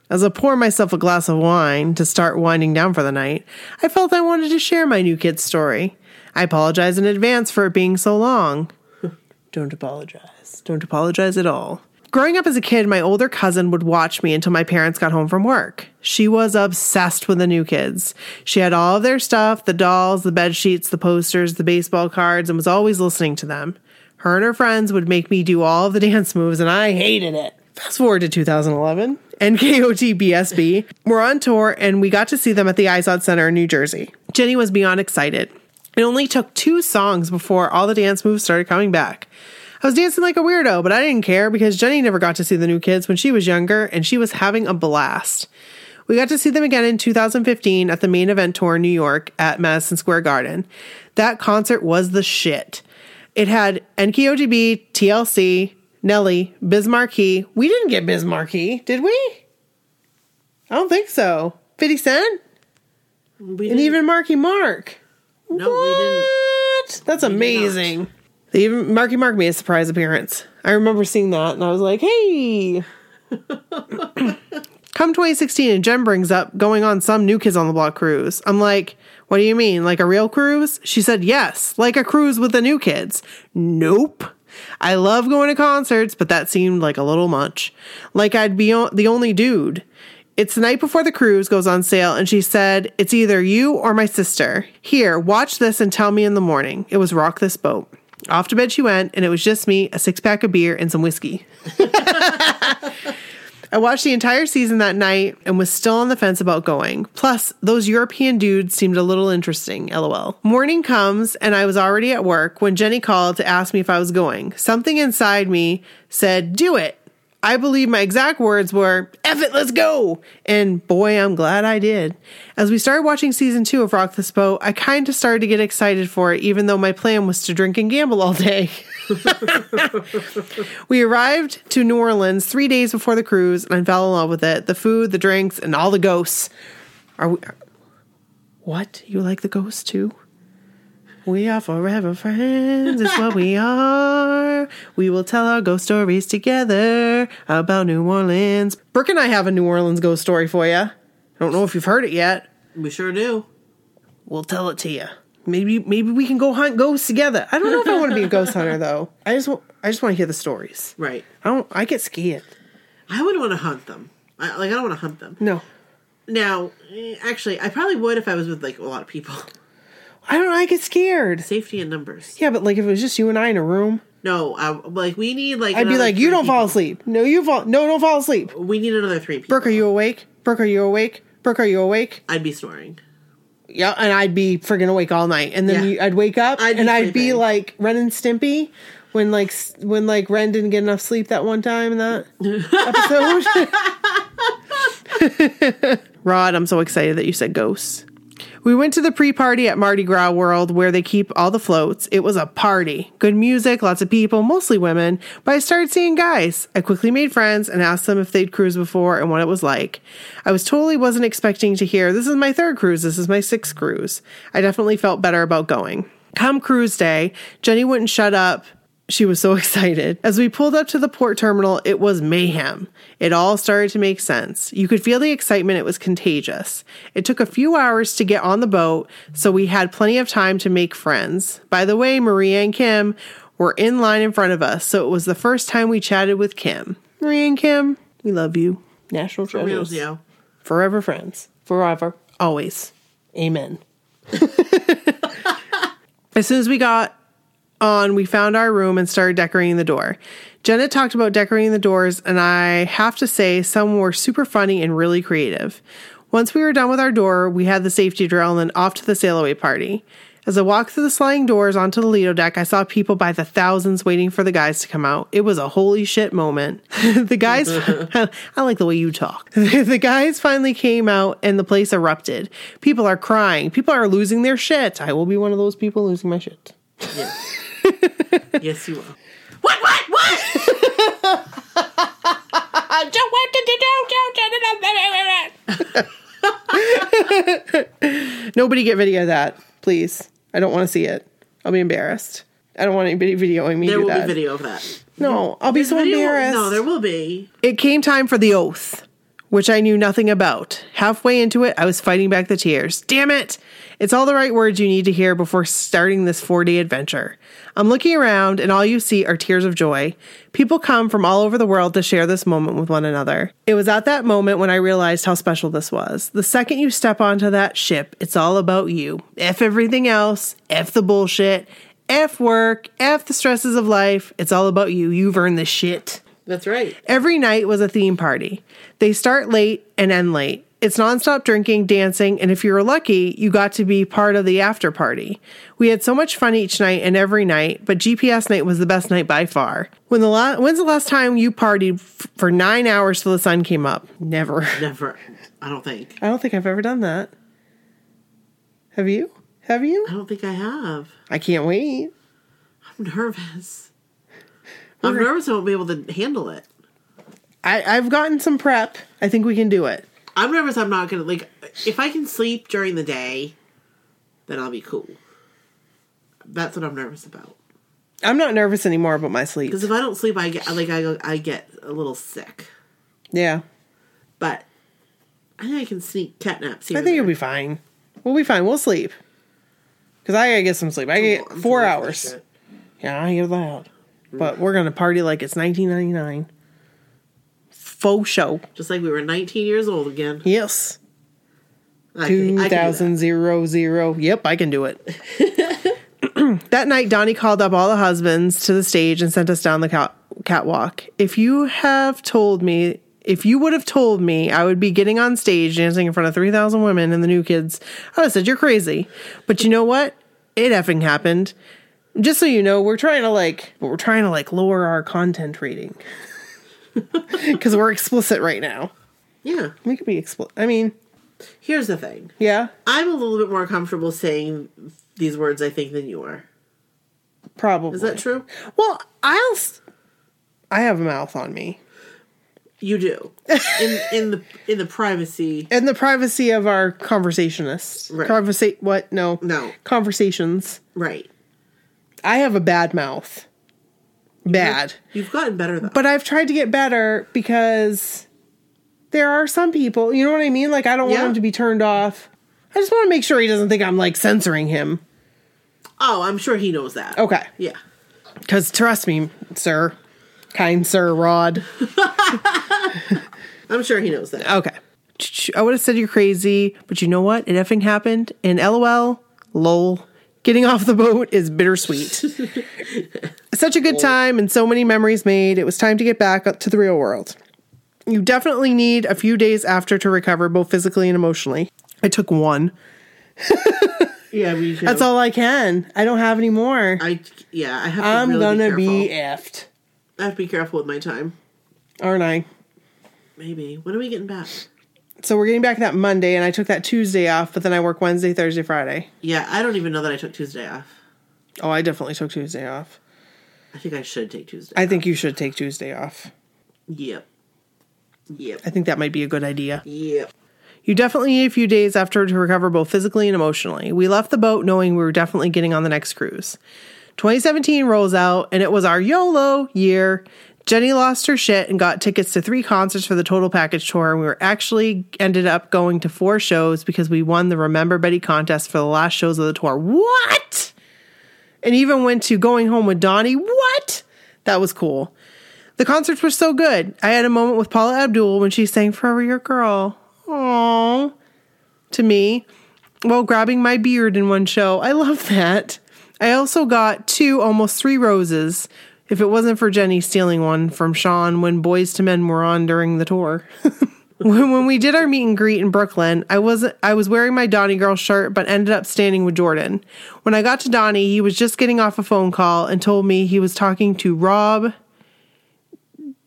Speaker 1: As I pour myself a glass of wine to start winding down for the night, I felt I wanted to share my new kid's story. I apologize in advance for it being so long. Don't apologize. Don't apologize at all. Growing up as a kid, my older cousin would watch me until my parents got home from work. She was obsessed with the new kids. She had all of their stuff the dolls, the bed sheets, the posters, the baseball cards, and was always listening to them. Her and her friends would make me do all of the dance moves, and I hated it. Fast forward to 2011, NKOT BSB were on tour, and we got to see them at the ISOD Center in New Jersey. Jenny was beyond excited. It only took two songs before all the dance moves started coming back. I was dancing like a weirdo, but I didn't care because Jenny never got to see the new kids when she was younger, and she was having a blast. We got to see them again in 2015 at the main event tour in New York at Madison Square Garden. That concert was the shit. It had NKODB, TLC, Nelly, Bismarcky. We didn't get Bismarcky, did we? I don't think so. 50 Cent?
Speaker 2: We
Speaker 1: And even Marky Mark.
Speaker 2: No, we didn't.
Speaker 1: What? That's amazing. They even Marky Mark made a surprise appearance. I remember seeing that and I was like, hey. Come 2016 and Jen brings up going on some new kids on the block cruise. I'm like, what do you mean? Like a real cruise? She said, yes, like a cruise with the new kids. Nope. I love going to concerts, but that seemed like a little much. Like I'd be o- the only dude. It's the night before the cruise goes on sale, and she said, It's either you or my sister. Here, watch this and tell me in the morning. It was Rock This Boat. Off to bed she went, and it was just me, a six pack of beer, and some whiskey. I watched the entire season that night and was still on the fence about going. Plus, those European dudes seemed a little interesting, lol. Morning comes and I was already at work when Jenny called to ask me if I was going. Something inside me said, Do it. I believe my exact words were, F it, let's go. And boy, I'm glad I did. As we started watching season two of Rock This Boat, I kind of started to get excited for it, even though my plan was to drink and gamble all day. We arrived to New Orleans three days before the cruise, and I fell in love with it. The food, the drinks, and all the ghosts. Are we. What? You like the ghosts too? We are forever friends, it's what we are. We will tell our ghost stories together about New Orleans. Brooke and I have a New Orleans ghost story for you. I don't know if you've heard it yet.
Speaker 2: We sure do.
Speaker 1: We'll tell it to you. Maybe maybe we can go hunt ghosts together. I don't know if I want to be a ghost hunter though. I just wa- I just want to hear the stories.
Speaker 2: Right.
Speaker 1: I don't. I get scared.
Speaker 2: I wouldn't want to hunt them. I, like I don't want to hunt them.
Speaker 1: No,
Speaker 2: Now, eh, actually, I probably would if I was with like a lot of people.
Speaker 1: I don't. I get scared.
Speaker 2: Safety in numbers.
Speaker 1: Yeah, but like if it was just you and I in a room,
Speaker 2: No, I, like we need like.
Speaker 1: I'd be
Speaker 2: another
Speaker 1: like, "You
Speaker 2: three
Speaker 1: don't fall
Speaker 2: people.
Speaker 1: asleep. No, you fall. No, don't fall asleep.
Speaker 2: We need another three people.
Speaker 1: Brooke, are you awake? Brooke, are you awake? Brooke, are you awake?
Speaker 2: I'd be snoring.
Speaker 1: Yeah, and I'd be friggin' awake all night, and then
Speaker 2: Yeah.
Speaker 1: you, I'd wake up
Speaker 2: I'd be
Speaker 1: and I'd be
Speaker 2: sleeping.
Speaker 1: like Ren and Stimpy. When like s- when like Ren didn't get enough sleep that one time in that episode. Rod, I'm so excited that you said ghosts. We went to the pre party at Mardi Gras World where they keep all the floats. It was a party. Good music, lots of people, mostly women, but I started seeing guys. I quickly made friends and asked them if they'd cruised before and what it was like. I was totally wasn't expecting to hear, this is my third cruise, this is my sixth cruise. I definitely felt better about going. Come cruise day, Jenny wouldn't shut up. She was so excited. As we pulled up to the port terminal, it was mayhem. It all started to make sense. You could feel the excitement, it was contagious. It took a few hours to get on the boat, so we had plenty of time to make friends. By the way, Maria and Kim were in line in front of us, so it was the first time we chatted with Kim. Maria and Kim, we love you. National
Speaker 2: Real
Speaker 1: treasures.
Speaker 2: deal.
Speaker 1: Forever friends. Forever. Always. Amen. as soon as we got on, we found our room and started decorating the door. Jenna talked about decorating the doors, and I have to say, some were super funny and really creative. Once we were done with our door, we had the safety drill and then off to the sail away party. As I walked through the sliding doors onto the Lido deck, I saw people by the thousands waiting for the guys to come out. It was a holy shit moment. the guys, I like the way you talk. the guys finally came out and the place erupted. People are crying. People are losing their shit. I will be one of those people losing my shit.
Speaker 2: Yeah. yes, you will. What? What? What?
Speaker 1: Nobody get video of that, please. I don't want to see it. I'll be embarrassed. I don't want anybody videoing me
Speaker 2: There
Speaker 1: do
Speaker 2: will
Speaker 1: that.
Speaker 2: be video of that.
Speaker 1: No, I'll be so
Speaker 2: Video-
Speaker 1: embarrassed.
Speaker 2: No, there will be.
Speaker 1: It came time for the oath, which I knew nothing about. Halfway into it, I was fighting back the tears. Damn it! It's all the right words you need to hear before starting this four day adventure. I'm looking around, and all you see are tears of joy. People come from all over the world to share this moment with one another. It was at that moment when I realized how special this was. The second you step onto that ship, it's all about you. F everything else, F the bullshit, F work, F the stresses of life. It's all about you. You've earned this shit.
Speaker 2: That's right.
Speaker 1: Every night was a theme party. They start late and end late. It's nonstop drinking, dancing, and if you were lucky, you got to be part of the after party. We had so much fun each night and every night, but GPS night was the best night by far. When the la- when's the last time you partied f- for nine hours till the sun came up? Never.
Speaker 2: Never. I don't think.
Speaker 1: I don't think I've ever done that. Have you? Have you?
Speaker 2: I don't think I have.
Speaker 1: I can't wait.
Speaker 2: I'm nervous. I'm nervous I won't be able to handle it.
Speaker 1: I- I've gotten some prep. I think we can do it.
Speaker 2: I'm nervous I'm not gonna like if I can sleep during the day, then I'll be cool. That's what I'm nervous about.
Speaker 1: I'm not nervous anymore about my sleep.
Speaker 2: Because if I don't sleep I get like I go I get a little sick.
Speaker 1: Yeah.
Speaker 2: But I think I can sneak cat naps here.
Speaker 1: I think you'll be fine. We'll be fine. We'll sleep. Cause I gotta get some sleep. I get four hours. Yeah, I hear that. But we're gonna party like it's 1999. Faux show.
Speaker 2: Just like we were 19 years old again.
Speaker 1: Yes.
Speaker 2: I can- I can do that.
Speaker 1: 2000 zero zero. Yep, I can do it. that night, Donnie called up all the husbands to the stage and sent us down the cat- catwalk. If you have told me, if you would have told me I would be getting on stage dancing in front of 3,000 women and the new kids, I would have said, You're crazy. But you know what? It effing happened. Just so you know, we're trying to like, we're trying to like lower our content rating because we're explicit right now.
Speaker 2: Yeah.
Speaker 1: We could be explicit. I mean,
Speaker 2: Here's the thing.
Speaker 1: yeah,
Speaker 2: I'm a little bit more comfortable saying these words I think than you are.
Speaker 1: probably.
Speaker 2: Is that true?
Speaker 1: Well, I'll. s- I have a mouth on me,
Speaker 2: You do. In in the in the privacy.
Speaker 1: and the privacy of our conversationists.
Speaker 2: Right.
Speaker 1: Conversate what? No,
Speaker 2: No.
Speaker 1: Conversations.
Speaker 2: Right.
Speaker 1: I have a bad mouth. Bad,
Speaker 2: You've gotten better though.
Speaker 1: but I've tried to get better because there are some people. You know what I mean? Like I don't
Speaker 2: Yeah.
Speaker 1: want him to be turned off. I just want to make sure he doesn't think I'm like censoring him.
Speaker 2: oh, I'm sure he knows that.
Speaker 1: Okay,
Speaker 2: Yeah.
Speaker 1: because trust me, sir, kind sir Rod.
Speaker 2: I'm sure he knows that.
Speaker 1: Okay. I would have said you're crazy, but you know what? It effing happened. And lol, lol, getting off the boat is bittersweet. Such a good time and so many memories made. It was time to get back up to the real world. You definitely need a few days after to recover, both physically and emotionally. I took one.
Speaker 2: yeah, we should.
Speaker 1: That's all I can. I don't have any more.
Speaker 2: I yeah, I have to
Speaker 1: I'm
Speaker 2: really
Speaker 1: gonna
Speaker 2: be,
Speaker 1: be,
Speaker 2: careful.
Speaker 1: effed,
Speaker 2: I have to be careful with my time.
Speaker 1: aren't I?
Speaker 2: Maybe. When are we getting back?
Speaker 1: So we're getting back that Monday, and I took that Tuesday off, but then I work Wednesday, Thursday, Friday.
Speaker 2: Yeah, I don't even know that I took Tuesday off.
Speaker 1: Oh, I definitely took Tuesday off.
Speaker 2: I think I should take Tuesday.
Speaker 1: I think you should take Tuesday off.
Speaker 2: yep. Yep.
Speaker 1: I think that might be a good idea.
Speaker 2: Yep.
Speaker 1: You definitely need a few days after to recover both physically and emotionally. We left the boat knowing we were definitely getting on the next cruise. 2017 rolls out, and it was our YOLO year. Jenny lost her shit and got tickets to three concerts for the total package tour, and we were actually ended up going to four shows because we won the Remember Betty contest for the last shows of the tour. What? And even went to Going Home with Donnie. What? That was cool. The concerts were so good. I had a moment with Paula Abdul when she sang Forever Your Girl. Aww. To me, while grabbing my beard in one show. I love that. I also got two, almost three roses. If it wasn't for Jenny stealing one from Sean when Boys to Men were on during the tour. when, when we did our meet and greet in Brooklyn, I was I was wearing my Donnie girl shirt, but ended up standing with Jordan. When I got to Donnie, he was just getting off a phone call and told me he was talking to Rob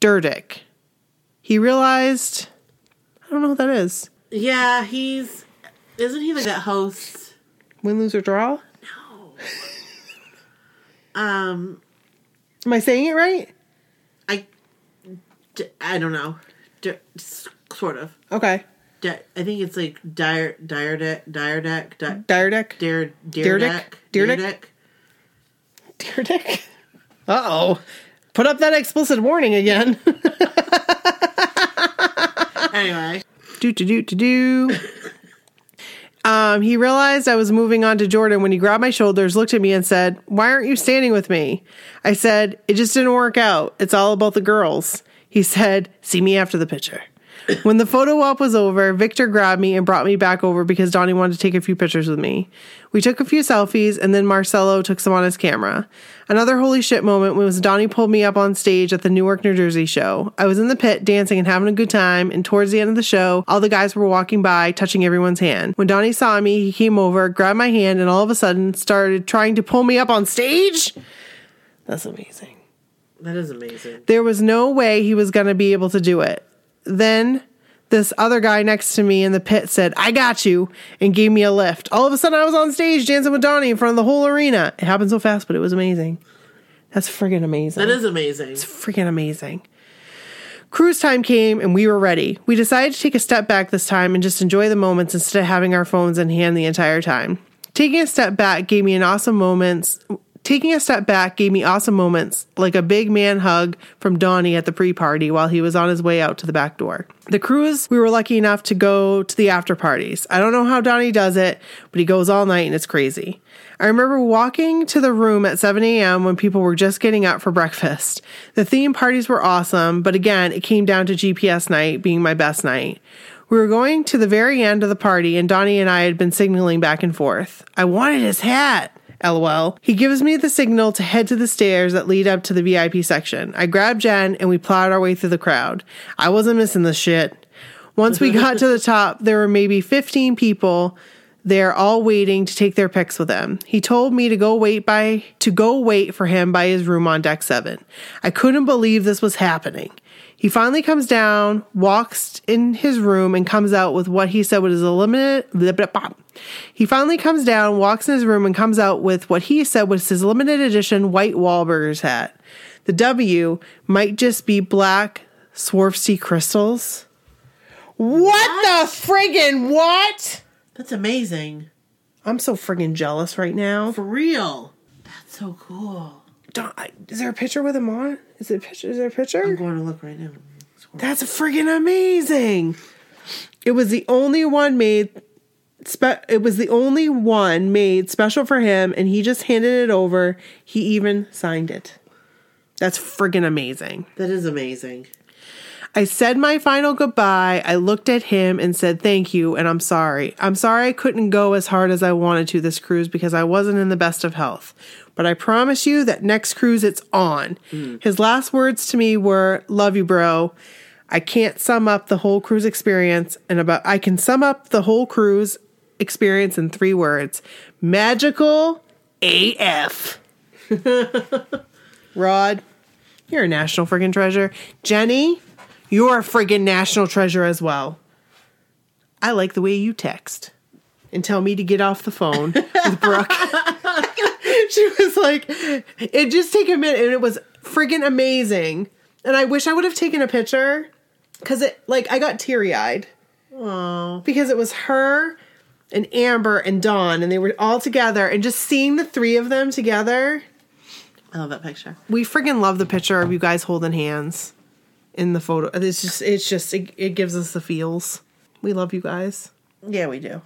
Speaker 1: Durdick. He realized I don't know what that is.
Speaker 2: Yeah, he's isn't he like that host?
Speaker 1: Win, lose, or draw?
Speaker 2: Um,
Speaker 1: Am I saying it right?
Speaker 2: I d- I don't know, D- s- sort of.
Speaker 1: Okay.
Speaker 2: Di- I think it's like dire dire deck dire deck di-
Speaker 1: Dire deck.
Speaker 2: dare
Speaker 1: Dare
Speaker 2: dare
Speaker 1: Dick?
Speaker 2: deck
Speaker 1: Dare
Speaker 2: dare
Speaker 1: Dick?
Speaker 2: deck.
Speaker 1: Deer dick. Uh oh. Put up that explicit warning again.
Speaker 2: Anyway,
Speaker 1: do do do do do. Um, he realized I was moving on to Jordan when he grabbed my shoulders, looked at me, and said, "Why aren't you standing with me?" I said, "It just didn't work out. It's all about the girls." He said, "See me after the picture." when the photo op was over, Victor grabbed me and brought me back over because Donnie wanted to take a few pictures with me. We took a few selfies, and then Marcelo took some on his camera. Another holy shit moment was Donnie pulled me up on stage at the Newark, New Jersey show. I was in the pit dancing and having a good time, and towards the end of the show, all the guys were walking by, touching everyone's hand. When Donnie saw me, he came over, grabbed my hand, and all of a sudden started trying to pull me up on stage. That's amazing.
Speaker 2: that is amazing.
Speaker 1: There was no way he was going to be able to do it. Then this other guy next to me in the pit said, I got you, and gave me a lift. All of a sudden, I was on stage dancing with Donnie in front of the whole arena. It happened so fast, but it was amazing. That's friggin' amazing
Speaker 2: That is amazing.
Speaker 1: freaking amazing. Cruise time came and we were ready. We decided to take a step back this time and just enjoy the moments instead of having our phones in hand the entire time. Taking a step back gave me an awesome moments. Taking a step back gave me awesome moments, like a big man hug from Donnie at the pre party while he was on his way out to the back door. The cruise, we were lucky enough to go to the after parties. I don't know how Donnie does it, but he goes all night and it's crazy. I remember walking to the room at 7 a.m. when people were just getting up for breakfast. The theme parties were awesome, but again, it came down to GPS night being my best night. We were going to the very end of the party, and Donnie and I had been signaling back and forth. I wanted his hat. LOL. He gives me the signal to head to the stairs that lead up to the VIP section. I grab Jen and we plowed our way through the crowd. I wasn't missing this shit. Once we got to the top, there were maybe 15 people there all waiting to take their pics with him. He told me to go wait by to go wait for him by his room on deck 7. I couldn't believe this was happening. He finally comes down, walks in his room and comes out with what he said was eliminate blah, blah, blah. He finally comes down, walks in his room and comes out with what he said was his limited edition white Wahlburgers hat. The W might just be black Swarovski crystals. What, the friggin' what?
Speaker 2: That's amazing.
Speaker 1: I'm so friggin' jealous right now.
Speaker 2: For real. That's so cool.
Speaker 1: Don't, I, is there a picture with him on? Is it a picture? Is there a
Speaker 2: I'm
Speaker 1: picture?
Speaker 2: going to look right now.
Speaker 1: Um, That's friggin' amazing. It was the only one made. Spe- it was the only one made special for him, and he just handed it over. He even signed it. That's friggin' amazing.
Speaker 2: That is amazing.
Speaker 1: I said my final goodbye. I looked at him and said, Thank you, and I'm sorry. I'm sorry I couldn't go as hard as I wanted to this cruise because I wasn't in the best of health. But I promise you that next cruise it's on. His last words to me were, Love you, bro. I can't sum up the whole cruise experience and about I can sum up the whole cruise experience in three words. Magical AF. Rod, you're a national friggin' treasure. Jenny, you're a friggin' national treasure as well. I like the way you text and tell me to get off the phone with Brooke. she was like, it just take a minute and it was friggin' amazing. And I wish I would have taken a picture because it, like, I got teary eyed
Speaker 2: Oh,
Speaker 1: because it was her and Amber and Dawn and they were all together and just seeing the three of them together.
Speaker 2: I love that picture.
Speaker 1: We friggin' love the picture of you guys holding hands in the photo. It's just, it's just, it, it gives us the feels. We love you guys.
Speaker 2: Yeah, we do.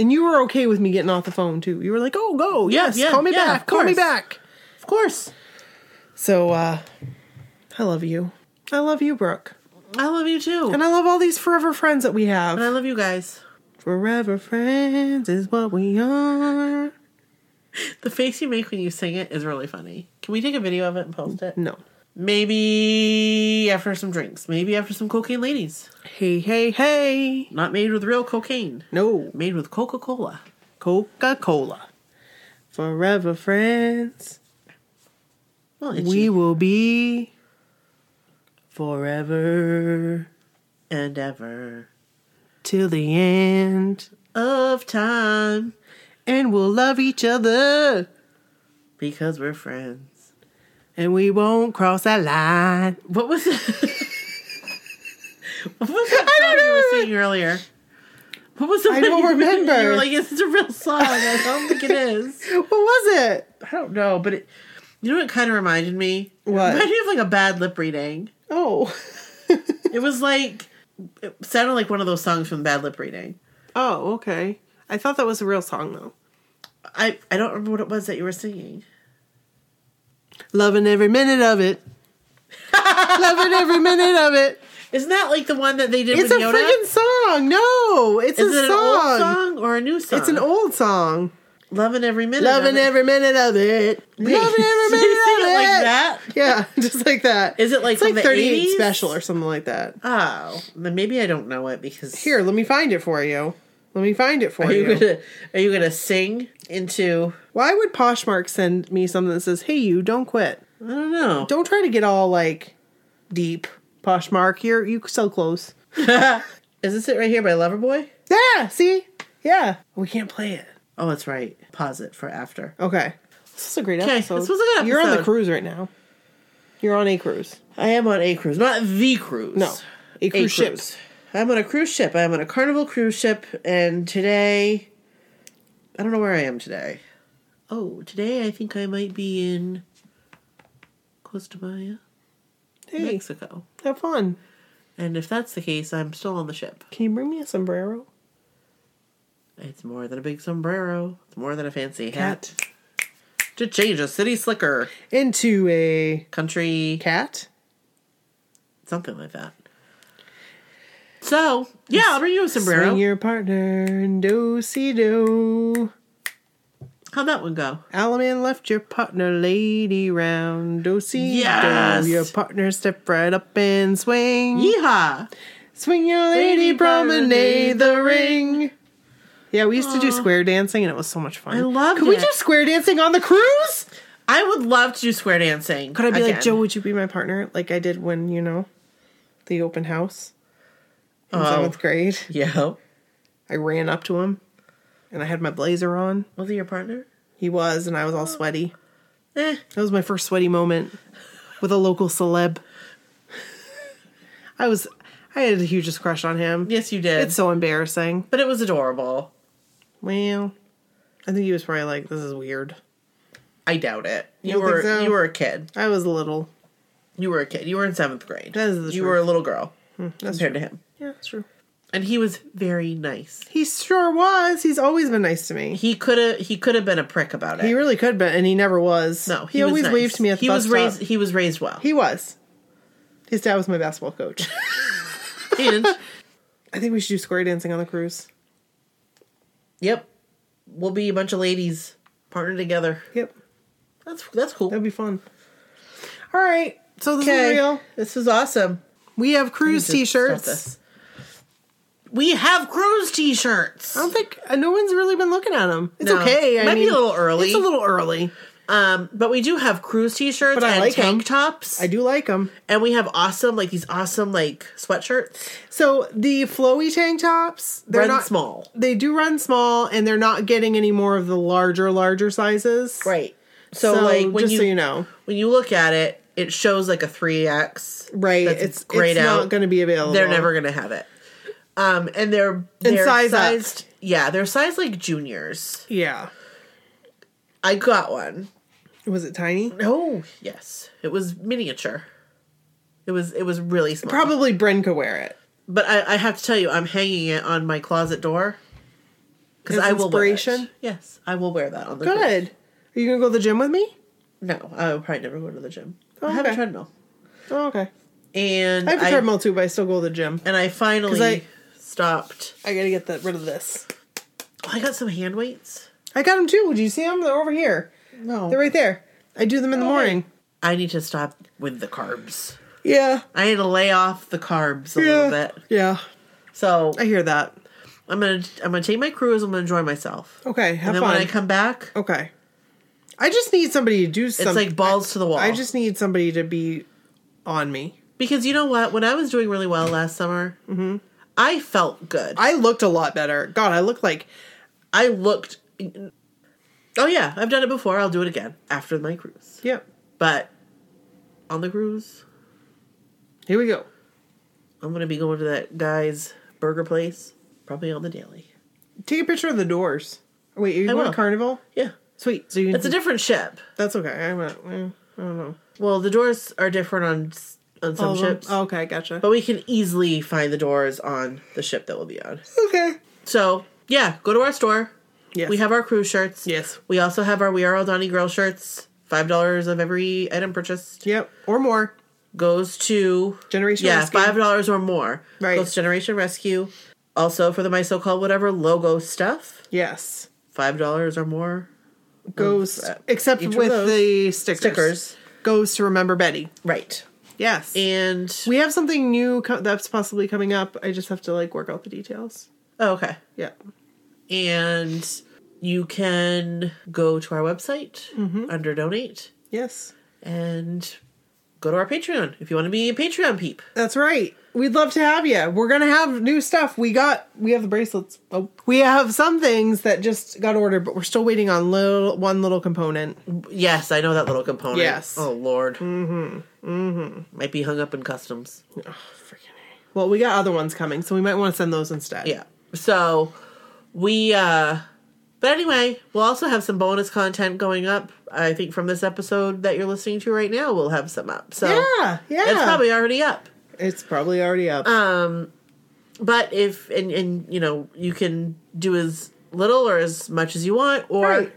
Speaker 1: And you were okay with me getting off the phone too. You were like, oh, go. Yes.
Speaker 2: yeah,
Speaker 1: call me
Speaker 2: yeah,
Speaker 1: back.
Speaker 2: of
Speaker 1: Call me
Speaker 2: course.
Speaker 1: back.
Speaker 2: Of course.
Speaker 1: So, uh, I love you. I love you, Brooke.
Speaker 2: I love you too.
Speaker 1: And I love all these forever friends that we have.
Speaker 2: and I love you guys.
Speaker 1: forever friends is what we are.
Speaker 2: The face you make when you sing it is really funny. Can we take a video of it and post it?
Speaker 1: No.
Speaker 2: Maybe after some drinks. Maybe after some cocaine ladies.
Speaker 1: Hey, hey, hey.
Speaker 2: Not made with real cocaine.
Speaker 1: No.
Speaker 2: Made with Coca Cola.
Speaker 1: Coca Cola. Forever friends.
Speaker 2: Well,
Speaker 1: We
Speaker 2: itchy.
Speaker 1: will be forever
Speaker 2: and ever
Speaker 1: till the end.
Speaker 2: of time
Speaker 1: And we'll love each other.
Speaker 2: because we're friends.
Speaker 1: And we won't cross that line.
Speaker 2: What was that? what was that song you were
Speaker 1: know.
Speaker 2: singing earlier? What was the
Speaker 1: I don't
Speaker 2: one you-
Speaker 1: remember.
Speaker 2: You were like, "Is it a real song?" I don't think it is.
Speaker 1: What was it?
Speaker 2: I don't know, but it, you know what kind of reminded me?
Speaker 1: What?
Speaker 2: It reminded me of like a bad lip reading.
Speaker 1: Oh.
Speaker 2: It was like, it sounded like one of those songs from Bad Lip Reading.
Speaker 1: oh, okay. I thought that was a real song, though.
Speaker 2: I, I don't remember what it was that you were singing.
Speaker 1: Loving every minute of it. Loving every minute of it.
Speaker 2: Isn't that like the one that they did
Speaker 1: It's a
Speaker 2: with Yoda?
Speaker 1: freaking song. No, it's
Speaker 2: Is
Speaker 1: a
Speaker 2: it
Speaker 1: song.
Speaker 2: an old song or a new song?
Speaker 1: It's an old song.
Speaker 2: loving every minute. of
Speaker 1: Loving
Speaker 2: it.
Speaker 1: every minute of it. Loving every minute of
Speaker 2: Wait, so you sing it like
Speaker 1: it.
Speaker 2: that?
Speaker 1: Yeah, just like that.
Speaker 2: Is it like
Speaker 1: It's like
Speaker 2: from the
Speaker 1: 38
Speaker 2: 80s?
Speaker 1: special or something like that.
Speaker 2: Oh, then maybe I don't know it because
Speaker 1: Here, let me find it for you. Let me find it for
Speaker 2: Are you
Speaker 1: you.
Speaker 2: gonna are you gonna sing into?
Speaker 1: Why would Poshmark send me something that says, "Hey, you don't quit.
Speaker 2: I don't know.
Speaker 1: Don't try to get all like deep." Poshmark, you're you so close.
Speaker 2: Is this it right here by Loverboy?
Speaker 1: Yeah, see, yeah, we can't play it.
Speaker 2: Oh, that's right. Pause it for after.
Speaker 1: Okay. This is a great
Speaker 2: Okay,
Speaker 1: episode.
Speaker 2: this was a good
Speaker 1: You're on the
Speaker 2: episode.
Speaker 1: cruise right now. You're on a cruise.
Speaker 2: I am on a cruise, not the cruise.
Speaker 1: No. A
Speaker 2: a
Speaker 1: cruise ship.
Speaker 2: cruise. I'm on a cruise ship. I'm on a Carnival cruise ship, and today, I don't know where I am today. Oh, today I think I might be in Costa Maya,
Speaker 1: Hey,
Speaker 2: Mexico.
Speaker 1: have fun.
Speaker 2: And if that's the case, I'm still on the ship.
Speaker 1: Can you bring me a sombrero?
Speaker 2: It's more than a big sombrero. It's more than a fancy hat.
Speaker 1: Cat.
Speaker 2: To change a city slicker,
Speaker 1: Into a
Speaker 2: country,
Speaker 1: cat?
Speaker 2: something like that. So yeah, I'll bring you a sombrero.
Speaker 1: Swing your partner and do see do.
Speaker 2: How'd that one go?
Speaker 1: Alaman left your partner lady round. Do see
Speaker 2: Yes.
Speaker 1: do. Your partner step right up and swing.
Speaker 2: Yeehaw!
Speaker 1: Swing your lady,
Speaker 2: Lady
Speaker 1: promenade
Speaker 2: promenade
Speaker 1: the ring. Yeah, we used to do square dancing and it was so much fun.
Speaker 2: I loved
Speaker 1: Could we
Speaker 2: it.
Speaker 1: do square dancing on the cruise?
Speaker 2: I would love to do square dancing.
Speaker 1: Could I be like,
Speaker 2: again.
Speaker 1: Joe, would you be my partner? Like I did when, you know, the open house in
Speaker 2: Oh.
Speaker 1: seventh grade.
Speaker 2: Yeah.
Speaker 1: I ran up to him and I had my blazer on.
Speaker 2: Was he your partner?
Speaker 1: He was, and I was all sweaty.
Speaker 2: Eh.
Speaker 1: That was my first sweaty moment with a local celeb. I was, I had the hugest crush on him.
Speaker 2: Yes, you did.
Speaker 1: It's so embarrassing.
Speaker 2: but it was adorable.
Speaker 1: Well, I think he was probably like, this is weird.
Speaker 2: I doubt it. You,
Speaker 1: don't think
Speaker 2: were
Speaker 1: so?
Speaker 2: you were a kid.
Speaker 1: I was little.
Speaker 2: You were a kid. You were in seventh grade.
Speaker 1: That is the
Speaker 2: you
Speaker 1: truth.
Speaker 2: were a little girl
Speaker 1: That's
Speaker 2: compared
Speaker 1: true.
Speaker 2: to him.
Speaker 1: Yeah, that's true.
Speaker 2: And he was very nice.
Speaker 1: He sure was. He's always been nice to me.
Speaker 2: He could have he could have been a prick about it.
Speaker 1: He really could, but and he never was.
Speaker 2: no,
Speaker 1: he,
Speaker 2: was
Speaker 1: always
Speaker 2: nice.
Speaker 1: waved to me at the
Speaker 2: he
Speaker 1: bus
Speaker 2: was raised
Speaker 1: stop.
Speaker 2: he was raised well.
Speaker 1: He was. His dad was my basketball coach.
Speaker 2: and
Speaker 1: I think we should do square dancing on the cruise.
Speaker 2: yep, we'll be a bunch of ladies partnered together.
Speaker 1: Yep,
Speaker 2: That's that's cool.
Speaker 1: that'd be fun. All right, so this is real.
Speaker 2: this was awesome.
Speaker 1: We have cruise
Speaker 2: Just stop
Speaker 1: t-shirts.
Speaker 2: this. We have cruise t-shirts.
Speaker 1: I don't think uh, no one's really been looking at them. It's
Speaker 2: No.
Speaker 1: okay. I
Speaker 2: Might be
Speaker 1: mean,
Speaker 2: a little early.
Speaker 1: It's a little early.
Speaker 2: Um, but we do have cruise t-shirts
Speaker 1: But I
Speaker 2: and
Speaker 1: like 'em.
Speaker 2: tank tops,
Speaker 1: I do like them.
Speaker 2: and we have awesome like these awesome like sweatshirts.
Speaker 1: So the flowy tank tops, they're
Speaker 2: Run
Speaker 1: not
Speaker 2: small.
Speaker 1: They do run small, and they're not getting any more of the larger, larger sizes.
Speaker 2: Right. So,
Speaker 1: So,
Speaker 2: like when
Speaker 1: just
Speaker 2: you,
Speaker 1: so you know,
Speaker 2: when you look at it, it shows like a three X.
Speaker 1: right?
Speaker 2: That's
Speaker 1: it's
Speaker 2: grayed
Speaker 1: it's
Speaker 2: out.
Speaker 1: not going to be available.
Speaker 2: They're never gonna have it. Um, and they're they're
Speaker 1: size up.
Speaker 2: sized. Yeah, they're sized like juniors.
Speaker 1: Yeah.
Speaker 2: I got one.
Speaker 1: Was it tiny?
Speaker 2: No. Yes, it was miniature. It was it was really small.
Speaker 1: Probably Bren could wear it.
Speaker 2: But I, I have to tell you, I'm hanging it on my closet door because
Speaker 1: As
Speaker 2: I will wear
Speaker 1: inspiration?
Speaker 2: it. Yes, I will wear that on the cruise.
Speaker 1: Good. Are you going to go to the gym with me?
Speaker 2: No, I will probably never go to the gym.
Speaker 1: Oh,
Speaker 2: I have a
Speaker 1: okay.
Speaker 2: treadmill,
Speaker 1: Oh, okay.
Speaker 2: and
Speaker 1: I
Speaker 2: I,
Speaker 1: have a treadmill too, but I still go to the gym.
Speaker 2: and I finally
Speaker 1: 'Cause I-
Speaker 2: stopped.
Speaker 1: I got to get that, rid of this.
Speaker 2: Oh, I got some hand weights.
Speaker 1: I got them too. Do you see them? They're over here.
Speaker 2: No,
Speaker 1: They're right there. I do them in the
Speaker 2: Okay.
Speaker 1: morning.
Speaker 2: I need to stop with the carbs.
Speaker 1: Yeah.
Speaker 2: I need to lay off the carbs a
Speaker 1: Yeah.
Speaker 2: little bit.
Speaker 1: Yeah.
Speaker 2: So
Speaker 1: I hear that.
Speaker 2: I'm gonna I'm gonna take my cruise. I'm gonna enjoy myself.
Speaker 1: Okay. Have
Speaker 2: and then
Speaker 1: fun.
Speaker 2: when I come back,
Speaker 1: okay. I just need somebody to do
Speaker 2: it's
Speaker 1: something.
Speaker 2: like balls to the wall.
Speaker 1: I just need somebody to be on me.
Speaker 2: because you know what? When I was doing really well last summer,
Speaker 1: Mm-hmm.
Speaker 2: I felt good.
Speaker 1: I looked a lot better. God, I look like
Speaker 2: I looked. Oh yeah, I've done it before. I'll do it again after my cruise.
Speaker 1: yep.
Speaker 2: But on the cruise,
Speaker 1: Here we go.
Speaker 2: I'm gonna be going to that guy's burger place probably on the daily.
Speaker 1: Take a picture of the doors. Wait, are you
Speaker 2: I
Speaker 1: going
Speaker 2: will.
Speaker 1: to carnival?
Speaker 2: Yeah,
Speaker 1: Sweet. So you
Speaker 2: it's a different ship.
Speaker 1: That's okay. I went. eh, I don't know.
Speaker 2: Well, the doors are different on s- on some
Speaker 1: All of them?
Speaker 2: ships,
Speaker 1: Oh, okay, gotcha.
Speaker 2: but we can easily find the doors on the ship that we'll be on.
Speaker 1: Okay.
Speaker 2: So yeah, go to our store.
Speaker 1: Yes.
Speaker 2: We have our cruise shirts.
Speaker 1: Yes.
Speaker 2: We also have our We Are All Donnie Girl shirts. Five dollars of every item purchased
Speaker 1: Yep. Or more.
Speaker 2: goes to
Speaker 1: Generation
Speaker 2: yeah
Speaker 1: Rescue.
Speaker 2: five dollars or more
Speaker 1: Right.
Speaker 2: goes to Generation Rescue. Also for the my so called whatever logo stuff,
Speaker 1: Yes.
Speaker 2: five dollars or more
Speaker 1: Goes uh,
Speaker 2: that.
Speaker 1: except
Speaker 2: Each of
Speaker 1: with
Speaker 2: those.
Speaker 1: the stickers.
Speaker 2: stickers.
Speaker 1: Goes to remember Betty.
Speaker 2: Right.
Speaker 1: Yes.
Speaker 2: And
Speaker 1: we have something new co- that's possibly coming up. I just have to like work out the details.
Speaker 2: oh, okay.
Speaker 1: Yeah.
Speaker 2: And you can go to our website
Speaker 1: Mm-hmm.
Speaker 2: under donate
Speaker 1: Yes.
Speaker 2: and go to our Patreon if you want to be a Patreon peep.
Speaker 1: That's right. We'd love to have you. We're gonna have new stuff. We got we have the bracelets. Oh, we have some things that just got ordered, but we're still waiting on little one little component.
Speaker 2: Yes, I know that little component.
Speaker 1: Yes.
Speaker 2: Oh Lord. Mm-hmm. Mm-hmm. Might be hung up in customs.
Speaker 1: Well, we got other ones coming, so we might want to send those instead.
Speaker 2: Yeah. So we uh but anyway, we'll also have some bonus content going up. I think from this episode that you're listening to right now, we'll have some up. So
Speaker 1: Yeah. Yeah.
Speaker 2: it's probably already up.
Speaker 1: it's probably already up.
Speaker 2: Um but if and and you know, you can do as little or as much as you want or
Speaker 1: Right.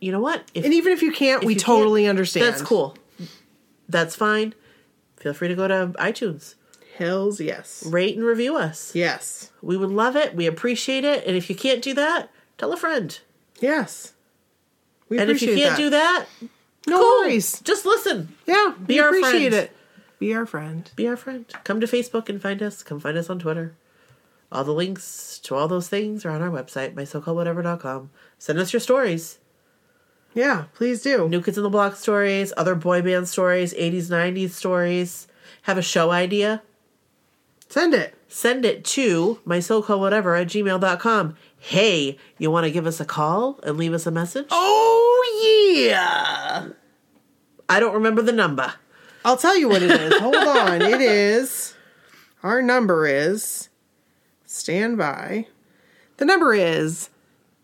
Speaker 2: you know what? If
Speaker 1: and even if you can't, we
Speaker 2: you can't-
Speaker 1: totally understand.
Speaker 2: that's cool. That's fine. Feel free to go to iTunes.
Speaker 1: Hells yes.
Speaker 2: rate and review us.
Speaker 1: Yes.
Speaker 2: We would love it. We appreciate it. And if you can't do that, tell a friend.
Speaker 1: Yes. We
Speaker 2: And if you
Speaker 1: appreciate
Speaker 2: can't do that,
Speaker 1: no
Speaker 2: cool.
Speaker 1: worries.
Speaker 2: Just listen.
Speaker 1: Yeah,
Speaker 2: Be
Speaker 1: we
Speaker 2: our
Speaker 1: appreciate
Speaker 2: friend.
Speaker 1: it. Be our friend.
Speaker 2: Be our friend. Come to Facebook and find us. Come find us on Twitter. All the links to all those things are on our website, mysocalledwhatever.com. Send us your stories.
Speaker 1: Yeah, please do.
Speaker 2: New Kids in the Block stories, other boy band stories, 80s, 90s stories. Have a show idea?
Speaker 1: Send it.
Speaker 2: Send it to mysocalledwhatever at gmail.com. Hey, you want to give us a call and leave us a message?
Speaker 1: Oh yeah.
Speaker 2: I don't remember the number.
Speaker 1: I'll tell you what it is. Hold on. It is our number is stand by. The number is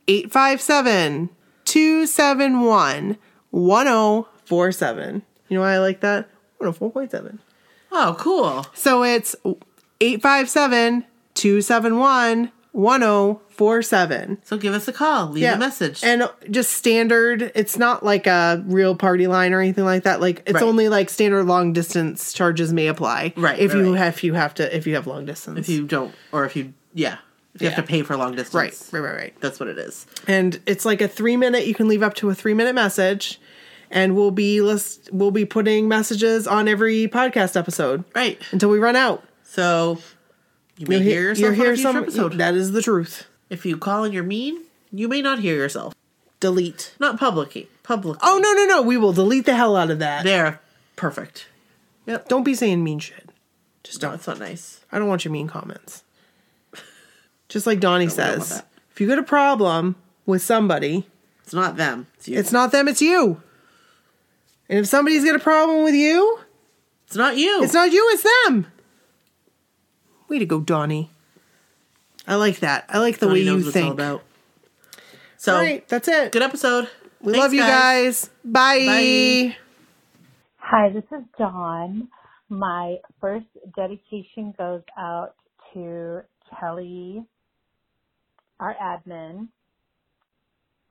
Speaker 1: 857 271 1047. You know why I like that? 104.7.
Speaker 2: Oh, cool.
Speaker 1: So it's 857 271 1047.
Speaker 2: So give us a call, leave a message.
Speaker 1: And just standard, it's not like a real party line or anything like that. Like it's
Speaker 2: Right.
Speaker 1: only like standard long distance charges may apply.
Speaker 2: Right,
Speaker 1: If
Speaker 2: right,
Speaker 1: you
Speaker 2: right.
Speaker 1: have if you have to if you have long distance.
Speaker 2: if you don't, or if you, yeah, if you
Speaker 1: Yeah.
Speaker 2: have to pay for long distance.
Speaker 1: right, right, right, right.
Speaker 2: That's what it is.
Speaker 1: And it's like a three minute you can leave up to a three minute message and we'll be list we'll be putting messages on every podcast episode.
Speaker 2: Right.
Speaker 1: Until we run out.
Speaker 2: So you may hear yourself on a future episode.
Speaker 1: That is the truth.
Speaker 2: if you call and you're mean, you may not hear yourself.
Speaker 1: Delete.
Speaker 2: Not publicly. Publicly.
Speaker 1: Oh no no no, we will delete the hell out of that.
Speaker 2: There. Perfect.
Speaker 1: Don't be saying mean shit. Just
Speaker 2: No,
Speaker 1: don't.
Speaker 2: that's not nice.
Speaker 1: I don't want your mean comments. Just like Donnie
Speaker 2: don't want
Speaker 1: says,
Speaker 2: that.
Speaker 1: if you got a problem with somebody,
Speaker 2: It's not them. It's you.
Speaker 1: it's not them, it's you. And if somebody's got a problem with you,
Speaker 2: It's not you.
Speaker 1: it's not you, it's them. Way to go, Donnie. I like that. I like the
Speaker 2: Nobody
Speaker 1: way you
Speaker 2: knows what it's all
Speaker 1: think.
Speaker 2: about. So
Speaker 1: All right, that's it.
Speaker 2: good episode.
Speaker 1: We
Speaker 2: Thanks,
Speaker 1: love you guys. Bye.
Speaker 2: Bye.
Speaker 3: Hi, this is Dawn. My first dedication goes out to Kelly, our admin,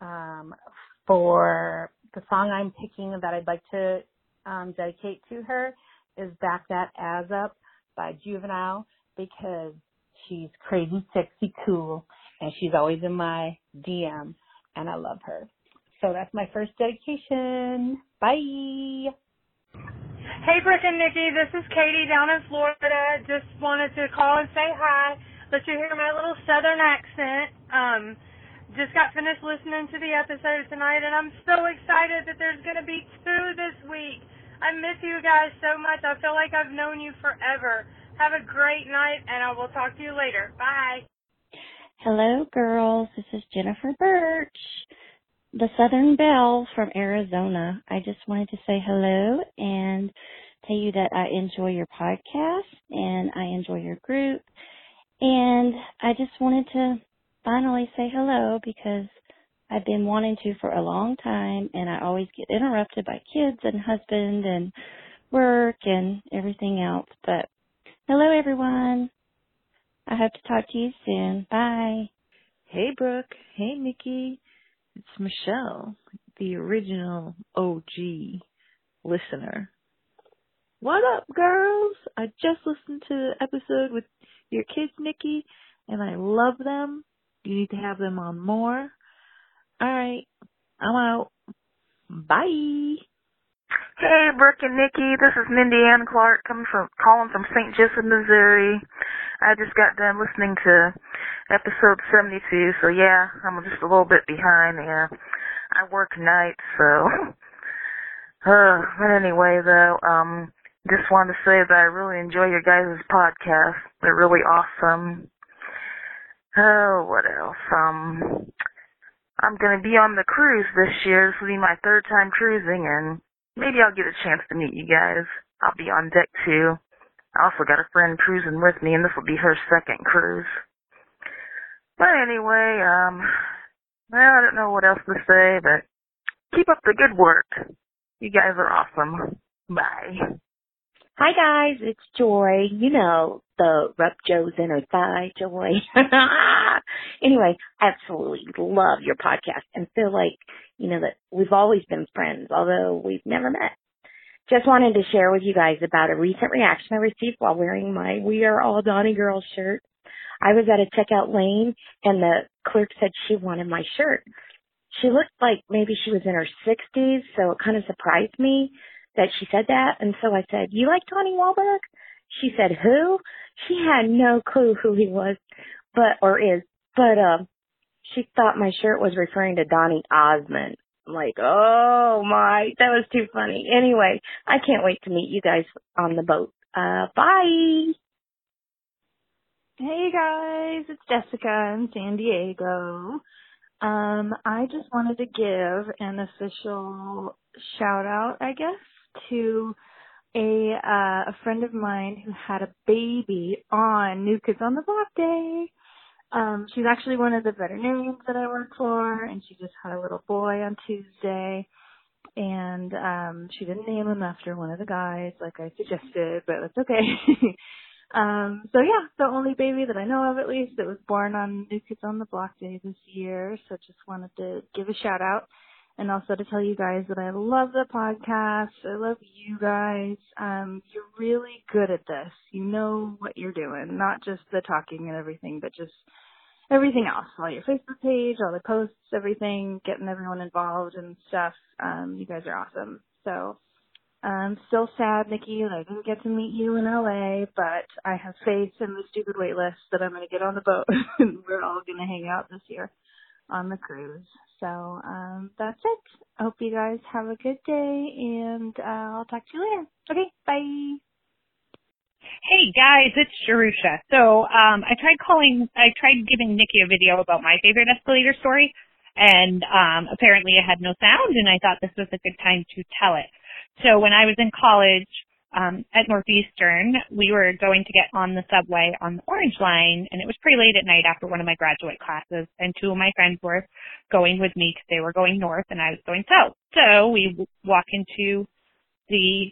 Speaker 3: um, for the song I'm picking that I'd like to um, dedicate to her is Back That Ass Up by Juvenile because she's crazy, sexy, cool, and she's always in my DM, and I love her. So that's my first dedication. Bye.
Speaker 4: Hey, Brooke and Nikki, this is Katie down in Florida. Just wanted to call and say hi. Let you hear my little southern accent. Um, just got finished listening to the episode tonight, and I'm so excited that there's going to be two this week. I miss you guys so much. I feel like I've known you forever. Have a great night, and I will talk to you later. Bye.
Speaker 5: Hello, girls. This is Jennifer Birch, the Southern Belle from Arizona. I just wanted to say hello and tell you that I enjoy your podcast and I enjoy your group. And I just wanted to finally say hello because I've been wanting to for a long time and I always get interrupted by kids and husband and work and everything else. But hello, everyone. I hope to talk to you soon. Bye.
Speaker 6: Hey, Brooke. Hey, Nikki. It's Michelle, the original OG listener. What up, girls? I just listened to the episode with your kids, Nikki, and I love them. You need to have them on more. All right. I'm out. Bye.
Speaker 7: Hey, Brooke and Nikki. This is Mindy Ann Clark coming from calling from St. Joseph, Missouri. I just got done listening to episode 72, so yeah, I'm just a little bit behind. Yeah, I work nights, so. Uh, but anyway, though, um, just wanted to say that I really enjoy your guys' podcast. They're really awesome. Oh, what else? Um, I'm gonna be on the cruise this year. This will be my third time cruising, and maybe I'll get a chance to meet you guys. I'll be on deck too. I also got a friend cruising with me, and this will be her second cruise. But anyway, um, well, I don't know what else to say, but keep up the good work. You guys are awesome. Bye.
Speaker 8: Hi guys, it's Joy. You know the rub Joe's inner thigh, Joy. anyway, absolutely love your podcast and feel like you know that we've always been friends, although we've never met. Just wanted to share with you guys about a recent reaction I received while wearing my "We Are All Donny Girl" shirt. I was at a checkout lane, and the clerk said she wanted my shirt. She looked like maybe she was in her 60s, so it kind of surprised me that she said that. And so I said, You like Donnie Wahlberg? She said, Who? She had no clue who he was, but, or is, but, um, she thought my shirt was referring to Donnie Osmond. I'm like, oh my, that was too funny. Anyway, I can't wait to meet you guys on the boat. Uh, bye.
Speaker 9: Hey guys, it's Jessica in San Diego. Um, I just wanted to give an official shout out, I guess, to a uh, a friend of mine who had a baby on New Kids on the Block Day. Um, she's actually one of the veterinarians that I work for, and she just had a little boy on Tuesday. And um, she didn't name him after one of the guys, like I suggested, but that's okay. um, so yeah, the only baby that I know of, at least, that was born on New Kids on the Block Day this year. So just wanted to give a shout out and also to tell you guys that I love the podcast. I love you guys. Um, you're really good at this. You know what you're doing, not just the talking and everything, but just everything else. All your Facebook page, all the posts, everything, getting everyone involved and stuff. Um, you guys are awesome. So I'm still sad, Nikki, that I didn't get to meet you in LA, but I have faith in the stupid wait list that I'm going to get on the boat and we're all going to hang out this year on the cruise. So um, that's it. I hope you guys have a good day, and uh, I'll talk to you later. Okay, bye.
Speaker 3: Hey guys, it's Jerusha. So um, I tried calling, I tried giving Nikki a video about my favorite escalator story, and um, apparently it had no sound, and I thought this was a good time to tell it. So when I was in college um, at Northeastern, we were going to get on the subway on the Orange Line, and it was pretty late at night after one of my graduate classes, and two of my friends were going with me because they were going north and I was going south. So we walk into the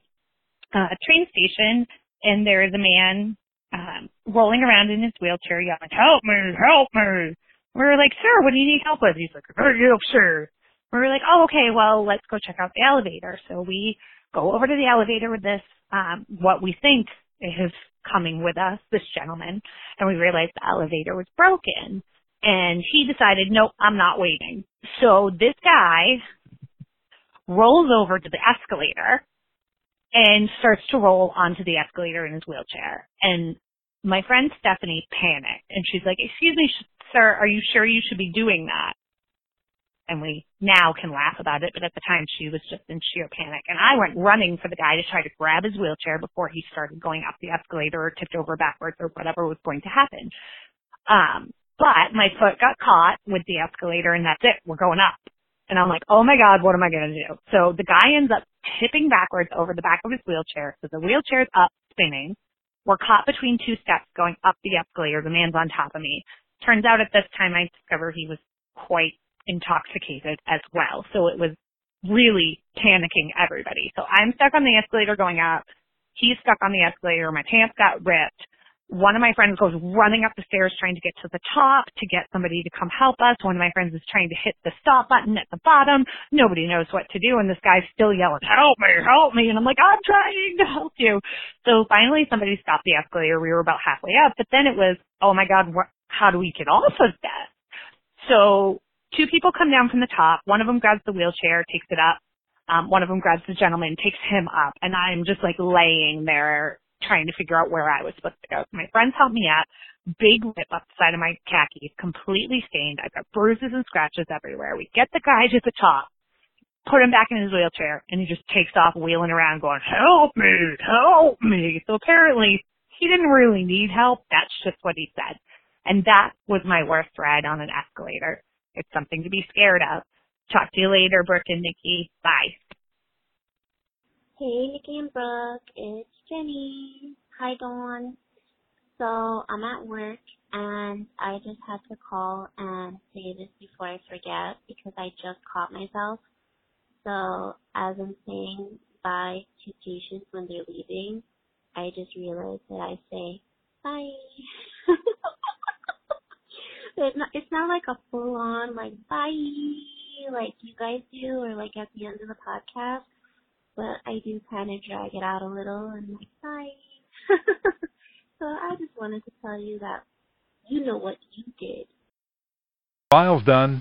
Speaker 3: uh, train station, and there is a man um, rolling around in his wheelchair yelling, "Help me! Help me!" We were like, "Sir, what do you need help with?" He's like, "I need help, sir." We were like, "Oh, okay. Well, let's go check out the elevator." So we go over to the elevator with this um, what we think is coming with us, this gentleman, and we realized the elevator was broken. And he decided,
Speaker 10: Oh,
Speaker 3: nope, I'm not waiting. So this guy rolls over to the escalator
Speaker 10: and starts to roll onto the escalator in his wheelchair. And my friend Stephanie panicked and she's like, excuse me, sh- sir, are you sure you should be doing that? And we now can laugh about it, but at the time she was just in sheer panic. And I went running for the guy to try to grab his wheelchair before he started going up the escalator or tipped over backwards or whatever was going to happen. Um, but my foot got caught with the escalator and that's it. We're going up. And I'm like, oh my God, what am I going to do? So the guy ends up tipping backwards over the back of his wheelchair. So the wheelchair's up, spinning. We're caught between two steps going up the escalator. The man's on top of me. Turns out at this time I discover he was quite intoxicated as well. So it was really panicking everybody. So I'm stuck on the escalator going up. He's stuck on the escalator. My pants got ripped one of my friends goes running up the stairs trying to get to the top to get somebody to come help us. One of my friends is trying to hit the stop button at the bottom. Nobody knows what to do and this guy's still yelling, help me, help me. And I'm like, I'm trying to help you. So finally somebody stopped the escalator. We were about halfway up, but then it was, oh my God, wh- how do we get off of that? So two people come down from the top. One of them grabs the wheelchair, takes it up. Um, one of them grabs the gentleman, takes him up, and I'm just like laying there trying to figure out where I was supposed to go. My friends helped me up. Big rip up the side of my khakis, completely stained. I've got bruises and scratches everywhere. We get the guy to the top, put him back in his wheelchair, and he just takes off wheeling around going, help me, help me. So apparently he didn't really need help. That's just what he said. And that was my worst ride on an escalator. It's something to be scared of. Talk to you later, Brooke and Nikki. Bye.
Speaker 9: Hey, Nikki and Brooke, it's Jenny. Hi, Dawn. So I'm at work and I just had to call and say this before I forget because I just caught myself. So as I'm saying bye to patients when they're leaving, I just realized that I say bye. it's not, it's not like a full on like bye like you guys do or like at the end of the podcast but I do kind of drag it out a little and I'm like, bye. so I just wanted to tell you that you know what you did.
Speaker 11: File's done.